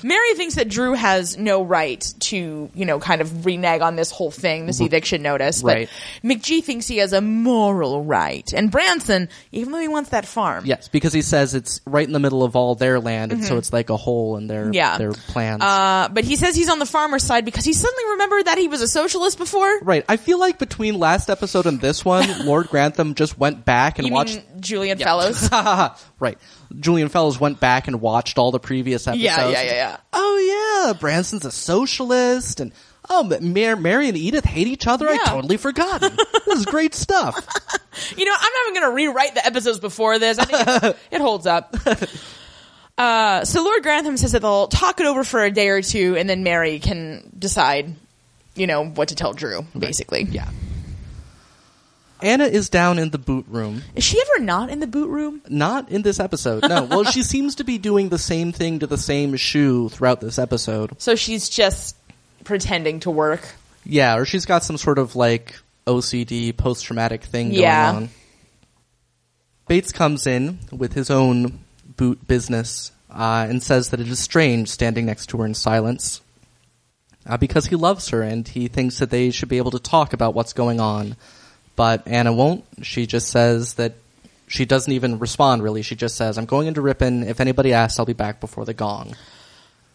Speaker 2: Mary thinks that Drew has no right to, you know, kind of renege on this whole thing, this eviction notice. But
Speaker 1: Right.
Speaker 2: McGee thinks he has a moral right. And Branson, even though he wants that farm.
Speaker 1: Yes, because he says it's right in the middle of all their land, and so it's like a hole in their
Speaker 2: Mm-hmm. Yeah.
Speaker 1: their plans.
Speaker 2: Uh, but he says he's on the farmer's side because he suddenly remembered that he was a socialist before.
Speaker 1: right. I feel like between last episode and this one, Lord Grantham just went back and
Speaker 2: You
Speaker 1: watched.
Speaker 2: mean Julian Fellows?
Speaker 1: Right. Julian Fellows went back and watched all the previous episodes.
Speaker 2: yeah, yeah, yeah.
Speaker 1: oh yeah, Branson's a socialist, and oh, but Mar- Mary and Edith hate each other.
Speaker 2: Yeah.
Speaker 1: I totally forgotten. this is great stuff.
Speaker 2: You know, I'm not even going to rewrite the episodes before this. I think it, it holds up. Uh, so Lord Grantham says that they'll talk it over for a day or two, and then Mary can decide, you know, what to tell Drew. Basically,
Speaker 1: Yeah. Anna is down in the boot room.
Speaker 2: Is she ever not in the boot room?
Speaker 1: Not in this episode. No. Well, she seems to be doing the same thing to the same shoe throughout this episode.
Speaker 2: So she's just pretending to work.
Speaker 1: Yeah, or she's got some sort of like OCD post traumatic thing
Speaker 2: Yeah.
Speaker 1: going on. Bates comes in with his own boot business uh, and says that it is strange standing next to her in silence uh, because he loves her and he thinks that they should be able to talk about what's going on. But Anna won't. She just says that she doesn't even respond really. She just says, I'm going into Ripon. If anybody asks, I'll be back before the gong.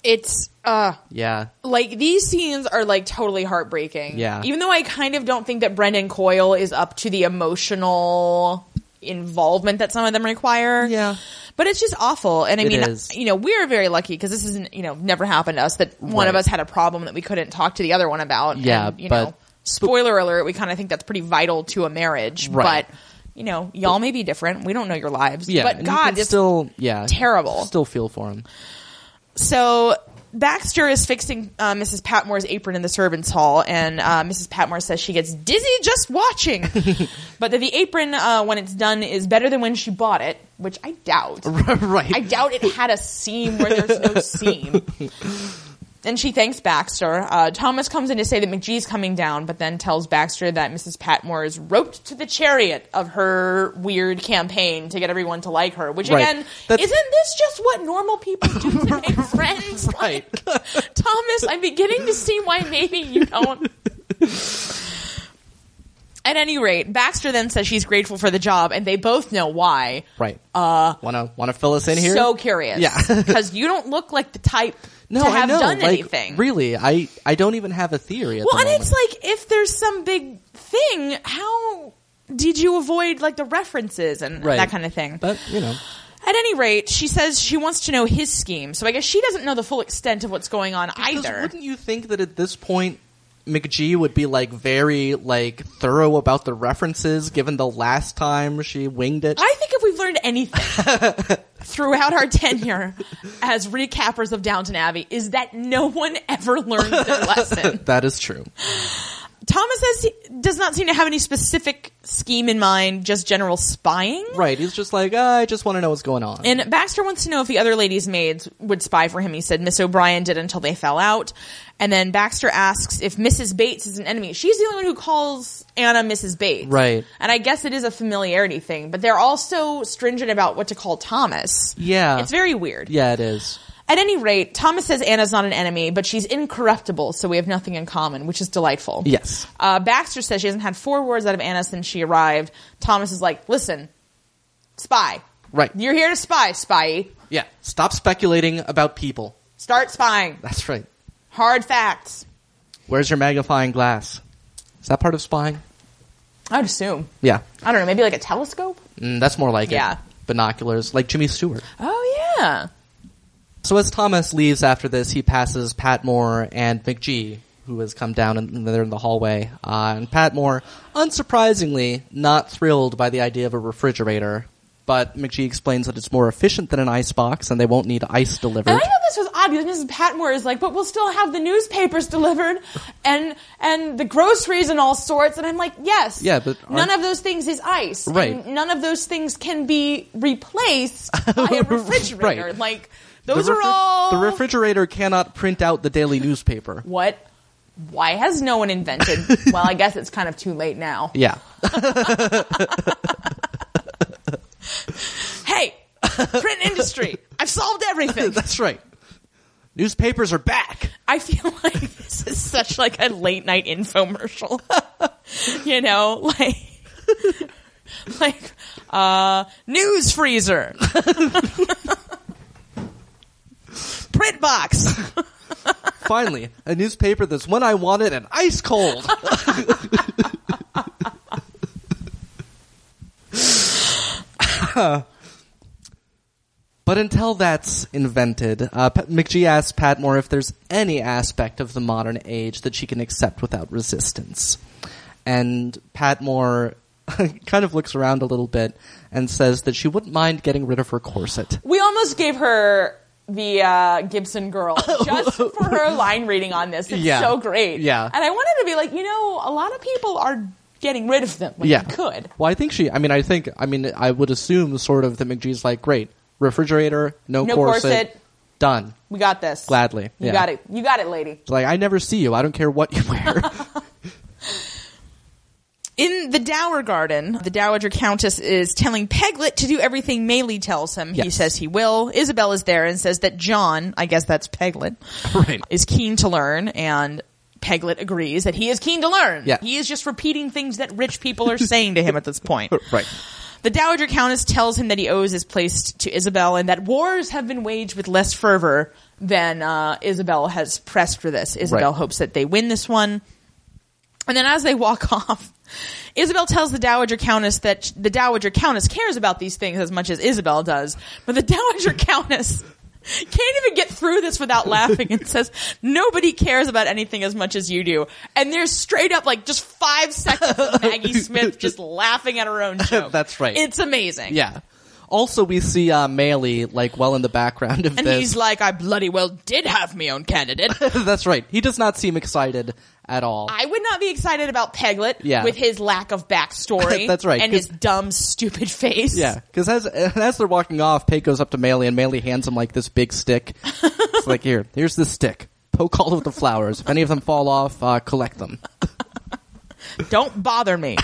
Speaker 2: It's uh
Speaker 1: Yeah.
Speaker 2: like these scenes are like totally heartbreaking.
Speaker 1: Yeah.
Speaker 2: Even though I kind of don't think that Brendan Coyle is up to the emotional involvement that some of them require.
Speaker 1: Yeah.
Speaker 2: But it's just awful. And I
Speaker 1: It
Speaker 2: mean,
Speaker 1: is.
Speaker 2: you know, we're very lucky because this isn't, you know, never happened to us that one of
Speaker 1: Right.
Speaker 2: us had a problem that we couldn't talk to the other one about.
Speaker 1: Yeah,
Speaker 2: And, you
Speaker 1: but-
Speaker 2: know, spoiler alert, we kind of think that's pretty vital to a marriage.
Speaker 1: Right.
Speaker 2: But, you know, y'all may be different. We don't know your lives.
Speaker 1: Yeah.
Speaker 2: But
Speaker 1: and you
Speaker 2: God,
Speaker 1: can
Speaker 2: it's
Speaker 1: still, yeah.
Speaker 2: terrible.
Speaker 1: Still feel for him.
Speaker 2: so Baxter is fixing uh, Mrs. Patmore's apron in the servants' hall, and uh, Mrs. Patmore says she gets dizzy just watching, but that the apron, uh, when it's done, is better than when she bought it, which I doubt.
Speaker 1: right.
Speaker 2: I doubt it had a seam where there's no seam. And she thanks Baxter. Uh, Thomas comes in to say that McGee's coming down, but then tells Baxter that Mrs. Patmore is roped to the chariot of her weird campaign to get everyone to like her. Which
Speaker 1: Right.
Speaker 2: again,
Speaker 1: That's-
Speaker 2: isn't this just what normal people do to make friends?
Speaker 1: Right.
Speaker 2: Like, Thomas, I'm beginning to see why maybe you don't at any rate, Baxter then says she's grateful for the job, and they both know why.
Speaker 1: Right. Uh, wanna wanna fill us in here?
Speaker 2: So curious,
Speaker 1: Yeah.
Speaker 2: because you don't look like the type
Speaker 1: no,
Speaker 2: to
Speaker 1: I
Speaker 2: have
Speaker 1: know.
Speaker 2: done
Speaker 1: like,
Speaker 2: anything.
Speaker 1: Really, I I don't even have a theory. At
Speaker 2: well,
Speaker 1: the
Speaker 2: and
Speaker 1: moment.
Speaker 2: it's like if there's some big thing, how did you avoid like the references and
Speaker 1: Right.
Speaker 2: that kind of thing?
Speaker 1: But you know,
Speaker 2: At any rate, she says she wants to know his scheme, so I guess she doesn't know the full extent of what's going on
Speaker 1: Because
Speaker 2: either.
Speaker 1: Wouldn't you think that at this point, McGee would be like very like thorough about the references, given the last time she winged it?
Speaker 2: I think if we've learned anything throughout our tenure as recappers of Downton Abbey is that no one ever learns their lesson.
Speaker 1: that is true.
Speaker 2: Thomas says he does not seem to have any specific scheme in mind, just general spying.
Speaker 1: Right? He's just like, "Ah, I just want to know what's going on.
Speaker 2: And Baxter wants to know if the other lady's maids would spy for him. He said Miss O'Brien did until they fell out. And then Baxter asks if Mrs. Bates is an enemy. She's the only one who calls Anna Mrs. Bates.
Speaker 1: Right.
Speaker 2: And I guess it is a familiarity thing, but they're also stringent about what to call Thomas.
Speaker 1: yeah,
Speaker 2: It's very weird.
Speaker 1: yeah, it is.
Speaker 2: At any rate, Thomas says Anna's not an enemy, but she's incorruptible, so we have nothing in common, which is delightful.
Speaker 1: Yes.
Speaker 2: Uh, Baxter says she hasn't had four words out of Anna since she arrived. Thomas is like, listen, spy.
Speaker 1: Right.
Speaker 2: You're here to spy, spy.
Speaker 1: Yeah. Stop speculating about people.
Speaker 2: Start spying.
Speaker 1: That's right.
Speaker 2: Hard facts.
Speaker 1: Where's your magnifying glass? Is that part of spying?
Speaker 2: I would assume.
Speaker 1: Yeah.
Speaker 2: I don't know, maybe like a telescope?
Speaker 1: Mm, that's more like
Speaker 2: Yeah.
Speaker 1: it. Binoculars, like Jimmy Stewart.
Speaker 2: Oh, yeah.
Speaker 1: So as Thomas leaves after this, he passes Patmore and McGee, who has come down and they're in the hallway. Uh, and Patmore, unsurprisingly, not thrilled by the idea of a refrigerator. But McGee explains that it's more efficient than an icebox and they won't need ice
Speaker 2: And
Speaker 1: delivered.
Speaker 2: I know this was odd because Mrs. Patmore is like, but we'll still have the newspapers delivered and and the groceries and all sorts. And I'm like, yes,
Speaker 1: Yeah, but
Speaker 2: none
Speaker 1: aren't-
Speaker 2: of those things is ice.
Speaker 1: Right.
Speaker 2: And none of those things can be replaced by a refrigerator.
Speaker 1: Right.
Speaker 2: Like
Speaker 1: The
Speaker 2: those are
Speaker 1: refri-
Speaker 2: all
Speaker 1: The refrigerator cannot print out the daily newspaper.
Speaker 2: what? Why has no one invented? well, I guess it's kind of too late now.
Speaker 1: Yeah.
Speaker 2: Hey, print industry, I've solved everything.
Speaker 1: That's right. Newspapers are back.
Speaker 2: I feel like this is such like a late night infomercial. you know, like like uh news freezer. Print box.
Speaker 1: Finally, a newspaper that's when I want it and ice cold. but until that's invented, uh, P- McGee asks Patmore if there's any aspect of the modern age that she can accept without resistance. And Patmore kind of looks around a little bit and says that she wouldn't mind getting rid of her corset.
Speaker 2: We almost gave her the uh, Gibson girl just for her line reading on this. It's
Speaker 1: Yeah.
Speaker 2: so great.
Speaker 1: Yeah.
Speaker 2: And I wanted to be like, you know, a lot of people are getting rid of them when
Speaker 1: yeah.
Speaker 2: they could.
Speaker 1: Well, I think she. I mean, I think. I mean, I would assume sort of that McGee's like, great refrigerator, no,
Speaker 2: No
Speaker 1: corset,
Speaker 2: corset.
Speaker 1: done.
Speaker 2: We got this.
Speaker 1: Gladly,
Speaker 2: You
Speaker 1: yeah.
Speaker 2: got it. You got it, lady.
Speaker 1: It's like I never see you. I don't care what you wear.
Speaker 2: In the Dower Garden, the Dowager Countess is telling Peglet to do everything Maylie tells him. He
Speaker 1: Yes.
Speaker 2: says he will. Isabel is there and says that John, I guess that's Peglet,
Speaker 1: right.
Speaker 2: is keen to learn and Peglet agrees that he is keen to learn.
Speaker 1: Yeah.
Speaker 2: He is just repeating things that rich people are saying to him at this point.
Speaker 1: Right.
Speaker 2: The Dowager Countess tells him that he owes his place to Isabel and that wars have been waged with less fervor than uh, Isabel has pressed for this. Isabel
Speaker 1: Right.
Speaker 2: hopes that they win this one. And then as they walk off, Isabel tells the Dowager Countess that sh- the Dowager Countess cares about these things as much as Isabel does, but the Dowager Countess can't even get through this without laughing and says, nobody cares about anything as much as you do. And there's straight up like just five seconds of Maggie Smith just laughing at her own joke.
Speaker 1: That's right.
Speaker 2: It's amazing.
Speaker 1: Yeah. Also, we see uh, Maley like well in the background of
Speaker 2: And
Speaker 1: this.
Speaker 2: he's like, I bloody well did have me own candidate.
Speaker 1: That's right. He does not seem excited at all.
Speaker 2: I would not be excited about Peglet
Speaker 1: Yeah.
Speaker 2: with his lack of backstory.
Speaker 1: That's right,
Speaker 2: And
Speaker 1: 'cause-
Speaker 2: his dumb, stupid face.
Speaker 1: Yeah, because as as they're walking off, Pate goes up to Maley and Maley hands him like this big stick. it's like here, here's this stick. poke all of the flowers. If any of them fall off, uh, collect them.
Speaker 2: Don't bother me.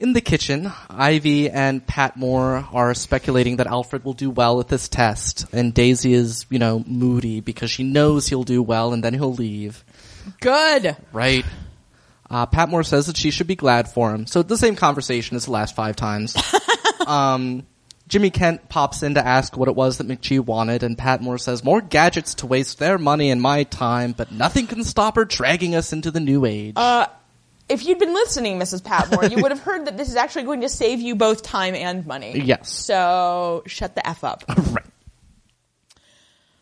Speaker 1: In the kitchen, Ivy and Patmore are speculating that Alfred will do well at this test, and Daisy is, you know, moody because she knows he'll do well and then he'll leave.
Speaker 2: Good.
Speaker 1: Right. Uh, Patmore says that she should be glad for him. So the same conversation as the last five times. um, Jimmy Kent pops in to ask what it was that McGee wanted, and Patmore says more gadgets to waste their money and my time, but nothing can stop her dragging us into the new age.
Speaker 2: If you'd been listening, Mrs. Patmore, you would have heard that this is actually going to save you both time and money.
Speaker 1: Yes.
Speaker 2: So shut the F up.
Speaker 1: right.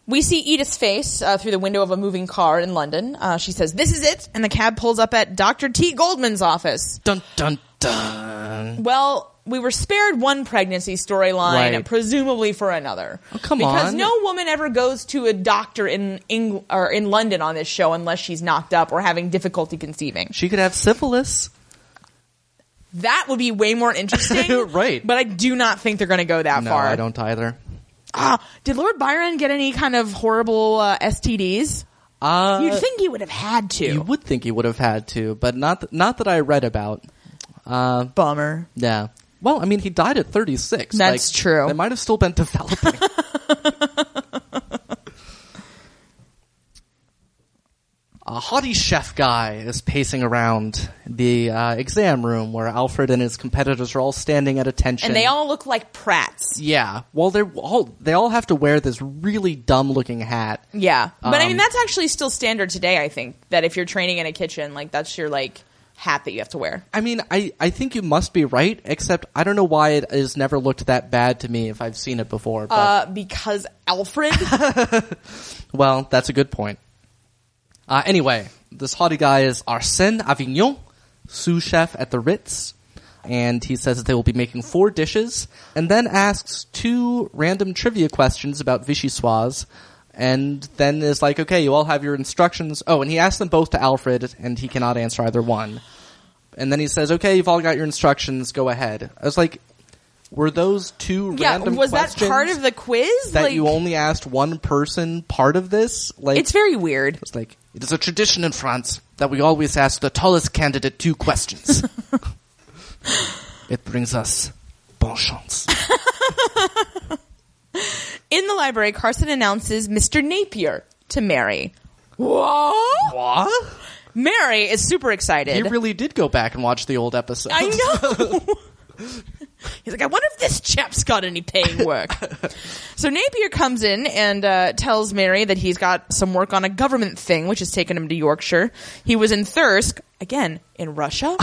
Speaker 2: We see Edith's face uh, through the window of a moving car in London. Uh, she says, This is it. And the cab pulls up at Dr. T. Goldman's office.
Speaker 1: Dun dun dun.
Speaker 2: Well, we were spared one pregnancy storyline,
Speaker 1: Right.
Speaker 2: presumably for another.
Speaker 1: Oh, come
Speaker 2: because
Speaker 1: on.
Speaker 2: no woman ever goes to a doctor in Engl- or in London on this show unless she's knocked up or having difficulty conceiving.
Speaker 1: She could have syphilis.
Speaker 2: That would be way more interesting,
Speaker 1: Right.
Speaker 2: But I do not think they're going to go that
Speaker 1: No,
Speaker 2: far.
Speaker 1: I don't either.
Speaker 2: Ah, did Lord Byron get any kind of horrible uh, STDs?
Speaker 1: Uh,
Speaker 2: You'd think he would have had to.
Speaker 1: you would think he would have had to, but not th- not that I read about.
Speaker 2: Bummer.
Speaker 1: Yeah. Well, I mean, he died at 36.
Speaker 2: That's
Speaker 1: Like,
Speaker 2: true.
Speaker 1: They might have still been developing. A haughty chef guy is pacing around the uh, exam room where Alfred and his competitors are all standing at attention.
Speaker 2: And they all look like prats.
Speaker 1: yeah, well, they all they all have to wear this really dumb looking hat.
Speaker 2: Yeah. But I
Speaker 1: Um,
Speaker 2: mean, that's actually still standard today, I think, that if you're training in a kitchen, like, that's your, like, hat that you have to wear.
Speaker 1: I mean, I, I think you must be right, except I don't know why it has never looked that bad to me if I've seen it before. But,
Speaker 2: Uh, because Alfred,
Speaker 1: well, that's a good point. Uh, anyway, this haughty guy is Arsène Avignon, sous chef at the Ritz, and he says that they will be making four dishes, and then asks two random trivia questions about vichyssoise, and then is like, okay, you all have your instructions. Oh, and he asks them both to Alfred, and he cannot answer either one. And then he says, okay, you've all got your instructions, go ahead. I was like, were those two
Speaker 2: yeah,
Speaker 1: random
Speaker 2: was that
Speaker 1: questions?
Speaker 2: part of the quiz?
Speaker 1: that
Speaker 2: like,
Speaker 1: you only asked one person part of this. Like
Speaker 2: it's very weird.
Speaker 1: it's like it is a tradition in France that we always ask the tallest candidate two questions. it brings us bon chance.
Speaker 2: In the library, Carson announces Mr. Napier to Mary. Whoa!
Speaker 1: what?
Speaker 2: Mary is super excited.
Speaker 1: He really did go back and watch the old episode.
Speaker 2: I know. He's like, I wonder if this chap's got any paying work. so Napier comes in and uh, tells Mary that he's got some work on a government thing, which has taken him to Yorkshire. He was in Thirsk, again, in Russia,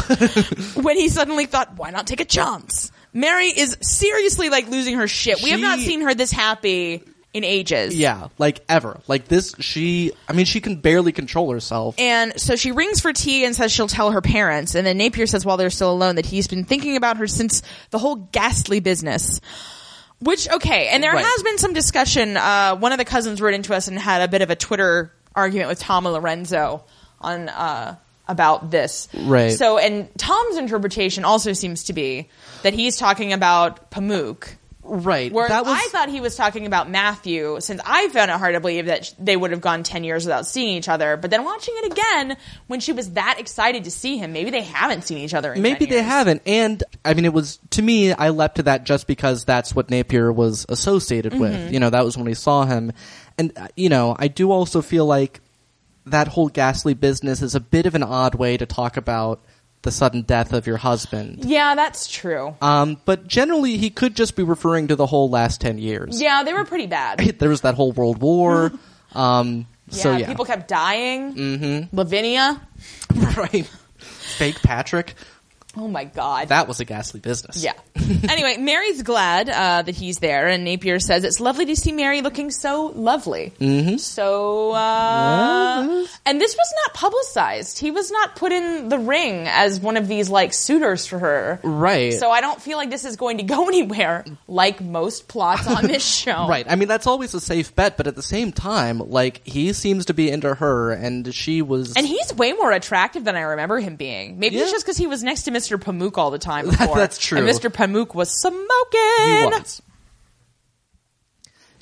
Speaker 2: when he suddenly thought, why not take a chance? Mary is seriously like losing her shit. we have not
Speaker 1: She-
Speaker 2: seen her this happy in ages.
Speaker 1: Yeah, like ever. Like this, she. I mean, she can barely control herself.
Speaker 2: And so she rings for tea and says she'll tell her parents. And then Napier says while they're still alone that he's been thinking about her since the whole ghastly business. Which, okay. And there
Speaker 1: Right.
Speaker 2: has been some discussion. Uh, one of the cousins wrote into us and had a bit of a Twitter argument with Tom and Lorenzo on, uh, about this.
Speaker 1: Right.
Speaker 2: So, and Tom's interpretation also seems to be that he's talking about Pamuk.
Speaker 1: right.
Speaker 2: Whereas
Speaker 1: that was
Speaker 2: I thought he was talking about Matthew, since I found it hard to believe that sh- they would have gone 10 years without seeing each other. But then watching it again, when she was that excited to see him, maybe they haven't seen each other in
Speaker 1: Maybe
Speaker 2: 10
Speaker 1: they
Speaker 2: years.
Speaker 1: haven't. And I mean, it was to me. I leapt to that just because that's what Napier was associated
Speaker 2: Mm-hmm.
Speaker 1: with. You know, that was when we saw him. And uh, you know, I do also feel like that whole ghastly business is a bit of an odd way to talk about the sudden death of your husband.
Speaker 2: Yeah, that's true.
Speaker 1: Um, but generally, he could just be referring to the whole last ten years.
Speaker 2: yeah, they were pretty bad.
Speaker 1: There was that whole World War. um, so yeah,
Speaker 2: people kept dying. Mm-hmm. Lavinia.
Speaker 1: right? Fake Patrick.
Speaker 2: Oh my God.
Speaker 1: That was a ghastly business.
Speaker 2: yeah. anyway, Mary's glad uh, that he's there, and Napier says it's lovely to see Mary looking so lovely. Mm-hmm. So, uh, and this was not publicized. He was not put in the ring as one of these like suitors for her,
Speaker 1: Right.
Speaker 2: So I don't feel like this is going to go anywhere, like most plots on this show,
Speaker 1: Right. I mean, that's always a safe bet, but at the same time, like, he seems to be into her, and she was.
Speaker 2: And he's way more attractive than I remember him being. Maybe it's
Speaker 1: Yeah.
Speaker 2: just because he was next to Mr. Pamuk all the time. Before.
Speaker 1: That's true.
Speaker 2: And Mr. Pamuk was smoking.
Speaker 1: He was.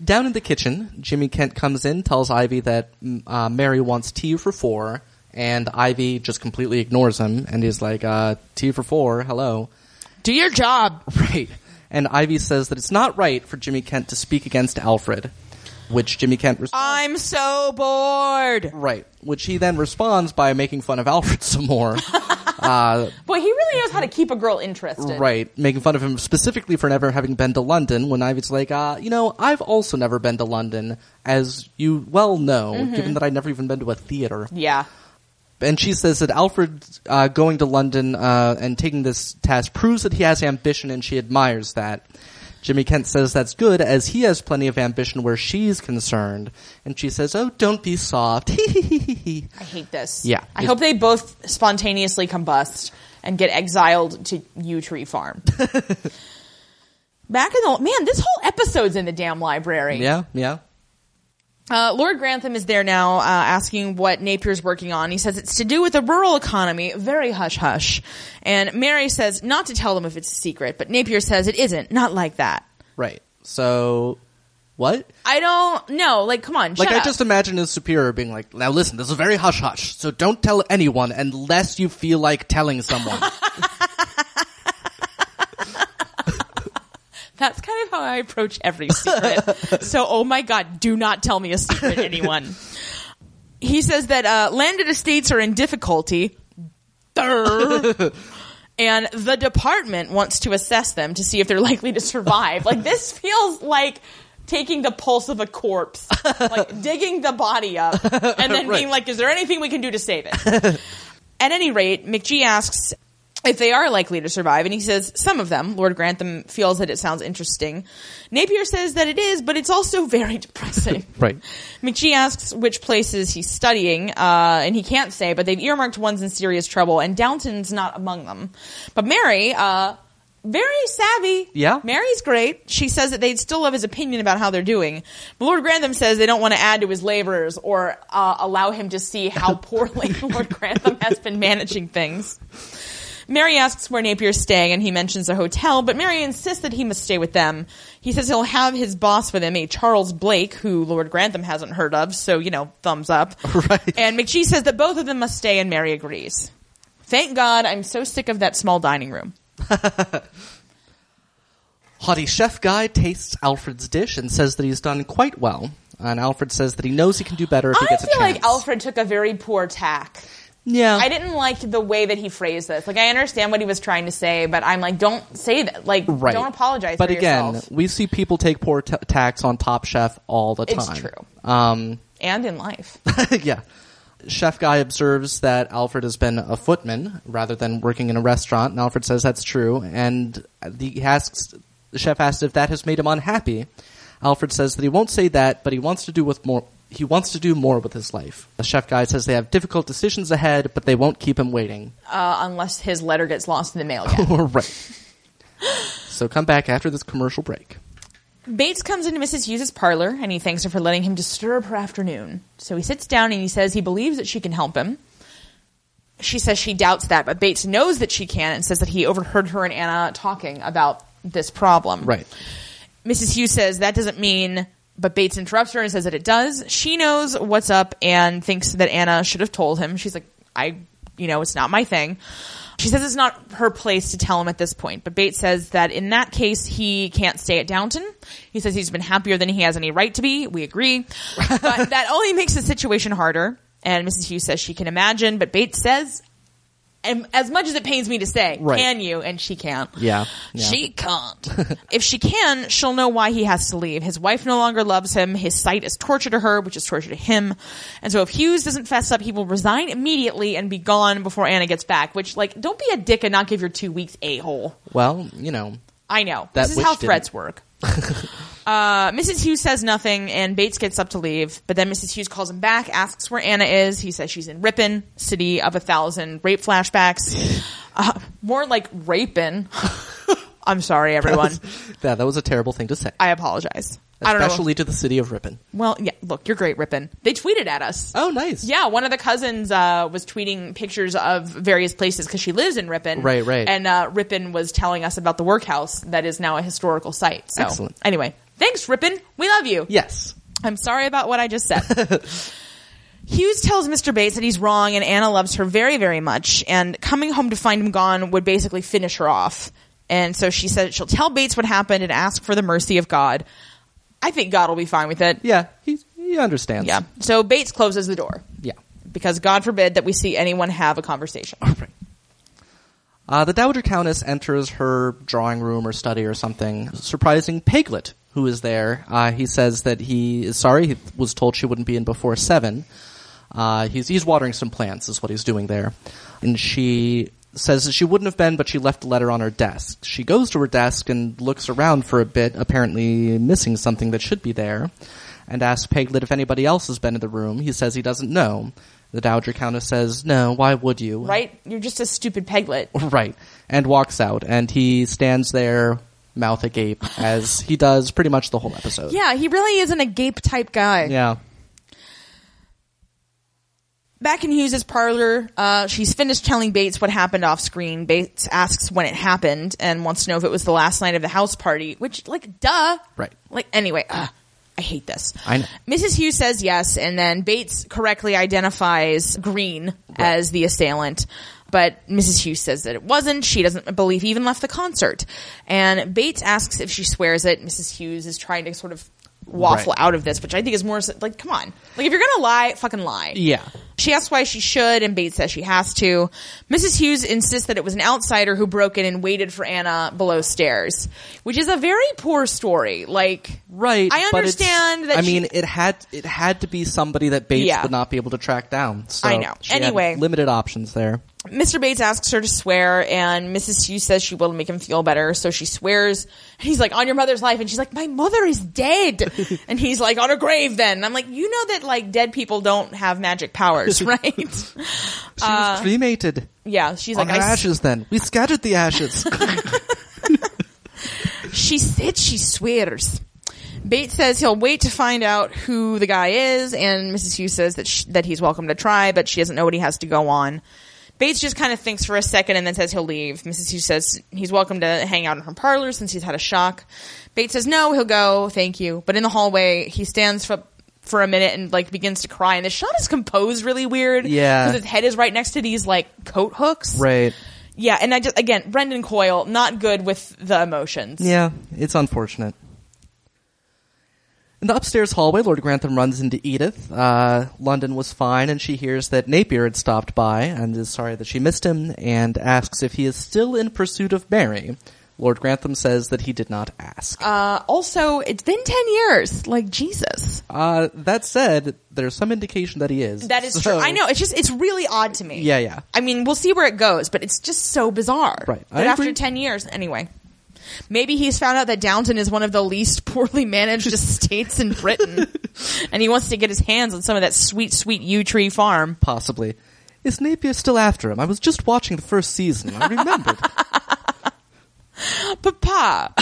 Speaker 1: Down in the kitchen, Jimmy Kent comes in, tells Ivy that mm, uh, Mary wants tea for four, and Ivy just completely ignores him and is like, uh, tea for four, hello.
Speaker 3: Do your job.
Speaker 1: Right. And Ivy says that it's not right for Jimmy Kent to speak against Alfred, which Jimmy Kent responds.
Speaker 3: I'm so bored.
Speaker 1: right. Which he then responds by making fun of Alfred some more. uh,
Speaker 2: Boy, he really knows how to keep a girl interested.
Speaker 1: Right, making fun of him specifically for never having been to London. When Ivy's like, uh, you know, I've also never been to London, as you well know, given that I'd never even been to a theater.
Speaker 2: Yeah.
Speaker 1: And she says that Alfred uh, going to London uh, and taking this task proves that he has ambition, and she admires that. Jimmy Kent says that's good, as he has plenty of ambition where she's concerned. And she says, "Oh, don't be soft."
Speaker 2: I hate this.
Speaker 1: Yeah.
Speaker 2: I hope they both spontaneously combust and get exiled to Yew Tree Farm. Back in the man, this whole episode's in the damn library.
Speaker 1: yeah, yeah.
Speaker 2: Uh, Lord Grantham is there now, uh, asking what Napier's working on. He says it's to do with the rural economy, very hush hush. And Mary says not to tell them if it's a secret, but Napier says it isn't, not like that.
Speaker 1: Right. So, what?
Speaker 2: I don't know. Like, come on,
Speaker 1: Like
Speaker 2: shut
Speaker 1: I
Speaker 2: up.
Speaker 1: just imagine his superior being like, "Now listen, this is very hush hush, so don't tell anyone unless you feel like telling someone."
Speaker 2: That's kind of how I approach every secret. so, oh my God, do not tell me a secret, anyone. he says that uh, landed estates are in difficulty. Durr. and the department wants to assess them to see if they're likely to survive. like, this feels like taking the pulse of a corpse, like digging the body up, and then being
Speaker 1: Right.
Speaker 2: like, is there anything we can do to save it? At any rate, McGee asks if they are likely to survive, and he says some of them. Lord Grantham feels that it sounds interesting. Napier says that it is, but it's also very depressing.
Speaker 1: right.
Speaker 2: McGee asks which places he's studying, uh, and he can't say, but they've earmarked ones in serious trouble, and Downton's not among them. But Mary, uh, very savvy.
Speaker 1: Yeah.
Speaker 2: Mary's great. She says that they'd still love his opinion about how they're doing. But Lord Grantham says they don't want to add to his laborers or uh, allow him to see how poorly Lord Grantham has been managing things. Mary asks where Napier's staying, and he mentions a hotel, but Mary insists that he must stay with them. He says he'll have his boss with him, a Charles Blake, who Lord Grantham hasn't heard of, so, you know, thumbs up.
Speaker 1: Right.
Speaker 2: And McGee says that both of them must stay, and Mary agrees. Thank God, I'm so sick of that small dining room.
Speaker 1: Haughty chef guy tastes Alfred's dish and says that he's done quite well. And Alfred says that he knows he can do better if he
Speaker 2: I
Speaker 1: gets
Speaker 2: feel
Speaker 1: a chance.
Speaker 2: like Alfred took a very poor tack.
Speaker 1: yeah.
Speaker 2: I didn't like the way that he phrased this. Like, I understand what he was trying to say, but I'm like, don't say that. Like,
Speaker 1: right.
Speaker 2: don't apologize
Speaker 1: But
Speaker 2: for
Speaker 1: again,
Speaker 2: yourself.
Speaker 1: we see people take poor t- tax on Top Chef all the time.
Speaker 2: It's true.
Speaker 1: Um,
Speaker 2: And in life. Uh,
Speaker 1: yeah. Chef Guy observes that Alfred has been a footman rather than working in a restaurant, and Alfred says that's true. And the asks the chef asks if that has made him unhappy. Alfred says that he won't say that, but he wants to do with more. He wants to do more with his life. The chef guy says they have difficult decisions ahead, but they won't keep him waiting.
Speaker 2: Uh, unless his letter gets lost in the mail again.
Speaker 1: right. So come back after this commercial break.
Speaker 2: Bates comes into Mrs. Hughes's parlor and he thanks her for letting him disturb her afternoon. So he sits down and he says he believes that she can help him. She says she doubts that, but Bates knows that she can and says that he overheard her and Anna talking about this problem.
Speaker 1: Right.
Speaker 2: Mrs. Hughes says that doesn't mean, but Bates interrupts her and says that it does. She knows what's up and thinks that Anna should have told him. She's like, I, you know, it's not my thing. She says it's not her place to tell him at this point, but Bates says that in that case, he can't stay at Downton. He says he's been happier than he has any right to be. We agree. but that only makes the situation harder. And Mrs. Hughes says she can imagine, but Bates says, and as much as it pains me to say,
Speaker 1: Right.
Speaker 2: can you? And she can't.
Speaker 1: Yeah, yeah.
Speaker 2: She can't. if she can, she'll know why he has to leave. His wife no longer loves him. His sight is torture to her, which is torture to him. And so if Hughes doesn't fess up, he will resign immediately and be gone before Anna gets back, which, like, don't be a dick and not give your two weeks a hole.
Speaker 1: Well, you know,
Speaker 2: I know.
Speaker 1: That
Speaker 2: this is
Speaker 1: witch
Speaker 2: how
Speaker 1: didn't.
Speaker 2: threats work. uh, Mrs. Hughes says nothing, and Bates gets up to leave. But then Mrs. Hughes calls him back, asks where Anna is. He says she's in Ripon, city of a thousand rape flashbacks. uh, more like raping. I'm sorry, everyone.
Speaker 1: yeah, that was a terrible thing to say,
Speaker 2: I apologize. I don't know.
Speaker 1: especially to the city of Ripon.
Speaker 2: Well, yeah. Look, you're great, Ripon. They tweeted at us.
Speaker 1: Oh, nice.
Speaker 2: Yeah, one of the cousins uh, was tweeting pictures of various places because she lives in Ripon.
Speaker 1: Right, right.
Speaker 2: And uh, Ripon was telling us about the workhouse that is now a historical site. So,
Speaker 1: Excellent.
Speaker 2: Anyway, Thanks, Ripon. We love you.
Speaker 1: Yes.
Speaker 2: I'm sorry about what I just said. Hughes tells Mr. Bates that he's wrong and Anna loves her very, very much, and coming home to find him gone would basically finish her off. And so she said she'll tell Bates what happened and ask for the mercy of God. I think God will be fine with it.
Speaker 1: Yeah. He he understands.
Speaker 2: Yeah. So Bates closes the door
Speaker 1: Yeah.
Speaker 2: because God forbid that we see anyone have a conversation.
Speaker 1: Uh, the Dowager Countess enters her drawing room or study or something, surprising Piglet, who is there. Uh, he says that he is sorry he was told she wouldn't be in before seven. Uh, he's, he's watering some plants, is what he's doing there. And she says that she wouldn't have been, but she left a letter on her desk. She goes to her desk and looks around for a bit, apparently missing something that should be there, and asks Piglet if anybody else has been in the room. He says he doesn't know. The Dowager Countess says, no, why would you?
Speaker 2: Right? You're just a stupid peglet.
Speaker 1: Right. And walks out. And he stands there, mouth agape, as he does pretty much the whole episode.
Speaker 2: Yeah, he really isn't a gape type guy.
Speaker 1: Yeah.
Speaker 2: Back in Hughes's parlor, uh, she's finished telling Bates what happened off screen. Bates asks when it happened and wants to know if it was the last night of the house party, which, like, duh.
Speaker 1: Right.
Speaker 2: Like, anyway, ugh, I hate this.
Speaker 1: I know.
Speaker 2: Mrs. Hughes says yes, and then Bates correctly identifies Green as the assailant. But Mrs. Hughes says that it wasn't. She doesn't believe he even left the concert. And Bates asks if she swears it. Mrs. Hughes is trying to sort of waffle
Speaker 1: Right.
Speaker 2: out of this, which I think is more s- like, come on. Like, if you're going to lie, fucking lie.
Speaker 1: Yeah.
Speaker 2: She asks why she should, and Bates says she has to. Mrs. Hughes insists that it was an outsider who broke in and waited for Anna below stairs, which is a very poor story. Like,
Speaker 1: Right.
Speaker 2: I
Speaker 1: but it's-
Speaker 2: understand that
Speaker 1: I
Speaker 2: she-
Speaker 1: mean, it had it had to be somebody that Bates
Speaker 2: Yeah.
Speaker 1: would not be able to track down. So
Speaker 2: I know.
Speaker 1: she had
Speaker 2: Anyway.
Speaker 1: limited options there.
Speaker 2: Mr. Bates asks her to swear, and Mrs. Hughes says she will make him feel better, so she swears. And he's like, "On your mother's life," and she's like, "My mother is dead," and he's like, "On her grave." Then and I'm like, "You know that like dead people don't have magic powers, right?"
Speaker 1: She was cremated
Speaker 2: yeah, she's
Speaker 1: on
Speaker 2: Uh, like,
Speaker 1: her
Speaker 2: "I
Speaker 1: ashes. Then we scattered the ashes.
Speaker 2: She said she swears. Bates says he'll wait to find out who the guy is, and Mrs. Hughes says that sh that he's welcome to try, but she doesn't know what he has to go on. Bates just kind of thinks for a second and then says he'll leave. Mrs. Hughes says he's welcome to hang out in her parlor since he's had a shock. Bates says no, he'll go, thank you. But in the hallway, he stands for for a minute and like begins to cry, and the shot is composed really weird.
Speaker 1: Yeah.
Speaker 2: because his head is right next to these like coat hooks.
Speaker 1: right.
Speaker 2: Yeah, and I just again, Brendan Coyle, not good with the emotions.
Speaker 1: Yeah, it's unfortunate. In the upstairs hallway, Lord Grantham runs into Edith. Uh, London was fine, and she hears that Napier had stopped by and is sorry that she missed him and asks if he is still in pursuit of Mary. Lord Grantham says that he did not ask. Uh,
Speaker 2: Uh, also, it's been 10 years. Like, Jesus.
Speaker 1: Uh, that said, there's some indication that he is.
Speaker 2: That is
Speaker 1: So-
Speaker 2: true. I know. It's just, it's really odd to me.
Speaker 1: Yeah, yeah.
Speaker 2: I mean, we'll see where it goes, but it's just so bizarre.
Speaker 1: Right. I
Speaker 2: That after
Speaker 1: agree.
Speaker 2: 10 years, anyway. Maybe he's found out that Downton is one of the least poorly managed estates in Britain, and he wants to get his hands on some of that sweet, sweet yew tree farm.
Speaker 1: Possibly. Is Napier still after him? I was just watching the first season. I remembered.
Speaker 2: Papa,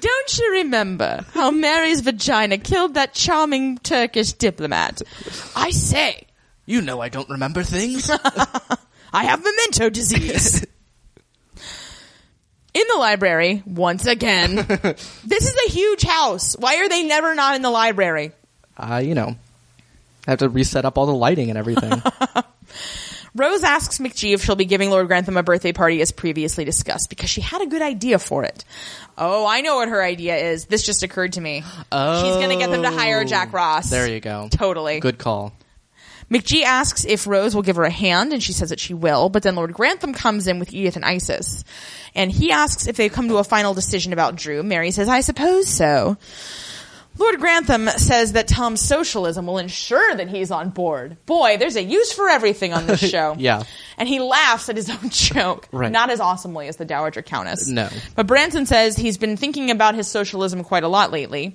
Speaker 2: don't you remember how Mary's vagina killed that charming Turkish diplomat? I say,
Speaker 1: you know I don't remember things.
Speaker 2: I have memento disease. in the library once again. this is a huge house. Why are they never not in the library?
Speaker 1: uh, you know, I have to reset up all the lighting and everything.
Speaker 2: Rose asks McGee if she'll be giving Lord Grantham a birthday party as previously discussed because she had a good idea for it. Oh, I know what her idea is. This just occurred to me. She's going to get them to hire Jack Ross.
Speaker 1: Oh, There you go.
Speaker 2: Totally.
Speaker 1: Good call.
Speaker 2: McGee asks if Rose will give her a hand, and she says that she will, but then Lord Grantham comes in with Edith and Isis. And he asks if they've come to a final decision about Drew. Mary says, I suppose so. Lord Grantham says that Tom's socialism will ensure that he's on board. Boy, there's a use for everything on this show.
Speaker 1: Yeah.
Speaker 2: And he laughs at his own joke.
Speaker 1: Right.
Speaker 2: Not as awesomely as the Dowager Countess.
Speaker 1: No.
Speaker 2: But Branson says he's been thinking about his socialism quite a lot lately.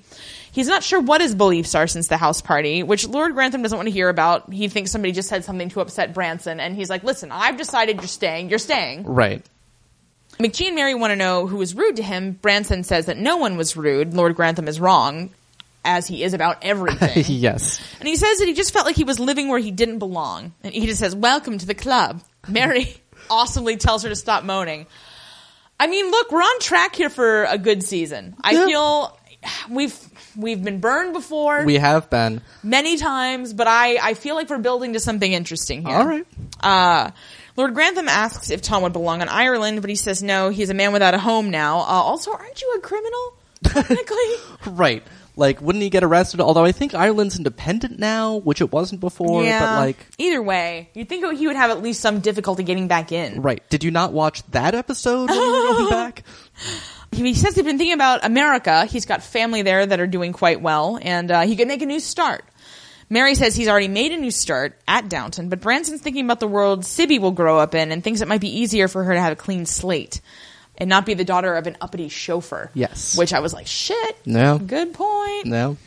Speaker 2: He's not sure what his beliefs are since the house party, which Lord Grantham doesn't want to hear about. He thinks somebody just said something to upset Branson, and he's like, listen, I've decided you're staying, you're staying.
Speaker 1: Right.
Speaker 2: McGee and Mary want to know who was rude to him. Branson says that no one was rude. Lord Grantham is wrong, as he is about everything.
Speaker 1: yes.
Speaker 2: And he says that he just felt like he was living where he didn't belong. And Edith says, Welcome to the club. Mary awesomely tells her to stop moaning. I mean, look, we're on track here for a good season. I
Speaker 1: Yeah.
Speaker 2: feel we've we've been burned before
Speaker 1: We have been.
Speaker 2: many times, but I I feel like we're building to something interesting here.
Speaker 1: All right.
Speaker 2: Uh, Lord Grantham asks if Tom would belong in Ireland, but he says no. He's a man without a home now. Uh, also, aren't you a criminal? Technically.
Speaker 1: Right. Like, wouldn't he get arrested? Although I think Ireland's independent now, which it wasn't before. But like,
Speaker 2: either way, you'd think he would have at least some difficulty getting back in.
Speaker 1: right? Did you not watch that episode when we were looking back?
Speaker 2: He says he's been thinking about America. He's got family there that are doing quite well, and uh, he could make a new start. Mary says he's already made a new start at Downton, but Branson's thinking about the world Sibby will grow up in and thinks it might be easier for her to have a clean slate and not be the daughter of an uppity chauffeur.
Speaker 1: Yes.
Speaker 2: Which I was like, shit.
Speaker 1: No.
Speaker 2: Good point.
Speaker 1: No.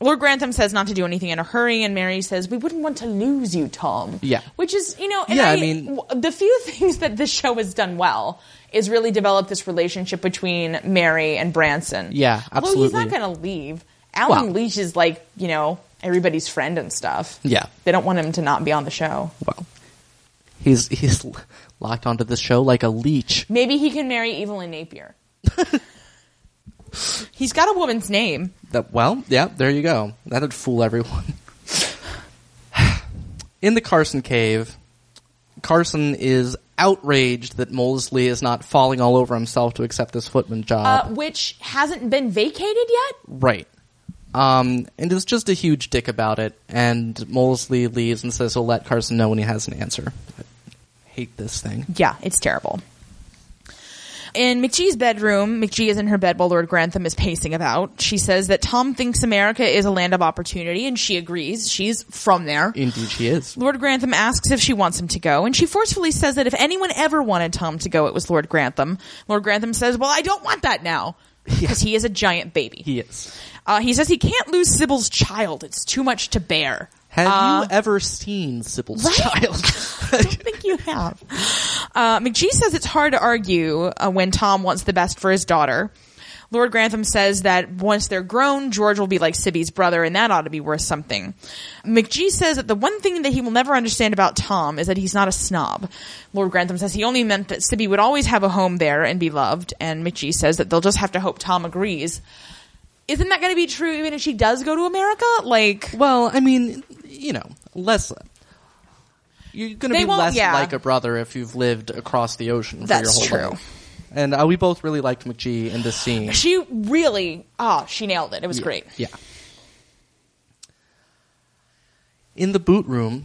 Speaker 2: Lord Grantham says not to do anything in a hurry, and Mary says we wouldn't want to lose you, Tom.
Speaker 1: Yeah.
Speaker 2: which is you know, and
Speaker 1: Yeah,
Speaker 2: I,
Speaker 1: I mean-
Speaker 2: w- the few things that this show has done well is really develop this relationship between Mary and Branson.
Speaker 1: Yeah,
Speaker 2: Well,
Speaker 1: absolutely.
Speaker 2: he's not going to leave. Alan
Speaker 1: Wow.
Speaker 2: Leach is like you know everybody's friend and stuff.
Speaker 1: Yeah.
Speaker 2: they don't want him to not be on the show.
Speaker 1: Well, he's he's l- locked onto this show like a leech.
Speaker 2: Maybe he can marry Evelyn Napier. he's got a woman's name.
Speaker 1: That well, yeah. There you go. That'd fool everyone. In the Carson cave, Carson is outraged that Molesley is not falling all over himself to accept this footman job.
Speaker 2: Uh, which hasn't been vacated yet.
Speaker 1: Right. Um, and is just a huge dick about it. And Molesley leaves and says he'll let Carson know when he has an answer. I hate this thing.
Speaker 2: Yeah, it's terrible. In McGee's bedroom, McGee is in her bed while Lord Grantham is pacing about. She says that Tom thinks America is a land of opportunity, and she agrees. She's from there.
Speaker 1: Indeed, she is.
Speaker 2: Lord Grantham asks if she wants him to go, and she forcefully says that if anyone ever wanted Tom to go, it was Lord Grantham. Lord Grantham says, Well, I don't want that now. Because he is a giant baby.
Speaker 1: He is.
Speaker 2: Uh, he says he can't lose Sybil's child. It's too much to bear.
Speaker 1: Have
Speaker 2: Uh,
Speaker 1: you ever seen Sybil's
Speaker 2: Right? I
Speaker 1: child?
Speaker 2: don't think you have. Uh, McGee says it's hard to argue uh, when Tom wants the best for his daughter. Lord Grantham says that once they're grown, George will be like Sibby's brother, and that ought to be worth something. McGee says that the one thing that he will never understand about Tom is that he's not a snob. Lord Grantham says he only meant that Sibby would always have a home there and be loved, and McGee says that they'll just have to hope Tom agrees. Isn't that going to be true even if she does go to America? Like,
Speaker 1: well, I mean, you know, less. You're going to be
Speaker 2: They won't-
Speaker 1: less
Speaker 2: yeah.
Speaker 1: like a brother if you've lived across the ocean for
Speaker 2: That's
Speaker 1: your whole
Speaker 2: true.
Speaker 1: life. And uh, we both really liked McGee in this scene.
Speaker 2: she really, ah, she nailed it. It was great.
Speaker 1: Yeah. In the boot room,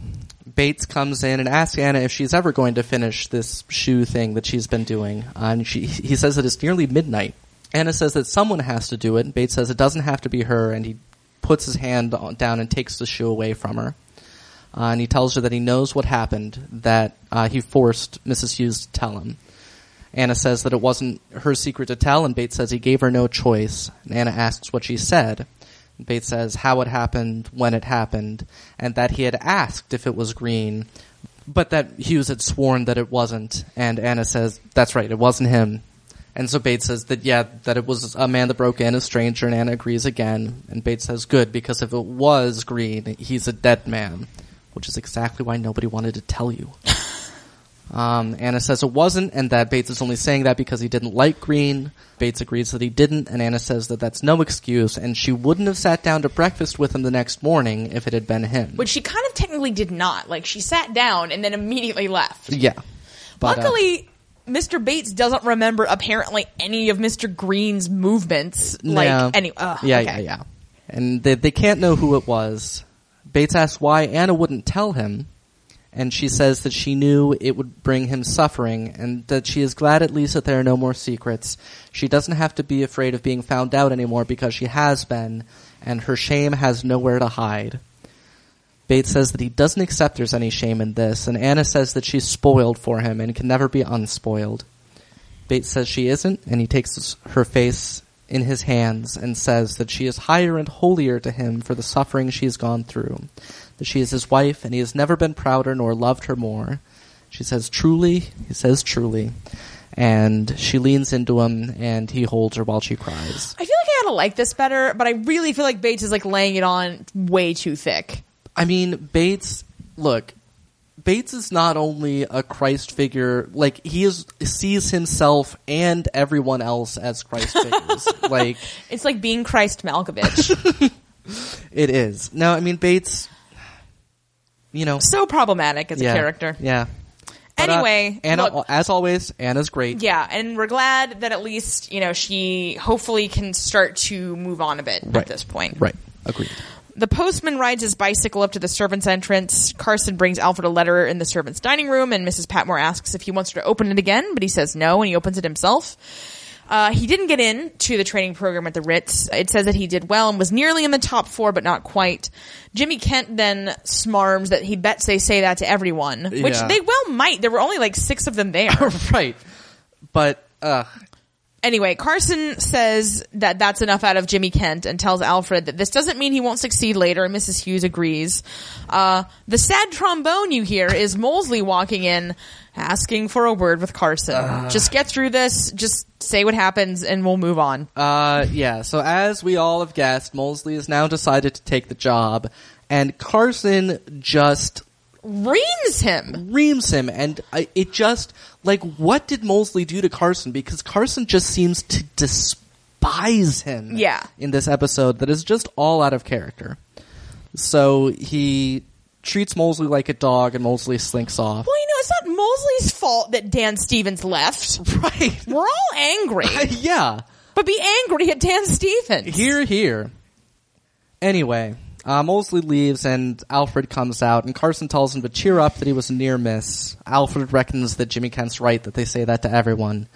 Speaker 1: Bates comes in and asks Anna if she's ever going to finish this shoe thing that she's been doing. And she, he says that it's nearly midnight. Anna says that someone has to do it. and Bates says it doesn't have to be her, and he puts his hand on, down and takes the shoe away from her. Uh, and he tells her that he knows what happened, that uh, he forced Mrs. Hughes to tell him. Anna says that it wasn't her secret to tell, and Bates says he gave her no choice. And Anna asks what she said. Bates says how it happened, when it happened, and that he had asked if it was green, but that Hughes had sworn that it wasn't. And Anna says, that's right, it wasn't him. And so Bates says that, yeah, that it was a man that broke in, a stranger, and Anna agrees again. And Bates says, good, because if it was green, he's a dead man, which is exactly why nobody wanted to tell you. Um, Anna says it wasn't, and that Bates is only saying that because he didn't like Green. Bates agrees that he didn't, and Anna says that that's no excuse, and she wouldn't have sat down to breakfast with him the next morning if it had been him.
Speaker 2: which she kind of technically did not. Like she sat down and then immediately left.
Speaker 1: yeah. But, uh,
Speaker 2: Luckily, Mr. Bates doesn't remember apparently any of Mr. Green's movements.
Speaker 1: no.
Speaker 2: Like any, ugh,
Speaker 1: yeah,
Speaker 2: okay.
Speaker 1: yeah, yeah. And they, they can't know who it was. Bates asks why Anna wouldn't tell him, and she says that she knew it would bring him suffering, and that she is glad at least that there are no more secrets. She doesn't have to be afraid of being found out anymore because she has been, and her shame has nowhere to hide. Bates says that he doesn't accept there's any shame in this, and Anna says that she's spoiled for him and can never be unspoiled. Bates says she isn't, and he takes his- her face in his hands and says that she is higher and holier to him for the suffering she has gone through, that she is his wife, and he has never been prouder nor loved her more. She says truly, he says truly, and she leans into him, and he holds her while she cries.
Speaker 2: I feel like I ought to like this better, but I really feel like Bates is like laying it on way too thick.
Speaker 1: I mean, Bates, look, Bates is not only a Christ figure, like he is sees himself and everyone else as Christ figures. like
Speaker 2: It's like being Christ Malkovich.
Speaker 1: it is. No, I mean Bates you know
Speaker 2: so problematic as
Speaker 1: yeah,
Speaker 2: a character.
Speaker 1: Yeah. uh,
Speaker 2: Anyway,
Speaker 1: Anna
Speaker 2: look-
Speaker 1: as always, Anna's great.
Speaker 2: Yeah, and we're glad that at least, you know, she hopefully can start to move on a bit
Speaker 1: Right.
Speaker 2: at this point.
Speaker 1: Right. Agreed.
Speaker 2: The postman rides his bicycle up to the servants' entrance. Carson brings Alfred a letter in the servants' dining room, and Mrs. Patmore asks if he wants her to open it again, but he says no, and he opens it himself. Uh, he didn't get in to the training program at the Ritz. It says that he did well and was nearly in the top four, but not quite. Jimmy Kent then smarms that he bets they say that to everyone, which
Speaker 1: Yeah.
Speaker 2: they well might. There were only like six of them there.
Speaker 1: right. But uh
Speaker 2: Anyway, Carson says that that's enough out of Jimmy Kent and tells Alfred that this doesn't mean he won't succeed later, and Mrs. Hughes agrees. Uh, the sad trombone you hear is Molesley walking in asking for a word with Carson. just get through this, just say what happens, and we'll move on.
Speaker 1: Uh, yeah. So as we all have guessed, Molesley has now decided to take the job, and Carson just
Speaker 2: Reams him.
Speaker 1: reams him, and I, it just like what did Molesley do to Carson? Because Carson just seems to despise him.
Speaker 2: Yeah.
Speaker 1: In this episode, that is just all out of character. So he treats Molesley like a dog, and Molesley slinks off.
Speaker 2: Well, you know, it's not Molesley's fault that Dan Stevens left.
Speaker 1: Right.
Speaker 2: We're all angry,
Speaker 1: yeah.
Speaker 2: but be angry at Dan Stevens.
Speaker 1: Here, here. Anyway, uh, Mosley leaves and Alfred comes out, and Carson tells him to cheer up that he was a near miss. Alfred reckons that Jimmy Kent's right that they say that to everyone.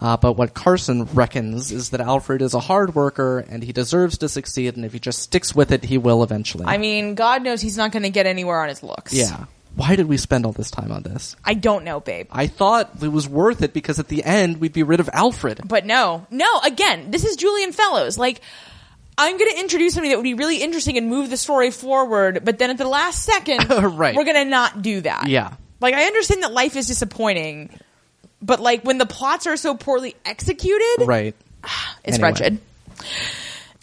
Speaker 1: Uh, but what Carson reckons is that Alfred is a hard worker and he deserves to succeed, and if he just sticks with it, he will eventually.
Speaker 2: I mean, God knows he's not going to get anywhere on his looks.
Speaker 1: yeah. Why did we spend all this time on this?
Speaker 2: I don't know, babe.
Speaker 1: I thought it was worth it because at the end we'd be rid of Alfred.
Speaker 2: But no, no, again, this is Julian Fellows. Like, I'm going to introduce something that would be really interesting and move the story forward, but then at the last second,
Speaker 1: Right.
Speaker 2: we're going to not do that.
Speaker 1: Yeah.
Speaker 2: Like, I understand that life is disappointing, but like when the plots are so poorly executed,
Speaker 1: Right.
Speaker 2: it's
Speaker 1: Anyway.
Speaker 2: wretched.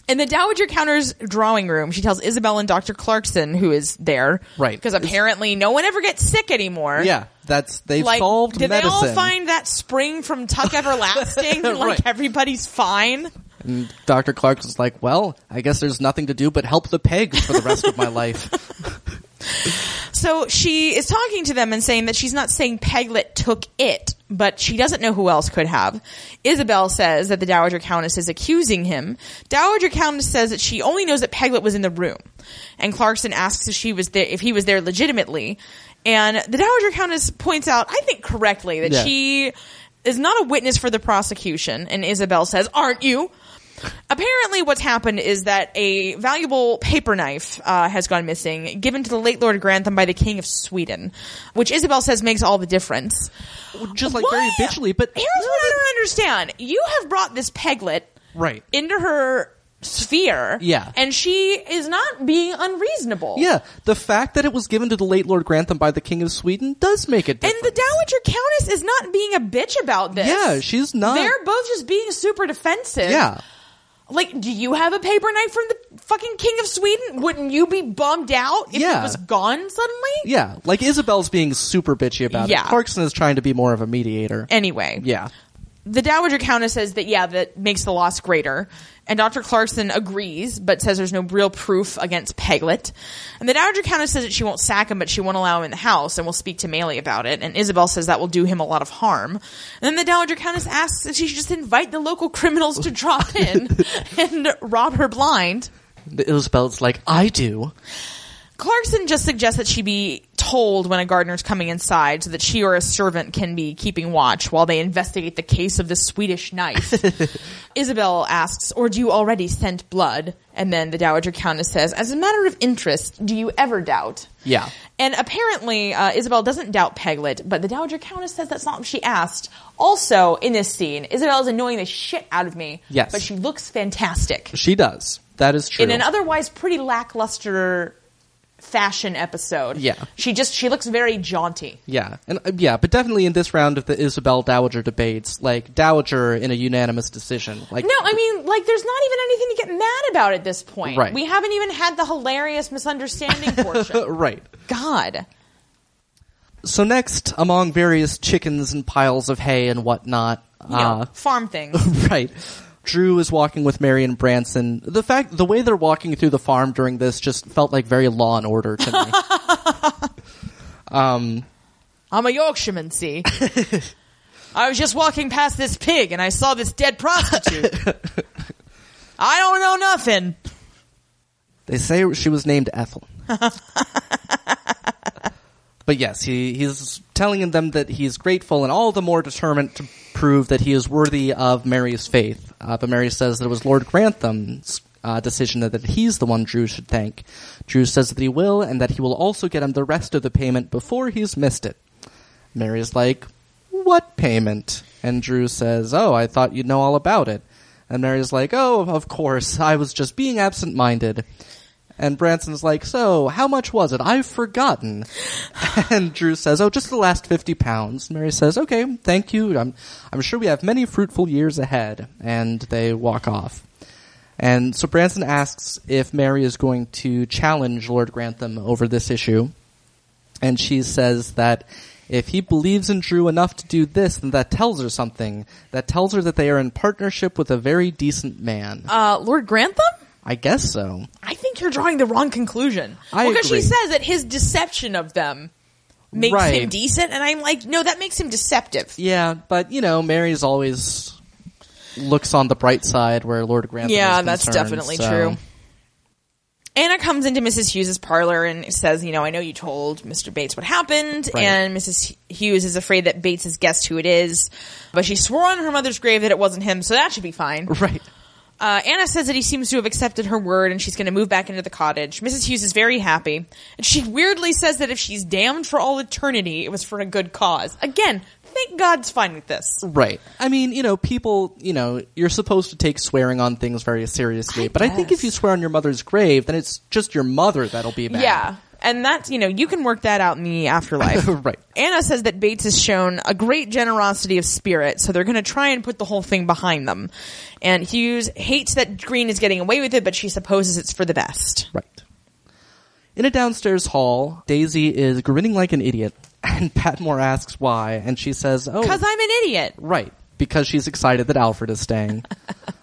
Speaker 2: In the Dowager Counter's drawing room, she tells Isabel and Dr. Clarkson, who is there,
Speaker 1: Right.
Speaker 2: Because apparently no one ever gets sick anymore.
Speaker 1: Yeah. That's they've
Speaker 2: Like,
Speaker 1: solved
Speaker 2: did
Speaker 1: medicine.
Speaker 2: they all find that spring from Tuck Everlasting? and, like
Speaker 1: Right.
Speaker 2: everybody's fine.
Speaker 1: And Dr. Clark was like, well, I guess there's nothing to do but help the peg for the rest of my life.
Speaker 2: So she is talking to them and saying that she's not saying Peglet took it, but she doesn't know who else could have. Isabel says that the Dowager Countess is accusing him. Dowager Countess says that she only knows that Peglet was in the room. And Clarkson asks if she was there, if he was there legitimately. And the Dowager Countess points out, I think correctly, that
Speaker 1: Yeah.
Speaker 2: she is not a witness for the prosecution. And Isabel says, aren't you? Apparently, what's happened is that a valuable paper knife uh, has gone missing, given to the late Lord Grantham by the King of Sweden, which Isabel says makes all the difference.
Speaker 1: Just like
Speaker 2: Why-
Speaker 1: very bitchily, but
Speaker 2: here's what I don't understand: you have brought this peglet
Speaker 1: right.
Speaker 2: into her sphere,
Speaker 1: Yeah.
Speaker 2: and she is not being unreasonable.
Speaker 1: yeah, the fact that it was given to the late Lord Grantham by the King of Sweden does make it.
Speaker 2: and the Dowager Countess is not being a bitch about this.
Speaker 1: yeah, she's not.
Speaker 2: They're both just being super defensive.
Speaker 1: yeah,
Speaker 2: Like, do you have a paper knife from the fucking King of Sweden? Wouldn't you be bummed out if
Speaker 1: Yeah.
Speaker 2: it was gone suddenly?
Speaker 1: yeah. Like Isabel's being super bitchy about
Speaker 2: Yeah.
Speaker 1: it. Clarkson is trying to be more of a mediator.
Speaker 2: Anyway,
Speaker 1: yeah,
Speaker 2: the Dowager Countess says that, yeah, that makes the loss greater. And Dr. Clarkson agrees, but says there's no real proof against Peglet. And the Dowager Countess says that she won't sack him, but she won't allow him in the house and will speak to Maley about it. And Isabel says that will do him a lot of harm. And then the Dowager Countess asks if she should just invite the local criminals to drop in and rob her blind.
Speaker 1: Isabel's like, I do.
Speaker 2: Clarkson just suggests that she be told when a gardener's coming inside so that she or a servant can be keeping watch while they investigate the case of the Swedish knife. Isabel asks, or do you already scent blood? And then the Dowager Countess says, as a matter of interest, do you ever doubt?
Speaker 1: Yeah.
Speaker 2: And apparently, uh, Isabel doesn't doubt Peglet, but the Dowager Countess says that's not what she asked. Also, in this scene, Isabel is annoying the shit out of me.
Speaker 1: Yes.
Speaker 2: But she looks fantastic
Speaker 1: She does. That is true.
Speaker 2: in an otherwise pretty lackluster fashion episode.
Speaker 1: Yeah.
Speaker 2: She just she looks very jaunty.
Speaker 1: Yeah, and uh, yeah, but definitely in this round of the Isabel Dowager debates, like Dowager in a unanimous decision, like
Speaker 2: No, I mean, like, there's not even anything to get mad about at this point.
Speaker 1: Right.
Speaker 2: We haven't even had the hilarious misunderstanding portion.
Speaker 1: right.
Speaker 2: God.
Speaker 1: So next, among various chickens and piles of hay and whatnot,
Speaker 2: You know,
Speaker 1: uh,
Speaker 2: farm things.
Speaker 1: right. Drew is walking with Marion Branson. The fact, the way they're walking through the farm during this just felt like very Law and Order to me.
Speaker 2: I'm a Yorkshireman, see. I was just walking past this pig and I saw this dead prostitute. I don't know nothing.
Speaker 1: They say she was named Ethel. but yes, he, he's telling them that he's grateful and all the more determined to prove that he is worthy of Mary's faith. Uh, but Mary says that it was Lord Grantham's uh, decision that, that he's the one Drew should thank. Drew says that he will and that he will also get him the rest of the payment before he's missed it. Mary's like, What payment? And Drew says, Oh, I thought you'd know all about it. And Mary's like, Oh, of course, I was just being absent minded. And Branson's like, So, how much was it? I've forgotten. And Drew says, Oh, just the last 50 pounds. Mary says, Okay, thank you. I'm, I'm sure we have many fruitful years ahead. And they walk off. And so Branson asks if Mary is going to challenge Lord Grantham over this issue. And she says that if he believes in Drew enough to do this, then that tells her something. That tells her that they are in partnership with a very decent man.
Speaker 2: Uh, Lord Grantham?
Speaker 1: I guess so.
Speaker 2: I think you're drawing the wrong conclusion.
Speaker 1: I
Speaker 2: because
Speaker 1: agree.
Speaker 2: she says that his deception of them makes him
Speaker 1: Right.
Speaker 2: decent, and I'm like, no, that makes him deceptive.
Speaker 1: Yeah, but you know, Mary's always looks on the bright side where Lord Grantham. is
Speaker 2: Yeah, that's
Speaker 1: concerned,
Speaker 2: definitely
Speaker 1: so-
Speaker 2: true. Anna comes into Mrs. Hughes's parlor and says, "You know, I know you told Mr. Bates what happened."
Speaker 1: Right.
Speaker 2: And Mrs. Hughes is afraid that Bates has guessed who it is, but she swore on her mother's grave that it wasn't him, so that should be fine.
Speaker 1: Right.
Speaker 2: Uh, Anna says that he seems to have accepted her word and she's going to move back into the cottage. Mrs. Hughes is very happy. And she weirdly says that if she's damned for all eternity, it was for a good cause. Again, thank God's fine with this.
Speaker 1: Right. I mean, you know, people, you know, you're supposed to take swearing on things very seriously,
Speaker 2: I
Speaker 1: but I think
Speaker 2: guess.
Speaker 1: if you swear on your mother's grave, then it's just your mother that'll be mad.
Speaker 2: Yeah. And that's, you know, you can work that out in the afterlife.
Speaker 1: Right.
Speaker 2: Anna says that Bates has shown a great generosity of spirit, so they're going to try and put the whole thing behind them. And Hughes hates that Green is getting away with it, but she supposes it's for the best.
Speaker 1: Right. In a downstairs hall, Daisy is grinning like an idiot, and Patmore asks why, and she says, "Oh,
Speaker 2: Because I'm an idiot.
Speaker 1: Right, because she's excited that Alfred is staying.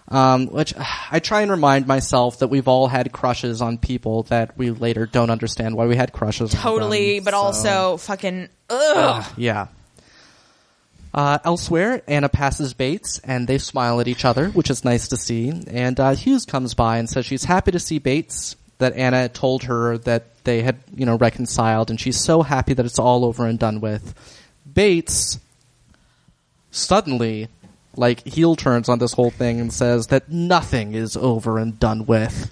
Speaker 1: um, which ugh, I try and remind myself that we've all had crushes on people that we later don't understand why we had crushes. on them,
Speaker 2: Totally, but
Speaker 1: so- Ah,
Speaker 2: also fucking, ugh.
Speaker 1: yeah. Uh, elsewhere, Anna passes Bates, and they smile at each other, which is nice to see. And uh, Hughes comes by and says she's happy to see Bates. That Anna told her that they had, you know, reconciled, and she's so happy that it's all over and done with. Bates suddenly, like, heel turns on this whole thing and says that nothing is over and done with.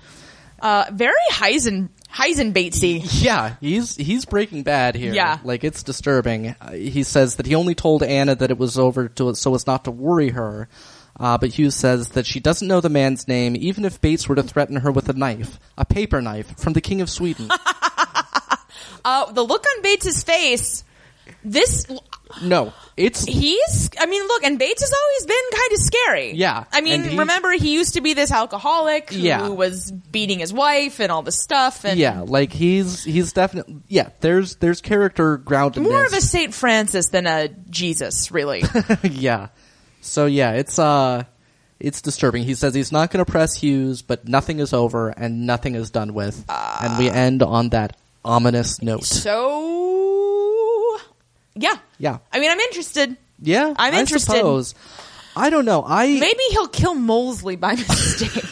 Speaker 2: Uh, very Heisen Heisen Batesy.
Speaker 1: Yeah, he's he's breaking bad here.
Speaker 2: Yeah.
Speaker 1: like it's disturbing. Uh, He says that he only told Anna that it was over to so as not to worry her. Uh, but Hughes says that she doesn't know the man's name, even if Bates were to threaten her with a knife, a paper knife from the King of Sweden.
Speaker 2: Uh, the look on Bates's face. This
Speaker 1: no, it's
Speaker 2: he's. I mean, look, and Bates has always been kind of scary.
Speaker 1: Yeah,
Speaker 2: I mean,
Speaker 1: and he-
Speaker 2: remember he used to be this alcoholic who
Speaker 1: Yeah.
Speaker 2: was beating his wife and all this stuff, and
Speaker 1: yeah, like he's he's definitely yeah. There's there's character groundedness.
Speaker 2: more of a Saint Francis than a Jesus, really.
Speaker 1: yeah. So yeah, it's uh it's disturbing. He says he's not going to press Hughes, but nothing is over and nothing is done with. and we end on that ominous note.
Speaker 2: so, yeah,
Speaker 1: Yeah.
Speaker 2: I mean, I'm interested.
Speaker 1: yeah,
Speaker 2: I'm
Speaker 1: I
Speaker 2: interested.
Speaker 1: suppose. I don't know. I
Speaker 2: Maybe he'll kill Molesley by mistake.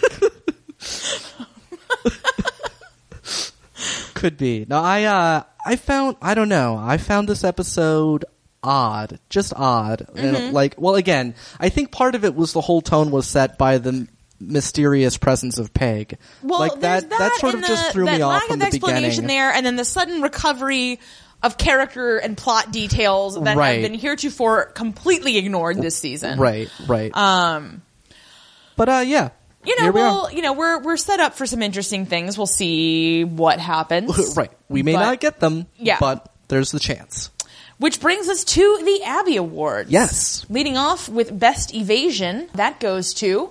Speaker 1: could be. No, I uh I found I don't know. I found this episode odd, just odd. And,
Speaker 2: Mm-hmm.
Speaker 1: like, well, again, I think part of it was the whole tone was set by the m- mysterious presence of Peg.
Speaker 2: Well,
Speaker 1: like
Speaker 2: there's
Speaker 1: that. That sort of
Speaker 2: and
Speaker 1: just
Speaker 2: the-
Speaker 1: threw
Speaker 2: that
Speaker 1: me off
Speaker 2: lack
Speaker 1: from
Speaker 2: of
Speaker 1: the
Speaker 2: explanation
Speaker 1: beginning.
Speaker 2: there, and then the sudden recovery of character and plot details that
Speaker 1: Right.
Speaker 2: have been heretofore completely ignored this season.
Speaker 1: Right, right. Um, but uh, yeah,
Speaker 2: Uh, You know,
Speaker 1: Here we
Speaker 2: well,
Speaker 1: are.
Speaker 2: you know, we're we're set up for some interesting things. We'll see what happens.
Speaker 1: right. We may
Speaker 2: But-
Speaker 1: not get them,
Speaker 2: Yeah.
Speaker 1: but there's the chance.
Speaker 2: Which brings us to the Abbey Awards.
Speaker 1: Yes.
Speaker 2: Leading off with Best Evasion, that goes to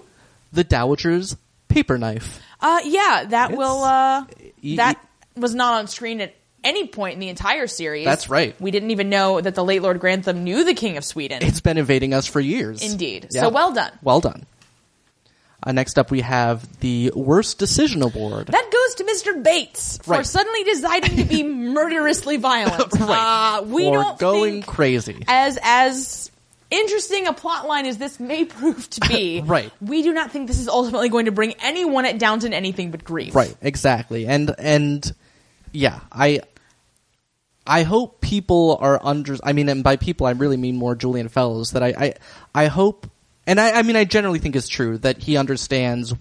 Speaker 1: The Dowager's paper knife.
Speaker 2: uh yeah, that will uh
Speaker 1: e-
Speaker 2: that was not on screen at any point in the entire series.
Speaker 1: That's right.
Speaker 2: We didn't even know that the late Lord Grantham knew the King of Sweden.
Speaker 1: It's been evading us for years.
Speaker 2: Indeed.
Speaker 1: Yeah.
Speaker 2: So well done.
Speaker 1: Well done. Uh, next up, we have the Worst Decision Award.
Speaker 2: That goes to Mr. Bates for
Speaker 1: Right.
Speaker 2: suddenly deciding to be murderously violent.
Speaker 1: Right.
Speaker 2: Uh, we
Speaker 1: or
Speaker 2: don't
Speaker 1: going
Speaker 2: think
Speaker 1: crazy.
Speaker 2: as as interesting a plot line as this may prove to be.
Speaker 1: Right.
Speaker 2: We do not think this is ultimately going to bring anyone at Downton anything but grief.
Speaker 1: Right, exactly. And and yeah, I I hope people are under I mean and by people I really mean more Julian Fellows that I I, I hope and I, I mean I generally think it's true that he understands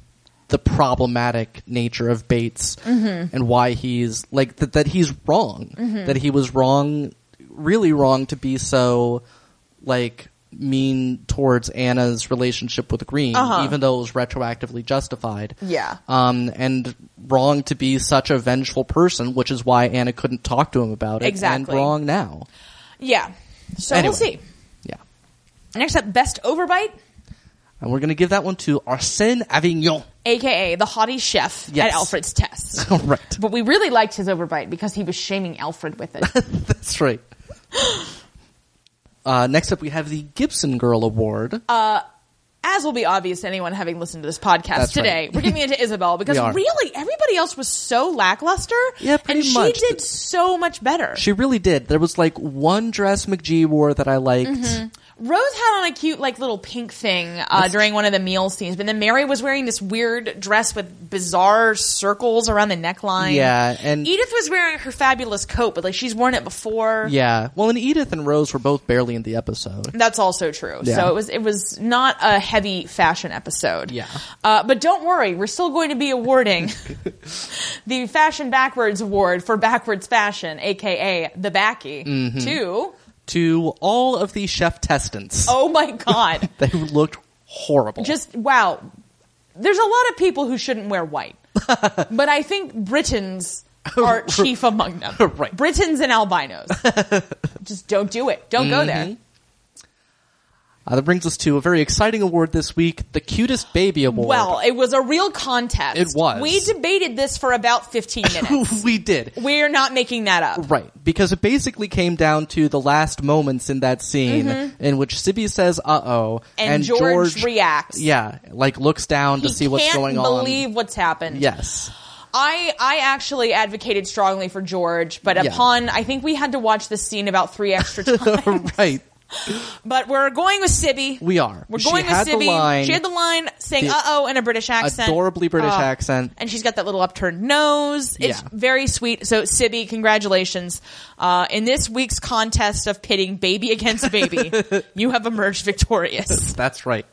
Speaker 1: the problematic nature of Bates and why he's like that that he's wrong. That he was wrong really wrong to be so like mean towards Anna's relationship with Green, even though it was retroactively justified
Speaker 5: Yeah.
Speaker 1: um, and wrong to be such a vengeful person, which is why Anna couldn't talk to him about it.
Speaker 2: Exactly.
Speaker 1: And wrong now.
Speaker 2: Yeah. So
Speaker 1: Anyway.
Speaker 2: we'll see.
Speaker 1: Yeah.
Speaker 2: Next up, best overbite,
Speaker 1: And we're going to give that one to Arsène Avignon.
Speaker 2: aka the haughty chef
Speaker 1: Yes. Oh,
Speaker 2: at Alfred's test.
Speaker 1: right.
Speaker 2: but we really liked his overbite because he was shaming Alfred with it.
Speaker 1: That's right. Uh, next up, we have the Gibson Girl Award.
Speaker 2: Uh, as will be obvious to anyone having listened to this podcast
Speaker 1: That's
Speaker 2: today,
Speaker 1: right.
Speaker 2: we're giving it to Isabel because
Speaker 1: We are.
Speaker 2: really everybody else was so lackluster.
Speaker 1: Yeah, pretty
Speaker 2: and
Speaker 1: much.
Speaker 2: she did so much better.
Speaker 1: she really did. There was like one dress McGee wore that I liked.
Speaker 2: Mm-hmm. Rose had on a cute like little pink thing uh, during one of the meal scenes, but then Mary was wearing this weird dress with bizarre circles around the neckline.
Speaker 1: Yeah, and
Speaker 2: Edith was wearing her fabulous coat, but like she's worn it before.
Speaker 1: yeah. Well, and Edith and Rose were both barely in the episode.
Speaker 2: That's also true.
Speaker 1: Yeah.
Speaker 2: So it was it was not a heavy fashion episode.
Speaker 1: Yeah.
Speaker 2: Uh, but don't worry, we're still going to be awarding the Fashion Backwards Award for Backwards Fashion, aka the Backy,
Speaker 1: Mm-hmm.
Speaker 2: to
Speaker 1: To all of the chef testants,
Speaker 2: oh my god,
Speaker 1: they looked horrible.
Speaker 2: just wow. There's a lot of people who shouldn't wear white, but I think Britons are chief among them.
Speaker 1: Right.
Speaker 2: Britons and albinos. just don't do it. Don't
Speaker 1: Mm-hmm.
Speaker 2: go there.
Speaker 1: Uh, that brings us to a very exciting award this week, the Cutest Baby Award.
Speaker 2: Well, it was a real contest.
Speaker 1: It was.
Speaker 2: We debated this for about 15 minutes.
Speaker 1: we did.
Speaker 2: We're not making that up.
Speaker 1: Right, because it basically came down to the last moments in that scene in which Sibby says, uh oh,
Speaker 2: Mm-hmm. And, George, reacts.
Speaker 1: Yeah, like looks down
Speaker 2: He
Speaker 1: to see what's
Speaker 2: can't
Speaker 1: going
Speaker 2: believe
Speaker 1: on.
Speaker 2: what's happened.
Speaker 1: Yes.
Speaker 2: I I actually advocated strongly for George, but
Speaker 1: Yeah.
Speaker 2: upon I think we had to watch this scene about three extra times.
Speaker 1: right,
Speaker 2: but we're going with Sibby.
Speaker 1: we are.
Speaker 2: We're
Speaker 1: she
Speaker 2: going with
Speaker 1: had
Speaker 2: Sibby.
Speaker 1: the line.
Speaker 2: she had the line saying
Speaker 1: The
Speaker 2: "uh oh" in a British accent,
Speaker 1: Adorably British
Speaker 2: Uh,
Speaker 1: accent.
Speaker 2: and she's got that little upturned nose. It's
Speaker 1: Yeah.
Speaker 2: very sweet. So Sibby, congratulations! Uh, in this week's contest of pitting baby against baby, you have emerged victorious.
Speaker 1: That's right.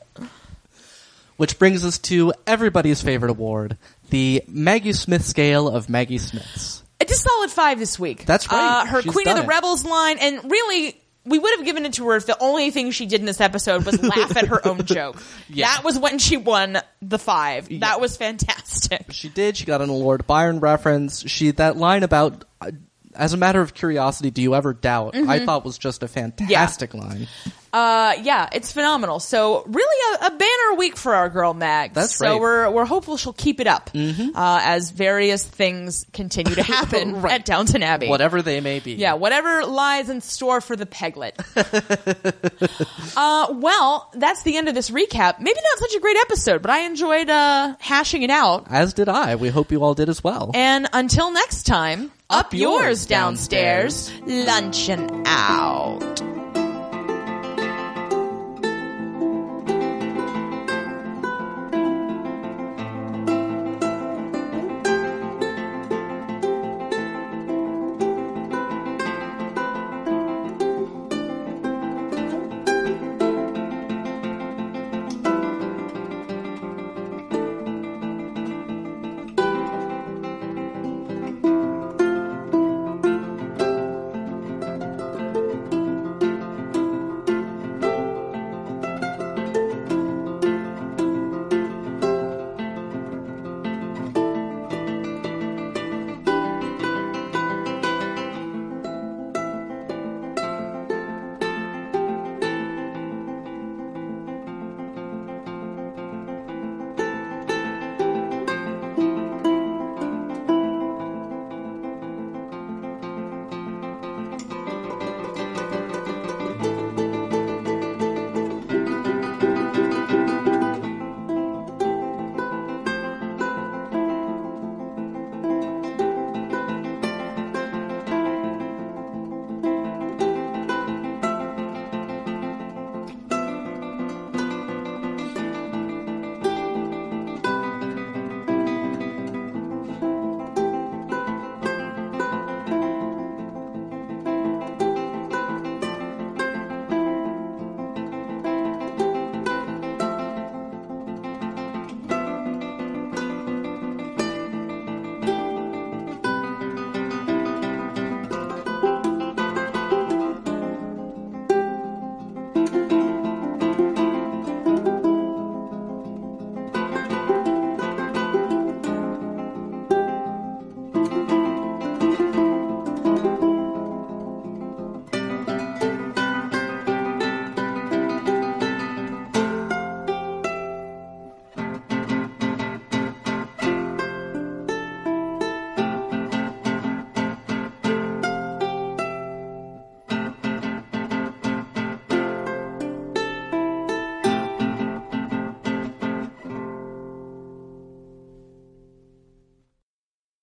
Speaker 1: Which brings us to everybody's favorite award, the Maggie Smith scale of Maggie Smiths.
Speaker 2: It's a solid five this week.
Speaker 1: That's right.
Speaker 2: Uh, her
Speaker 1: She's
Speaker 2: Queen of
Speaker 1: done
Speaker 2: the
Speaker 1: it.
Speaker 2: Rebels line, and really, we would have given it to her if the only thing she did in this episode was laugh at her own joke.
Speaker 1: Yeah.
Speaker 2: That was when she won the five.
Speaker 1: Yeah.
Speaker 2: That was fantastic.
Speaker 1: She did. She got an Lord Byron reference. She that line about uh, as a matter of curiosity, do you ever doubt? I thought was just a fantastic line.
Speaker 2: Uh, yeah, it's phenomenal. So really, a, a banner week for our girl Mag.
Speaker 1: That's
Speaker 2: so
Speaker 1: right. Mm-hmm.
Speaker 2: we're we're hopeful she'll keep it up uh, as various things continue to happen
Speaker 1: Right.
Speaker 2: at Downton Abbey.
Speaker 1: Whatever they may be.
Speaker 2: Yeah, whatever lies in store for the peglet. uh, well, that's the end of this recap. Maybe not such a great episode, but I enjoyed uh, hashing it out.
Speaker 1: As did I. We hope you all did as well.
Speaker 2: And until next time, up,
Speaker 1: Up yours,
Speaker 2: yours downstairs, luncheon out.